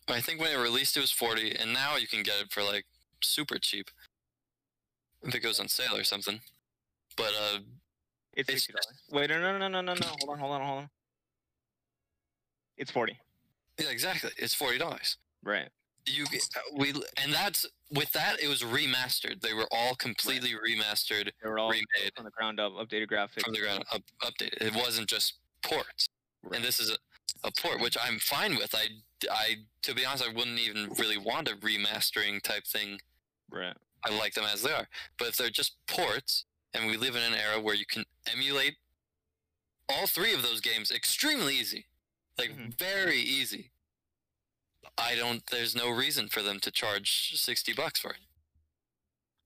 Speaker 2: I think when it released, it was forty, and now you can get it for like super cheap if it goes on sale or something. But uh, It's
Speaker 4: It's sixty dollars. Wait, no, no, no, no, no, no. Hold on, hold on, hold on. It's forty.
Speaker 2: Yeah, exactly. It's forty dollars.
Speaker 4: Right.
Speaker 2: You get- we and that's with that it was remastered. They were all completely remastered
Speaker 4: They were all
Speaker 2: Remade.
Speaker 4: from the ground up, updated graphics.
Speaker 2: from the ground up, updated. It wasn't just ports, and this is a, a port which I'm fine with. I I to be honest, I wouldn't even really want a remastering type thing.
Speaker 4: Right.
Speaker 2: I like them as they are. But if they're just ports, and we live in an era where you can emulate all three of those games extremely easy, like
Speaker 4: Mhm.
Speaker 2: very easy. I don't. There's no reason for them to charge sixty bucks for it.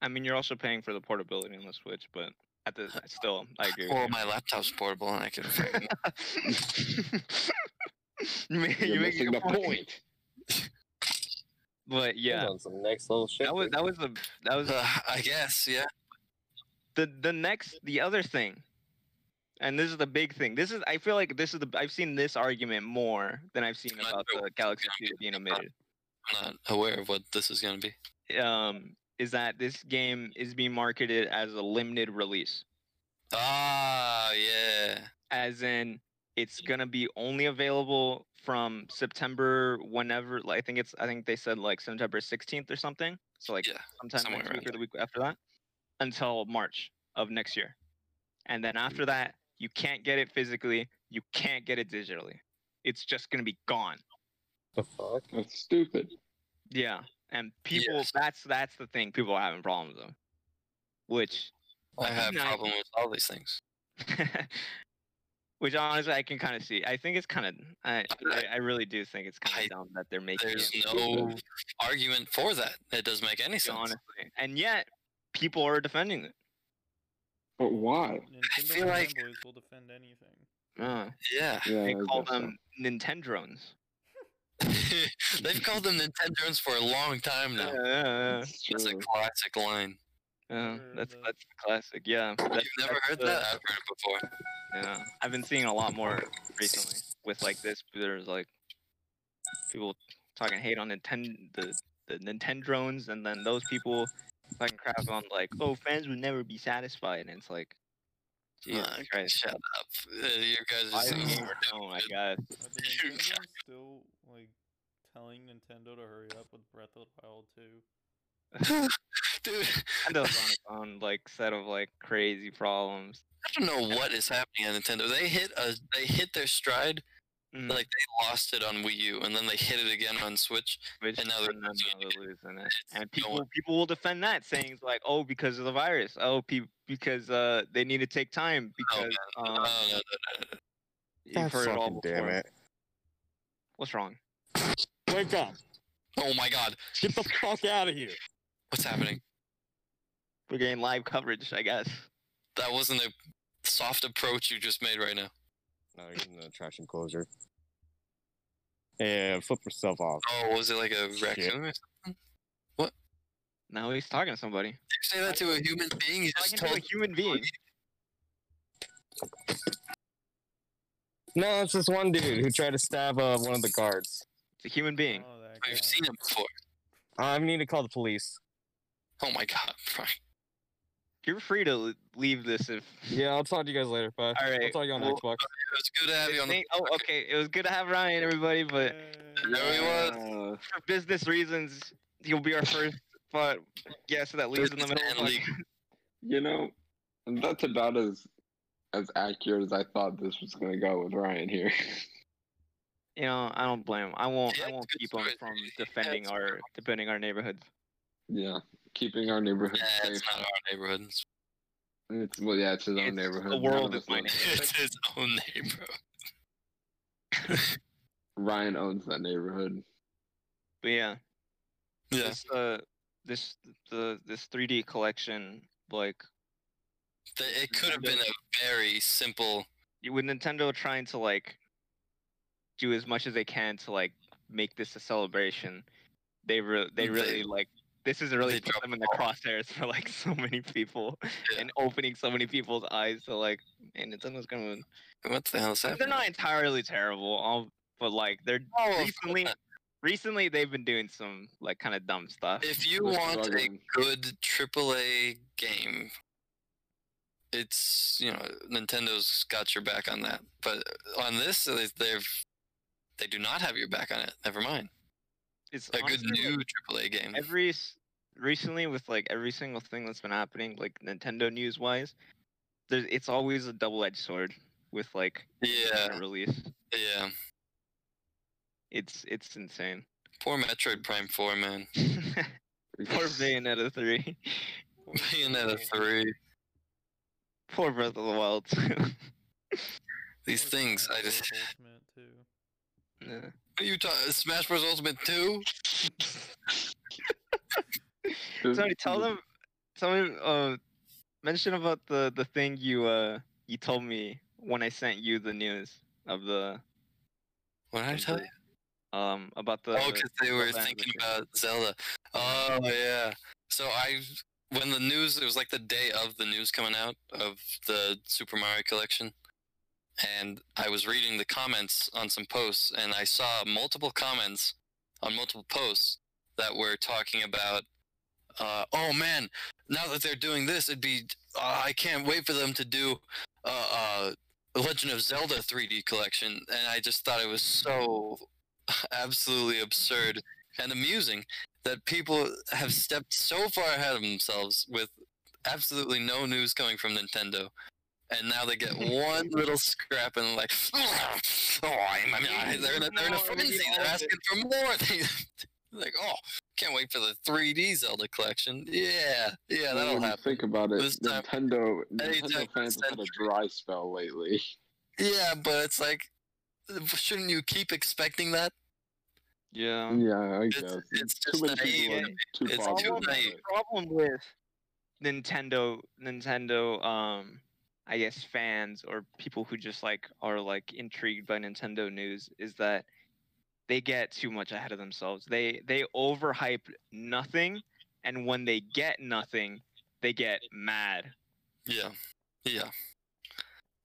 Speaker 4: I mean, you're also paying for the portability on the Switch, but at the still, I agree.
Speaker 2: Well,
Speaker 4: with
Speaker 2: my laptop's portable, and I can.
Speaker 4: you. you make,
Speaker 3: You're
Speaker 4: you make a
Speaker 3: missing the
Speaker 4: good point.
Speaker 3: point.
Speaker 4: But yeah,
Speaker 7: On some next level shit.
Speaker 4: that was that was the that was
Speaker 2: Uh, I guess, yeah.
Speaker 4: the the next the other thing and this is the big thing this is i feel like this is the i've seen this argument more than i've seen
Speaker 2: Not
Speaker 4: about
Speaker 2: true.
Speaker 4: the galaxy
Speaker 2: Yeah,
Speaker 4: 2 being omitted
Speaker 2: I'm not aware of what this is going to be.
Speaker 4: um is that this game is being marketed as a limited release
Speaker 2: Ah, yeah.
Speaker 4: as in it's gonna be only available from september whenever like, i think it's i think they said like september 16th or something so like
Speaker 2: Yeah,
Speaker 4: sometime
Speaker 2: somewhere
Speaker 4: next
Speaker 2: around
Speaker 4: week or the week after that until march of next year and then
Speaker 2: Mm.
Speaker 4: after that you can't get it physically you can't get it digitally it's just gonna be gone
Speaker 7: the fuck.
Speaker 3: That's stupid.
Speaker 4: yeah and people
Speaker 2: Yes.
Speaker 4: that's that's the thing people are having problems with which
Speaker 2: I have
Speaker 4: nice.
Speaker 2: problem with all these things.
Speaker 4: Which honestly, I can kind of see. I think it's kind of. I, I I really do think it's kind
Speaker 2: I-
Speaker 4: of dumb that they're making.
Speaker 2: There's
Speaker 4: it,
Speaker 2: no argument for that. It doesn't make any sense.
Speaker 4: honestly, and yet people are defending it.
Speaker 3: But why?
Speaker 1: Nintendo
Speaker 2: feel like-
Speaker 1: fanboys will defend anything.
Speaker 4: Uh,
Speaker 2: Yeah.
Speaker 3: Yeah,
Speaker 4: they
Speaker 3: I
Speaker 4: call
Speaker 3: guess so.
Speaker 4: them Nintendrones.
Speaker 2: They've called them Nintendrons for a long time now.
Speaker 4: Yeah,
Speaker 2: That's
Speaker 4: Mm.
Speaker 3: That's
Speaker 2: a
Speaker 3: true.
Speaker 2: classic line.
Speaker 4: yeah, yeah.
Speaker 1: Or
Speaker 4: that's
Speaker 1: the-
Speaker 4: that's the classic. Yeah, that's,
Speaker 2: You've never
Speaker 4: that's
Speaker 2: heard
Speaker 4: the-
Speaker 2: that? I've heard it before.
Speaker 4: Yeah, I've been seeing a lot more recently with like this. There's like people talking hate on Nintendo, the, the Nintendrones, and then those people talking crap on like, oh, fans would never be satisfied, and it's like, Jesus
Speaker 2: Nah,
Speaker 4: Christ,
Speaker 2: Shut up. Uh, You guys are
Speaker 4: Oh, I
Speaker 2: so
Speaker 4: don't know, oh I guess.
Speaker 1: Are the
Speaker 2: You
Speaker 1: Nintendo still like telling Nintendo to hurry up with Breath of the Wild 2?
Speaker 2: Dude,
Speaker 4: Nintendo's on its own like set of like crazy problems.
Speaker 2: I don't know what is happening on Nintendo. They hit a, they hit their stride.
Speaker 4: Mm,
Speaker 2: Like they lost it on Wii U, and then they hit it again on Switch.
Speaker 4: which
Speaker 2: and now they're
Speaker 4: for them,
Speaker 2: losing
Speaker 4: now
Speaker 2: it.
Speaker 4: they're losing it.
Speaker 2: It's going-
Speaker 4: And people people will defend that, saying it's like, oh, because of the virus. Oh, pe- because uh, they need to take time because
Speaker 2: Oh,
Speaker 4: um,
Speaker 2: no, no,
Speaker 4: you've heard it all before.
Speaker 8: damn it.
Speaker 4: What's wrong?
Speaker 8: Wake up.
Speaker 2: no. oh my God,
Speaker 8: Get the fuck out of here.
Speaker 2: what's happening?
Speaker 4: We're getting live coverage, I guess.
Speaker 2: That wasn't a soft approach you just made right now.
Speaker 8: No, you're in the trash enclosure. Yeah, flip yourself off.
Speaker 2: Oh, was it like a
Speaker 8: Shit.
Speaker 2: raccoon? Or something?
Speaker 4: Now he's talking to somebody.
Speaker 2: You say that to a human being? You just
Speaker 4: Talking to
Speaker 2: told
Speaker 4: a human being.
Speaker 8: No, it's this one dude who tried to stab uh, one of the guards.
Speaker 4: It's a human being.
Speaker 1: Oh, that guy.
Speaker 2: I've seen him before.
Speaker 8: I need to call the police.
Speaker 2: Oh my god, Brian.
Speaker 4: You're free to l- leave this if.
Speaker 8: Yeah, I'll talk to you guys later. Bye. I'll
Speaker 4: Alright,
Speaker 8: talk to you on
Speaker 4: well-
Speaker 8: Xbox.
Speaker 2: It was good to have you on the
Speaker 4: Thank- oh, okay. It was good to have Ryan, everybody, but
Speaker 1: Yay.
Speaker 2: There he was.
Speaker 7: Uh,
Speaker 4: for business reasons, he'll be our first. But yeah, so that leaves in the
Speaker 2: Business
Speaker 4: middle. Of
Speaker 2: and
Speaker 4: like,
Speaker 2: legal.
Speaker 3: You know, that's about as as accurate as I thought this was going to go with Ryan here.
Speaker 4: you know, I don't blame him. I won't.
Speaker 2: Yeah,
Speaker 4: I
Speaker 2: it's
Speaker 4: won't
Speaker 2: good
Speaker 4: keep him
Speaker 2: stories.
Speaker 4: from
Speaker 2: Yeah,
Speaker 4: defending
Speaker 2: it's
Speaker 4: our defending our neighborhoods.
Speaker 3: yeah, keeping our neighborhood
Speaker 2: Yeah,
Speaker 3: safe.
Speaker 2: it's not our neighborhood. It's,
Speaker 3: It's well, yeah, it's his own
Speaker 4: It's-
Speaker 3: neighborhood.
Speaker 4: the
Speaker 3: None
Speaker 4: world
Speaker 3: of
Speaker 4: is
Speaker 3: us
Speaker 4: my
Speaker 3: live-
Speaker 2: it's his own neighborhood.
Speaker 3: Ryan owns that neighborhood.
Speaker 4: But yeah,
Speaker 2: Yeah,
Speaker 4: this uh, this the this 3D collection like
Speaker 2: th- it could have been a very simple.
Speaker 4: you- with Nintendo trying to like do as much as they can to like make this a celebration, they re- they
Speaker 2: They-
Speaker 4: really like this has really
Speaker 2: they
Speaker 4: put
Speaker 2: dropped
Speaker 4: them in
Speaker 2: the
Speaker 4: the
Speaker 2: ball.
Speaker 4: crosshairs for like so many people
Speaker 2: Yeah.
Speaker 4: and opening so many people's eyes to like man Nintendo's gonna
Speaker 2: What the hell is happening?
Speaker 4: they're not entirely terrible, um, but like they're
Speaker 2: Oh, of course
Speaker 4: recently
Speaker 2: not.
Speaker 4: recently they've been doing some like kind of dumb stuff.
Speaker 2: If you
Speaker 3: We're
Speaker 2: want a
Speaker 3: struggling.
Speaker 2: good AAA game, it's you know Nintendo's got your back on that. But on this, they- they've They do not have your back on it. Never mind.
Speaker 4: It's
Speaker 2: A good
Speaker 4: honestly,
Speaker 2: new AAA
Speaker 4: like,
Speaker 2: game.
Speaker 4: every s- recently with like every single thing that's been happening, like Nintendo news wise, there's it's always a double edged sword with like
Speaker 2: yeah,
Speaker 4: a release.
Speaker 2: yeah.
Speaker 4: It's it's insane.
Speaker 2: Poor Metroid Prime 4, man.
Speaker 4: Poor Bayonetta three.
Speaker 2: Bayonetta 3.
Speaker 4: Poor Breath of the Wild. too.
Speaker 2: These
Speaker 1: Or
Speaker 2: things, I
Speaker 1: Smash
Speaker 2: just.
Speaker 1: Bros. Ultimate, too.
Speaker 4: Yeah.
Speaker 2: Are you talking Smash Bros. Ultimate 2?
Speaker 4: Somebody tell them. Tell me. Uh, mention about the the thing you uh you told me when I sent you the news of the
Speaker 2: What did I
Speaker 4: of
Speaker 2: tell
Speaker 4: the-
Speaker 2: you?
Speaker 4: um about the.
Speaker 2: Oh, because they were
Speaker 4: Zelda and
Speaker 2: thinking
Speaker 4: Witcher.
Speaker 2: about Zelda. Oh, yeah. So I. When the news, it was like the day of the news coming out of the Super Mario collection. And I was reading the comments on some posts, and I saw multiple comments on multiple posts that were talking about, uh, oh man, now that they're doing this, it'd be, uh, I can't wait for them to do uh, uh, Legend of Zelda 3D collection. And I just thought it was so absolutely absurd and amusing that people have stepped so far ahead of themselves with absolutely no news coming from Nintendo. And now they get one little scrap and like, oh, I'm, I'm, I- they're in a, they're in a
Speaker 4: No, it'll be
Speaker 2: frenzy.
Speaker 4: all
Speaker 2: They're
Speaker 4: of it.
Speaker 2: asking for more. They, like, oh, can't wait for the 3D Zelda collection. Yeah, yeah, that'll
Speaker 3: When you
Speaker 2: happen.
Speaker 3: Think about it.
Speaker 2: This time-
Speaker 3: Nintendo,
Speaker 2: Anytime
Speaker 3: Nintendo fans have had a
Speaker 2: century.
Speaker 3: dry spell lately.
Speaker 2: Yeah, but it's like, shouldn't you keep expecting that?
Speaker 4: Yeah.
Speaker 3: Yeah, I
Speaker 2: It's,
Speaker 3: guess.
Speaker 2: it's
Speaker 3: Too
Speaker 2: just
Speaker 3: many
Speaker 2: naive.
Speaker 3: people are too
Speaker 2: It's
Speaker 3: bothered
Speaker 2: too
Speaker 3: by
Speaker 2: naive.
Speaker 3: it.
Speaker 4: problem with Nintendo Nintendo um I guess fans or people who just like are like intrigued by Nintendo news is that they get too much ahead of themselves. They they overhype nothing and when they get nothing, they get mad.
Speaker 2: Yeah, yeah.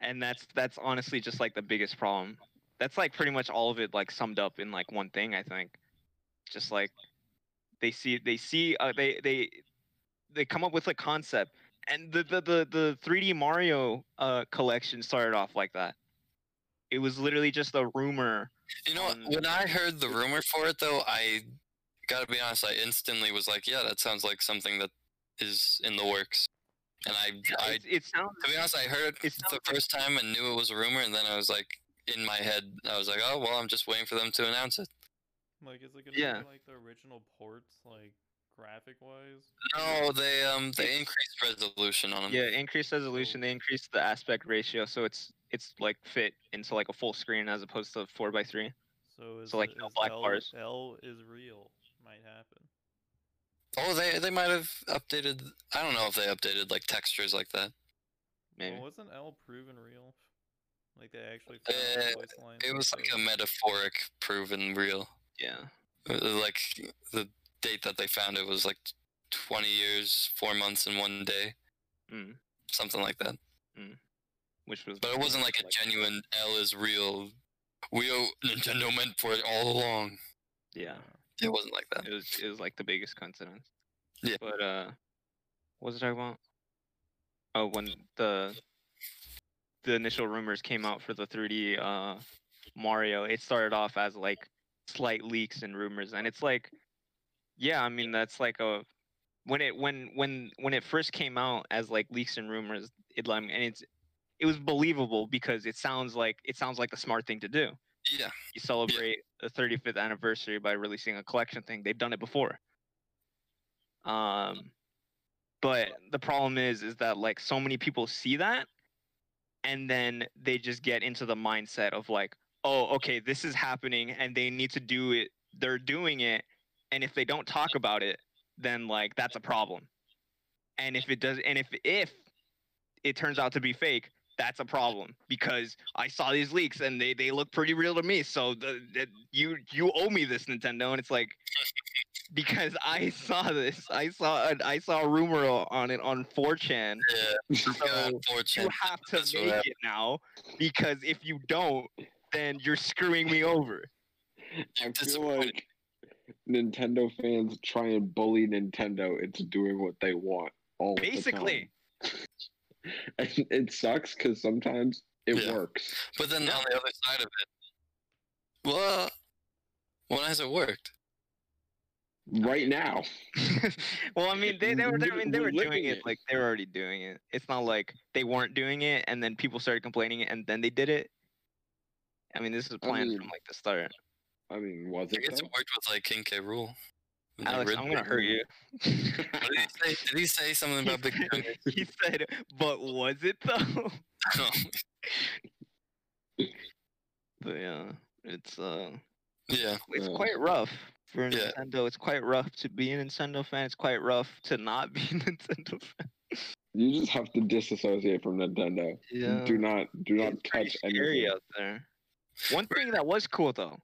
Speaker 4: And that's that's honestly just like the biggest problem. That's like pretty much all of it like summed up in like one thing, I think. Just like they see they see uh, they they they come up with a concept and the the the, the 3D Mario uh collection started off like that. It was literally just a rumor.
Speaker 2: You know, what,
Speaker 4: Um,
Speaker 2: when I heard the rumor for it, though, I gotta be honest. I instantly was like, "Yeah, that sounds like something that is in the works." And I, I
Speaker 4: It, it sounds
Speaker 2: to be honest, I heard it
Speaker 4: It
Speaker 2: the
Speaker 4: sounds like-
Speaker 2: first time and knew it was a rumor, and then I was like, in my head, I was like, "Oh well, I'm just waiting for them to announce it."
Speaker 1: Like, is it gonna
Speaker 4: Yeah.
Speaker 1: be like the original ports, like graphic wise?
Speaker 2: No, they um they increased resolution on them.
Speaker 4: yeah, increased resolution, they increased the aspect ratio so it's it's like fit into like a full screen as opposed to 4 by 3
Speaker 1: So is
Speaker 4: So, like,
Speaker 1: the-
Speaker 4: no
Speaker 1: is
Speaker 4: black
Speaker 1: L,
Speaker 4: bars.
Speaker 1: L is real. Might happen.
Speaker 2: Oh, they they might have updated. I don't know if they updated like textures like that.
Speaker 4: maybe.
Speaker 1: Well, wasn't L proven real? Like they actually
Speaker 2: Uh,
Speaker 1: found the voice lines
Speaker 2: It
Speaker 1: and
Speaker 2: was like
Speaker 1: stuff?
Speaker 2: a metaphoric proven real.
Speaker 4: Yeah.
Speaker 2: Uh, like the date that they found it was like 20 years, four months, and one day,
Speaker 4: Mm.
Speaker 2: something like that.
Speaker 4: Which was
Speaker 2: But it wasn't like a genuine L is real. We owe Nintendo meant for it all along.
Speaker 4: Yeah.
Speaker 2: It wasn't like that.
Speaker 4: It was it was like the biggest coincidence.
Speaker 2: Uh, Yeah.
Speaker 4: But uh what was I talking about? Oh, when the the initial rumors came out for the 3D uh Mario, it started off as like slight leaks and rumors and it's like yeah, I mean that's like a when it when when when it first came out as like leaks and rumors, it like and it's it was believable because it sounds like it sounds like the smart thing to do
Speaker 2: Yeah,
Speaker 4: you celebrate the 35th anniversary by releasing a collection thing. They've done it before. Um, but the problem is, is that like so many people see that, and then they just get into the mindset of like, oh, okay, this is happening, and they need to do it. They're doing it, and if they don't talk about it, then like that's a problem. And if it does, and if if it turns out to be fake, that's a problem because I saw these leaks and they, they look pretty real to me. So the, the, you you owe me this Nintendo, and it's like because I saw this, I saw an, I saw a rumor o- on it on 4chan.
Speaker 2: yeah.
Speaker 4: So you
Speaker 2: Unfortunate.
Speaker 4: have to
Speaker 2: That's what
Speaker 4: make
Speaker 2: happened.
Speaker 4: it now because if you don't, then you're screwing me over.
Speaker 3: I feel
Speaker 2: disappointed.
Speaker 3: like Nintendo fans try and bully Nintendo into doing what they want all the time.
Speaker 4: Basically.
Speaker 3: And it sucks because sometimes it
Speaker 2: Yeah.
Speaker 3: works.
Speaker 2: But then on the other side of it, What? When has it worked?
Speaker 3: Right now.
Speaker 4: well, I mean, they, they were. I
Speaker 3: We're-
Speaker 4: mean, they
Speaker 3: we're
Speaker 4: were doing
Speaker 3: living
Speaker 4: it.
Speaker 3: it.
Speaker 4: Like they were already doing it. It's not like they weren't doing it, and then people started complaining, and then they did it. I mean, this is a
Speaker 3: I
Speaker 4: plan
Speaker 3: mean,
Speaker 4: from like the start.
Speaker 3: I mean, was
Speaker 2: I
Speaker 3: it?
Speaker 2: guess it
Speaker 3: though?
Speaker 2: worked with like King K. Rule. When they
Speaker 4: Alex,
Speaker 2: rid-
Speaker 4: I'm gonna hurt you.
Speaker 2: What did, he say? did he say something about Big Pun?
Speaker 4: he said, "But was it though?"
Speaker 2: No.
Speaker 4: But yeah, it's uh,
Speaker 2: yeah.
Speaker 4: it's
Speaker 3: Yeah.
Speaker 4: quite rough for a
Speaker 2: Yeah.
Speaker 4: Nintendo. It's quite rough to be a Nintendo fan. It's quite rough to not be a Nintendo fan.
Speaker 3: You just have to disassociate from Nintendo.
Speaker 4: Yeah.
Speaker 3: Do not, do not
Speaker 4: It's pretty
Speaker 3: touch
Speaker 4: scary
Speaker 3: anything.
Speaker 4: out there. One thing that was cool though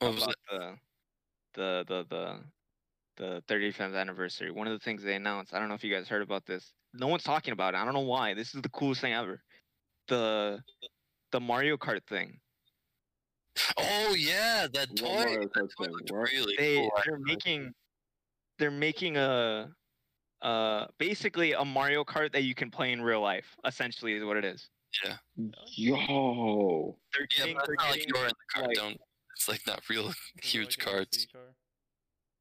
Speaker 2: What was
Speaker 4: about
Speaker 2: it?
Speaker 4: the the the the the 35th anniversary. One of the things they announced. I don't know if you guys heard about this. No one's talking about it. I don't know why. This is the coolest thing ever. The the Mario Kart thing.
Speaker 2: Oh yeah, that
Speaker 3: What
Speaker 2: toy.
Speaker 3: Mario
Speaker 2: that
Speaker 3: Kart
Speaker 2: toy
Speaker 3: thing?
Speaker 2: looked
Speaker 3: What?
Speaker 2: really
Speaker 4: They
Speaker 2: cool.
Speaker 4: they're making they're making a uh basically a Mario Kart that you can play in real life. Essentially is what it is. They're
Speaker 3: Yo,
Speaker 2: Yeah,
Speaker 4: getting,
Speaker 2: but
Speaker 4: they're
Speaker 2: it's not like
Speaker 4: getting-
Speaker 2: you're in the car.
Speaker 4: like-
Speaker 2: Don't. It's like not real
Speaker 1: Is it
Speaker 2: huge
Speaker 1: like an
Speaker 2: cards.
Speaker 1: RC car?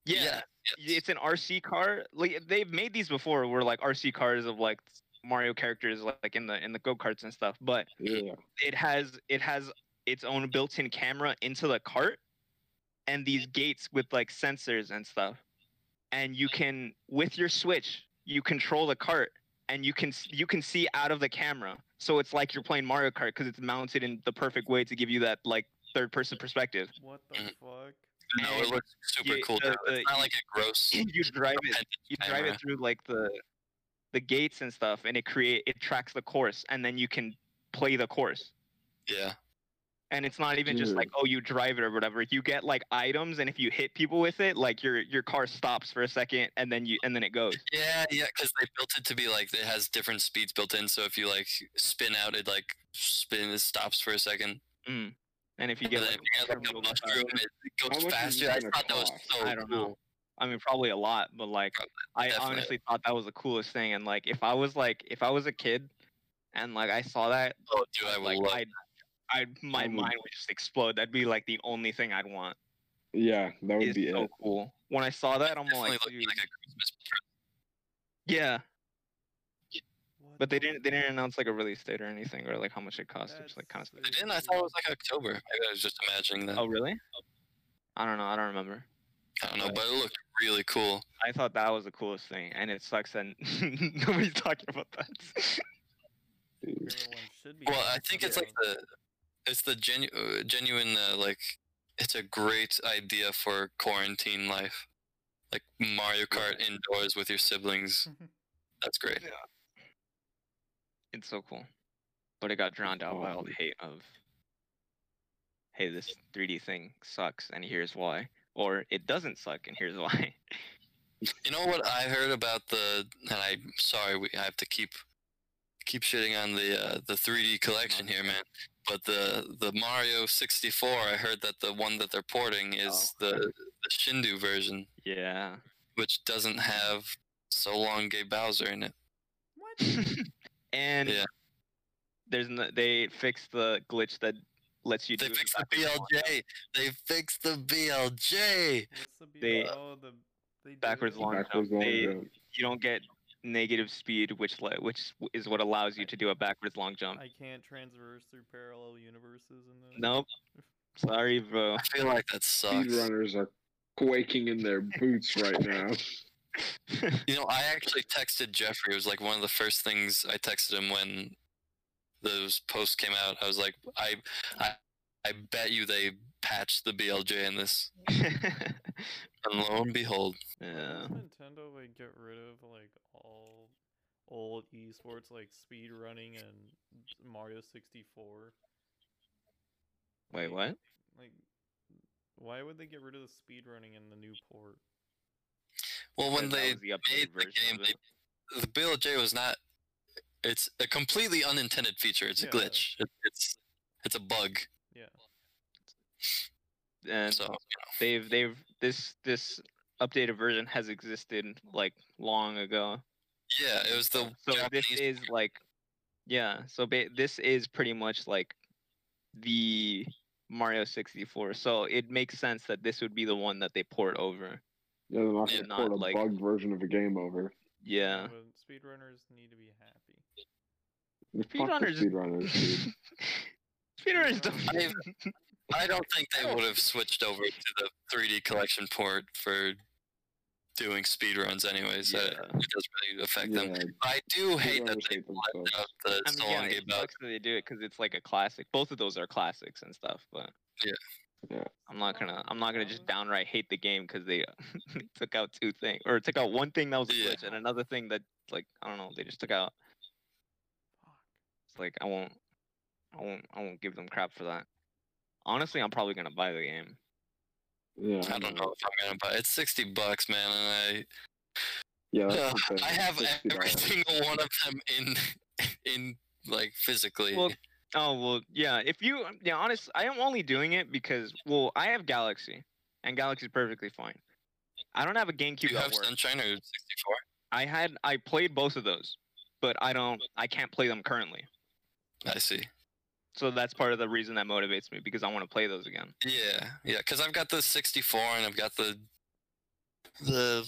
Speaker 4: yeah,
Speaker 2: yes.
Speaker 4: it's an RC car. Like they've made these before, where like RC cars of like Mario characters, like, like in the in the go karts and stuff. But
Speaker 3: yeah.
Speaker 4: it has it has its own built-in camera into the cart, and these gates with like sensors and stuff. And you can with your Switch, you control the cart, and you can s- you can see out of the camera. So it's like you're playing Mario Kart because it's mounted in the perfect way to give you that like third-person perspective.
Speaker 1: What the
Speaker 2: Mhm.
Speaker 1: fuck?
Speaker 2: No, it
Speaker 4: and
Speaker 2: looks super
Speaker 4: you-
Speaker 2: cool.
Speaker 4: the-
Speaker 2: now.
Speaker 4: the-
Speaker 2: it's not like a gross.
Speaker 4: You drive it
Speaker 2: repetitive
Speaker 4: you drive
Speaker 2: camera.
Speaker 4: it through like the the gates and stuff and it create it tracks the course and then you can play the course
Speaker 2: Yeah.
Speaker 4: and it's not even just like
Speaker 2: Mm.
Speaker 4: oh you drive it or whatever you get like items and if you hit people with it like your your car stops for a second and then you and then it goes
Speaker 2: Yeah, yeah, because they built it to be like it has different speeds built in. So if you like spin out, it like spin it stops for a second.
Speaker 4: and if you
Speaker 2: And
Speaker 4: get
Speaker 2: then
Speaker 4: like,
Speaker 2: if you get like a
Speaker 4: mushroom, it goes
Speaker 2: mushroom,
Speaker 4: faster.
Speaker 2: it
Speaker 3: How
Speaker 2: goes faster. I
Speaker 3: much is it gonna
Speaker 2: thought that was
Speaker 3: cost?
Speaker 2: so.
Speaker 4: i don't know i mean probably a lot but like
Speaker 2: Prob-
Speaker 4: i
Speaker 2: definitely.
Speaker 4: honestly thought that was the coolest thing and like if i was like if i was a kid and like i saw that
Speaker 2: Oh, dude, I
Speaker 4: like
Speaker 2: love. Mm-hmm.
Speaker 4: I'd, I'd, my
Speaker 3: I would-
Speaker 4: mind would just explode that'd be like the only thing i'd want
Speaker 3: Yeah, that would
Speaker 4: It's
Speaker 3: be
Speaker 4: so
Speaker 3: it.
Speaker 4: cool. When I saw that, I'm
Speaker 2: Definitely
Speaker 4: like,
Speaker 2: looked
Speaker 4: dude,
Speaker 2: like a Christmas present.
Speaker 4: yeah.
Speaker 1: What
Speaker 4: But
Speaker 1: the
Speaker 4: they didn't. They
Speaker 1: fuck?
Speaker 4: didn't announce like a release date or anything, or like how much it cost. It was like kind of.
Speaker 1: That's
Speaker 2: I didn't. I thought it was like October. Maybe I was just imagining that.
Speaker 4: Oh really? I don't know. I don't remember.
Speaker 2: I don't know, but it looked really cool.
Speaker 4: I thought that was the coolest thing, and it sucks that nobody's talking about that.
Speaker 1: Everyone should be
Speaker 2: Well,
Speaker 1: doing
Speaker 2: I think it's like
Speaker 1: something.
Speaker 2: the it's the genu- uh, genuine uh, like it's a great idea for quarantine life. Like Mario Kart indoors with your
Speaker 1: Hmm.
Speaker 2: siblings. That's great.
Speaker 4: it's so cool, but it got drowned out by all the hate of, hey, this 3D thing sucks, and here's why, or it doesn't suck, and here's why.
Speaker 2: You know what I heard about the and I'm sorry we I have to keep keep shitting on the uh, the 3D collection here, man. But the the Mario 64, I heard that the one that they're porting is the the Shindu version,
Speaker 4: yeah.
Speaker 2: which doesn't have so long gay Bowser in it.
Speaker 4: and
Speaker 2: Yeah.
Speaker 4: there's no, they fixed the glitch that lets you
Speaker 2: They
Speaker 4: do it
Speaker 2: fixed the
Speaker 4: backwards and all that.
Speaker 2: BLJ. They fixed the BLJ.
Speaker 1: What's the
Speaker 4: they-
Speaker 1: BL? oh, the they did
Speaker 4: backwards
Speaker 1: it?
Speaker 4: launch.
Speaker 3: Backwards going
Speaker 4: They-
Speaker 3: down.
Speaker 4: You don't get negative speed, which le- which is what allows you to do a backwards long jump.
Speaker 1: I can't transverse through parallel universes in this.
Speaker 4: Nope. Sorry, bro.
Speaker 2: I feel like that sucks.
Speaker 3: Speedrunners are quaking in their boots right now.
Speaker 2: You know, I actually texted Jeffrey. It was like one of the first things I texted him when those posts came out. I was like, I, I, I bet you they patched the BLJ in this. And lo and behold,
Speaker 4: yeah.
Speaker 1: Does Nintendo like get rid of like all old esports like speed running and Mario 64?
Speaker 4: Wait, what?
Speaker 1: Like why would they get rid of the speed running in the new port?
Speaker 2: well, when
Speaker 4: That- that
Speaker 2: they
Speaker 4: was the
Speaker 2: made
Speaker 4: updated
Speaker 2: the
Speaker 4: version
Speaker 2: game,
Speaker 4: of it.
Speaker 2: they, the BLJ was not. It's a completely unintended feature. It's
Speaker 1: Yeah.
Speaker 2: a glitch. It, it's, it's a bug.
Speaker 1: Yeah.
Speaker 4: and
Speaker 2: So
Speaker 4: they've they've this this updated version has existed like long ago.
Speaker 2: yeah, it was the
Speaker 4: so
Speaker 2: Japanese.
Speaker 4: this is like yeah so ba- this is pretty much like the Mario 64, so it makes sense that this would be the one that they port over.
Speaker 3: Yeah, they're not gonna
Speaker 4: Yeah, not
Speaker 3: port a
Speaker 4: like-
Speaker 3: bug version of a game over.
Speaker 4: Yeah.
Speaker 1: Well, speedrunners need to be happy.
Speaker 3: Fuck the
Speaker 4: Speedrunners-
Speaker 3: speedrunners, dude.
Speaker 4: Speedrunners don't.
Speaker 2: I don't think they
Speaker 3: Oh.
Speaker 2: would have switched over to the 3D collection port for doing speedruns, anyways. Uh,
Speaker 4: Yeah.
Speaker 2: it doesn't really affect them.
Speaker 3: Yeah,
Speaker 2: But I do hate that
Speaker 3: speedrunners
Speaker 2: they
Speaker 3: hate
Speaker 2: left
Speaker 3: themselves.
Speaker 2: out the
Speaker 4: I
Speaker 2: so
Speaker 4: mean, yeah,
Speaker 2: long
Speaker 4: it
Speaker 2: game out.
Speaker 4: sucks that they do it because it's like a classic. Both of those are classics and stuff, but I'm not gonna I'm not gonna just downright hate the game because they took out two things or took out one thing that was a
Speaker 2: Yeah.
Speaker 4: glitch and another thing that like I don't know they just took out. It's like I won't, I won't, I won't give them crap for that. Honestly, I'm probably gonna buy the game.
Speaker 3: yeah,
Speaker 2: I don't know if I'm gonna buy. It's sixty bucks, man, and I
Speaker 3: Yeah,
Speaker 2: Uh,
Speaker 3: that's the thing.
Speaker 2: I have
Speaker 3: $60.
Speaker 2: every single one of them in in like physically.
Speaker 4: Well, oh well, yeah. If you, yeah, honest, I am only doing it because well, I have Galaxy, and Galaxy's perfectly fine. I don't have a
Speaker 2: Do
Speaker 4: GameCube.
Speaker 2: you
Speaker 4: at
Speaker 2: have
Speaker 4: work.
Speaker 2: Sunshine or sixty four?
Speaker 4: I had I played both of those, but I don't I can't play them currently.
Speaker 2: I see.
Speaker 4: So that's part of the reason that motivates me because I want to play those again.
Speaker 2: Yeah, yeah. Because I've got the sixty four and I've got the the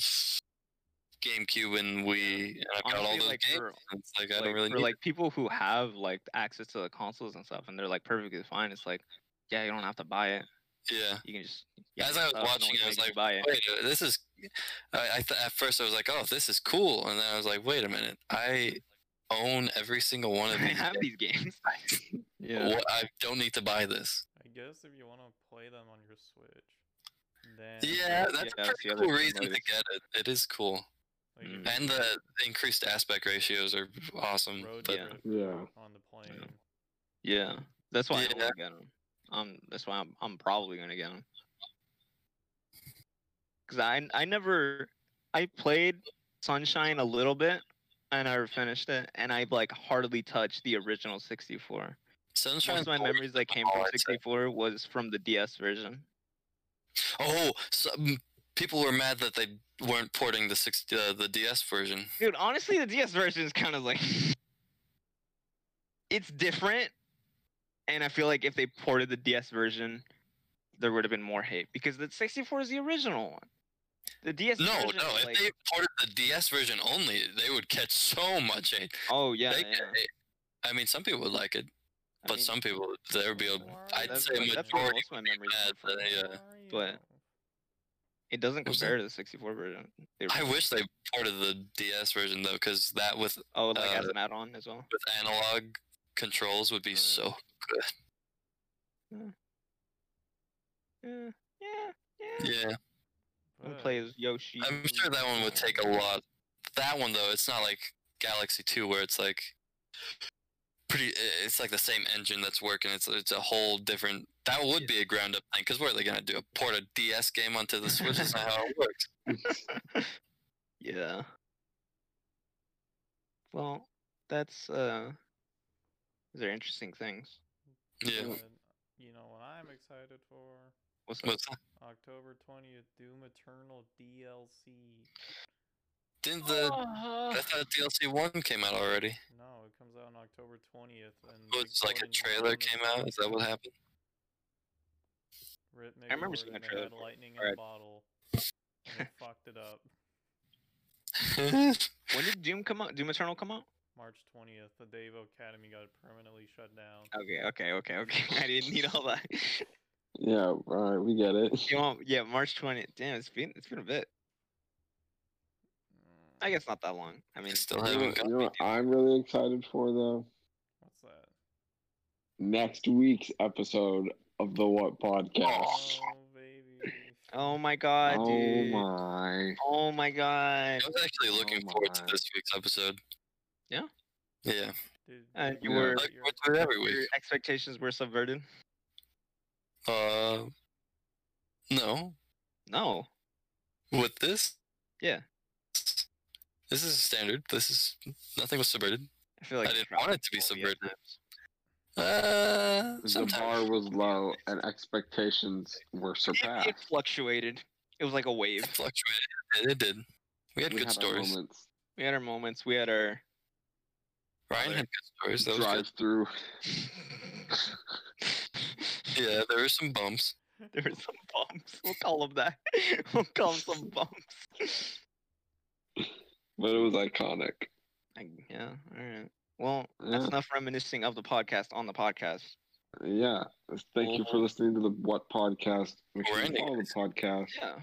Speaker 2: GameCube and Wii, and I've got all
Speaker 4: Honestly,
Speaker 2: those
Speaker 4: like,
Speaker 2: games.
Speaker 4: for-
Speaker 2: and it's like I
Speaker 4: like
Speaker 2: don't really
Speaker 4: for
Speaker 2: need.
Speaker 4: like people who have like access to the consoles and stuff and they're like perfectly fine. It's like, yeah, you don't have to buy it.
Speaker 2: yeah.
Speaker 4: You can just
Speaker 2: As I was
Speaker 4: no one's
Speaker 2: watching it, I was
Speaker 4: making
Speaker 2: like,
Speaker 4: you buy it.
Speaker 2: Wait, uh, this is. I, I th- at first I was like, oh, this is cool, and then I was like, wait a minute, I own every single one of
Speaker 4: I
Speaker 2: these.
Speaker 4: have
Speaker 2: games.
Speaker 4: these games.
Speaker 7: Yeah.
Speaker 2: What- I don't need to buy this.
Speaker 1: I guess if you want to play them on your Switch, then
Speaker 2: Yeah, that's
Speaker 4: Yeah,
Speaker 2: a
Speaker 4: that's the
Speaker 2: pretty
Speaker 4: other
Speaker 2: cool
Speaker 4: thing
Speaker 2: reason to
Speaker 4: about it.
Speaker 2: get it. It is cool,
Speaker 1: like, you
Speaker 4: Mm.
Speaker 1: can
Speaker 2: and the increased aspect ratios are awesome.
Speaker 1: road
Speaker 2: But
Speaker 4: Yeah.
Speaker 1: trip
Speaker 3: Yeah.
Speaker 1: on the plane.
Speaker 4: yeah, that's why
Speaker 2: Yeah.
Speaker 4: I'm gonna get them. Um, that's why I'm I'm probably gonna get them. Cause I I never I played Sunshine a little bit. I never finished it, and I like hardly touched the original 64. Most
Speaker 2: Sunshine,
Speaker 4: of my memories that came
Speaker 2: Oh,
Speaker 4: from
Speaker 2: it's a-
Speaker 4: 64 was from the DS version.
Speaker 2: Oh, so, mm, people were mad that they weren't porting the six uh, the DS version.
Speaker 4: Dude, honestly, the DS version is kind of like it's different, and I feel like if they ported the DS version, there would have been more hate because the 64 is the original one. The DS
Speaker 2: No,
Speaker 4: version,
Speaker 2: no.
Speaker 4: is
Speaker 2: If
Speaker 4: like,
Speaker 2: they ported the DS version only, they would catch so much hate.
Speaker 4: oh yeah,
Speaker 2: They
Speaker 4: yeah.
Speaker 2: get hate. I mean, some people would like it,
Speaker 4: I
Speaker 2: but
Speaker 4: mean,
Speaker 2: some people there would be. A, I'd
Speaker 4: that's
Speaker 2: say
Speaker 4: where- that's where
Speaker 2: majority
Speaker 4: most of my memories
Speaker 2: mad
Speaker 4: come from.
Speaker 2: that they, uh,
Speaker 4: but- It doesn't
Speaker 2: What's that?
Speaker 4: compare to the 64 version. The
Speaker 2: I
Speaker 4: original.
Speaker 2: wish they ported the DS version though, because that with
Speaker 4: Oh, like as
Speaker 2: uh,
Speaker 4: an add-on as well.
Speaker 2: with analog controls would be
Speaker 4: Mm.
Speaker 2: so good.
Speaker 4: Yeah, yeah, yeah.
Speaker 2: Yeah.
Speaker 4: We
Speaker 1: but
Speaker 4: play as Yoshi.
Speaker 2: I'm sure that one would take a lot. That one though, it's not like Galaxy Two where it's like pretty. i- It's like the same engine that's working. It's it's a whole different. That would be a ground up thing because what are they gonna do? Port a DS game onto the Switch? That's not how it works.
Speaker 4: yeah. Well, that's uh those are interesting things.
Speaker 2: Yeah.
Speaker 1: but, You know what I'm excited for?
Speaker 4: What's up?
Speaker 2: What's that?
Speaker 1: October 20th, Doom Eternal DLC.
Speaker 2: Didn't the
Speaker 4: Oh.
Speaker 2: I thought DLC one came out already?
Speaker 1: No, it comes out on October 20th. And
Speaker 2: It was Oh, like a
Speaker 1: Gordon
Speaker 2: trailer
Speaker 1: Ramsay
Speaker 2: came out. Is that what happened?
Speaker 1: writ- Nick
Speaker 4: remember
Speaker 1: Gordon,
Speaker 4: seeing a
Speaker 1: they
Speaker 4: trailer
Speaker 1: had
Speaker 4: for it.
Speaker 1: lightning in a
Speaker 4: Alright.
Speaker 1: bottle. And it fucked it up.
Speaker 4: When did Doom come out? Doom Eternal come out?
Speaker 1: March 20th, the Dave Academy got permanently shut down.
Speaker 4: Okay, okay, okay, okay. I didn't need all that.
Speaker 3: Yeah, all right, we get it.
Speaker 4: you want, yeah, March 20th. Damn, it's been it's been a bit.
Speaker 1: Mm,
Speaker 4: I guess not that long. I mean,
Speaker 2: still
Speaker 3: You know,
Speaker 2: haven't
Speaker 3: what-
Speaker 2: got
Speaker 3: you know what I'm really excited for though?
Speaker 1: What's that?
Speaker 3: Next week's episode of the What Podcast.
Speaker 1: Oh, baby.
Speaker 4: oh my god, dude.
Speaker 3: my.
Speaker 4: Oh my god.
Speaker 2: I was actually looking
Speaker 3: Oh
Speaker 2: forward to
Speaker 3: my.
Speaker 2: this week's episode.
Speaker 4: Yeah?
Speaker 2: Yeah.
Speaker 1: Dude,
Speaker 4: Uh, you
Speaker 3: Yeah.
Speaker 4: were
Speaker 2: I look
Speaker 1: you're-
Speaker 2: forward to it every
Speaker 4: your
Speaker 2: week.
Speaker 4: expectations were subverted?
Speaker 2: Uh, no,
Speaker 4: No.
Speaker 2: with this
Speaker 4: Yeah.
Speaker 2: this is standard this is nothing was subverted
Speaker 4: I feel like
Speaker 2: I
Speaker 4: you
Speaker 2: didn't
Speaker 4: dropped
Speaker 2: want it to be
Speaker 4: the ball the
Speaker 2: subverted.
Speaker 4: other times.
Speaker 2: uh
Speaker 3: The bar
Speaker 2: sometimes
Speaker 3: was low and expectations were
Speaker 4: It,
Speaker 3: surpassed.
Speaker 4: it fluctuated. It was like a wave.
Speaker 2: it fluctuated it did we had
Speaker 3: We
Speaker 2: good
Speaker 3: had our
Speaker 2: stories
Speaker 3: moments.
Speaker 4: We had our moments. We had our.
Speaker 2: ryan had good stories that was
Speaker 3: Drive
Speaker 2: good
Speaker 3: through.
Speaker 2: Yeah, there were some bumps.
Speaker 4: There were some bumps. We'll call them that. We'll call them some bumps.
Speaker 3: But it was iconic.
Speaker 4: Like, yeah. All right. Well, that's
Speaker 3: Yeah.
Speaker 4: enough reminiscing of the podcast on the podcast.
Speaker 3: Yeah. Thank you for listening to the What Podcast. Make sure
Speaker 2: We're
Speaker 3: you
Speaker 2: ending
Speaker 3: follow the podcast.
Speaker 4: Yeah.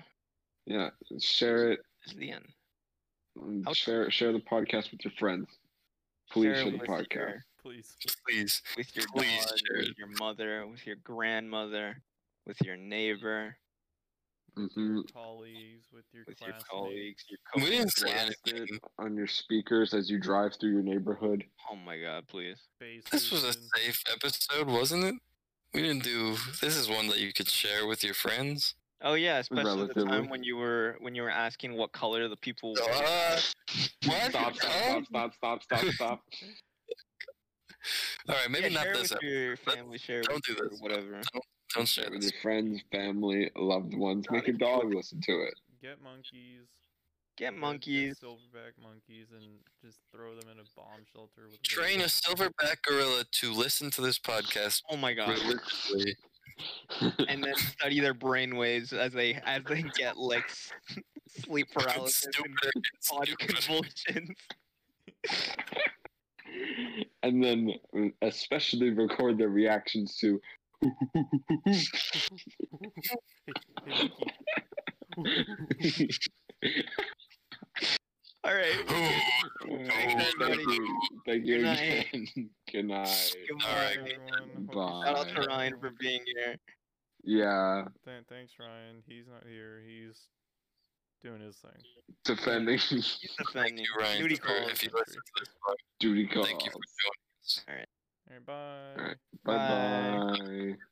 Speaker 3: Yeah. Share it.
Speaker 4: This is the end.
Speaker 3: and
Speaker 4: How-
Speaker 3: Share share the podcast with your friends. Please
Speaker 4: Share
Speaker 3: share the
Speaker 4: with
Speaker 3: podcast.
Speaker 4: your-
Speaker 1: Please.
Speaker 2: Please.
Speaker 4: with your
Speaker 2: Please
Speaker 4: dog,
Speaker 2: share
Speaker 4: with
Speaker 2: it.
Speaker 4: your mother, with your grandmother, with your neighbor,
Speaker 3: hmm
Speaker 2: Mm.
Speaker 1: Colleagues with your
Speaker 4: with your
Speaker 1: classmates.
Speaker 4: colleagues, your
Speaker 2: We didn't
Speaker 4: coworkers.
Speaker 2: say
Speaker 3: Blast it
Speaker 2: anything.
Speaker 3: on your speakers as you drive through your neighborhood.
Speaker 4: Oh my god, please.
Speaker 1: Bases
Speaker 2: This was a
Speaker 4: Mm-hmm.
Speaker 1: and-
Speaker 2: safe episode, wasn't it? We didn't do. This is one that you could share with your friends.
Speaker 4: Oh yeah, especially the time
Speaker 3: Relatively.
Speaker 4: when you were when you were asking what color the people were.
Speaker 2: Uh, what?
Speaker 3: Stop, stop, stop, stop, stop, stop, stop.
Speaker 2: All right, maybe
Speaker 4: Yeah,
Speaker 2: not
Speaker 4: share
Speaker 2: this.
Speaker 4: with
Speaker 2: episode.
Speaker 4: your family, share
Speaker 2: don't
Speaker 4: with
Speaker 2: do
Speaker 4: your
Speaker 2: this.
Speaker 4: whatever.
Speaker 2: Don't share
Speaker 3: With
Speaker 2: this.
Speaker 3: your friends, family, loved ones. Make your dog listen to it.
Speaker 1: Get monkeys. get-
Speaker 4: Get
Speaker 1: get
Speaker 4: monkeys.
Speaker 1: silverback monkeys and just throw them in a bomb shelter with.
Speaker 2: Train a
Speaker 1: rails.
Speaker 2: silverback gorilla to listen to this podcast
Speaker 4: Oh my god.
Speaker 2: religiously.
Speaker 4: And then study their brain waves as they as they get like s- sleep paralysis and
Speaker 2: Stupid,
Speaker 4: body
Speaker 2: stupid.
Speaker 4: convulsions.
Speaker 3: and then uh, especially record their reactions to
Speaker 1: Hey, monkey.
Speaker 4: All right.
Speaker 3: Thank you
Speaker 4: Good night.
Speaker 3: again. Good night.
Speaker 4: Good
Speaker 2: All right.
Speaker 4: morning.
Speaker 1: everyone. Hope you
Speaker 4: Shout
Speaker 1: sleep
Speaker 4: out to
Speaker 1: well.
Speaker 4: Ryan for being here.
Speaker 3: Yeah,
Speaker 1: Th- thanks, Ryan. He's not here. He's doing his thing.
Speaker 3: defending
Speaker 4: He's
Speaker 2: Thank
Speaker 4: defending.
Speaker 2: you, Ryan,
Speaker 4: Duty
Speaker 2: for-
Speaker 4: calls.
Speaker 2: if you listen to this part,
Speaker 3: duty calls.
Speaker 2: Thank you for joining
Speaker 1: All
Speaker 2: us.
Speaker 1: right, bye.
Speaker 3: Bye bye.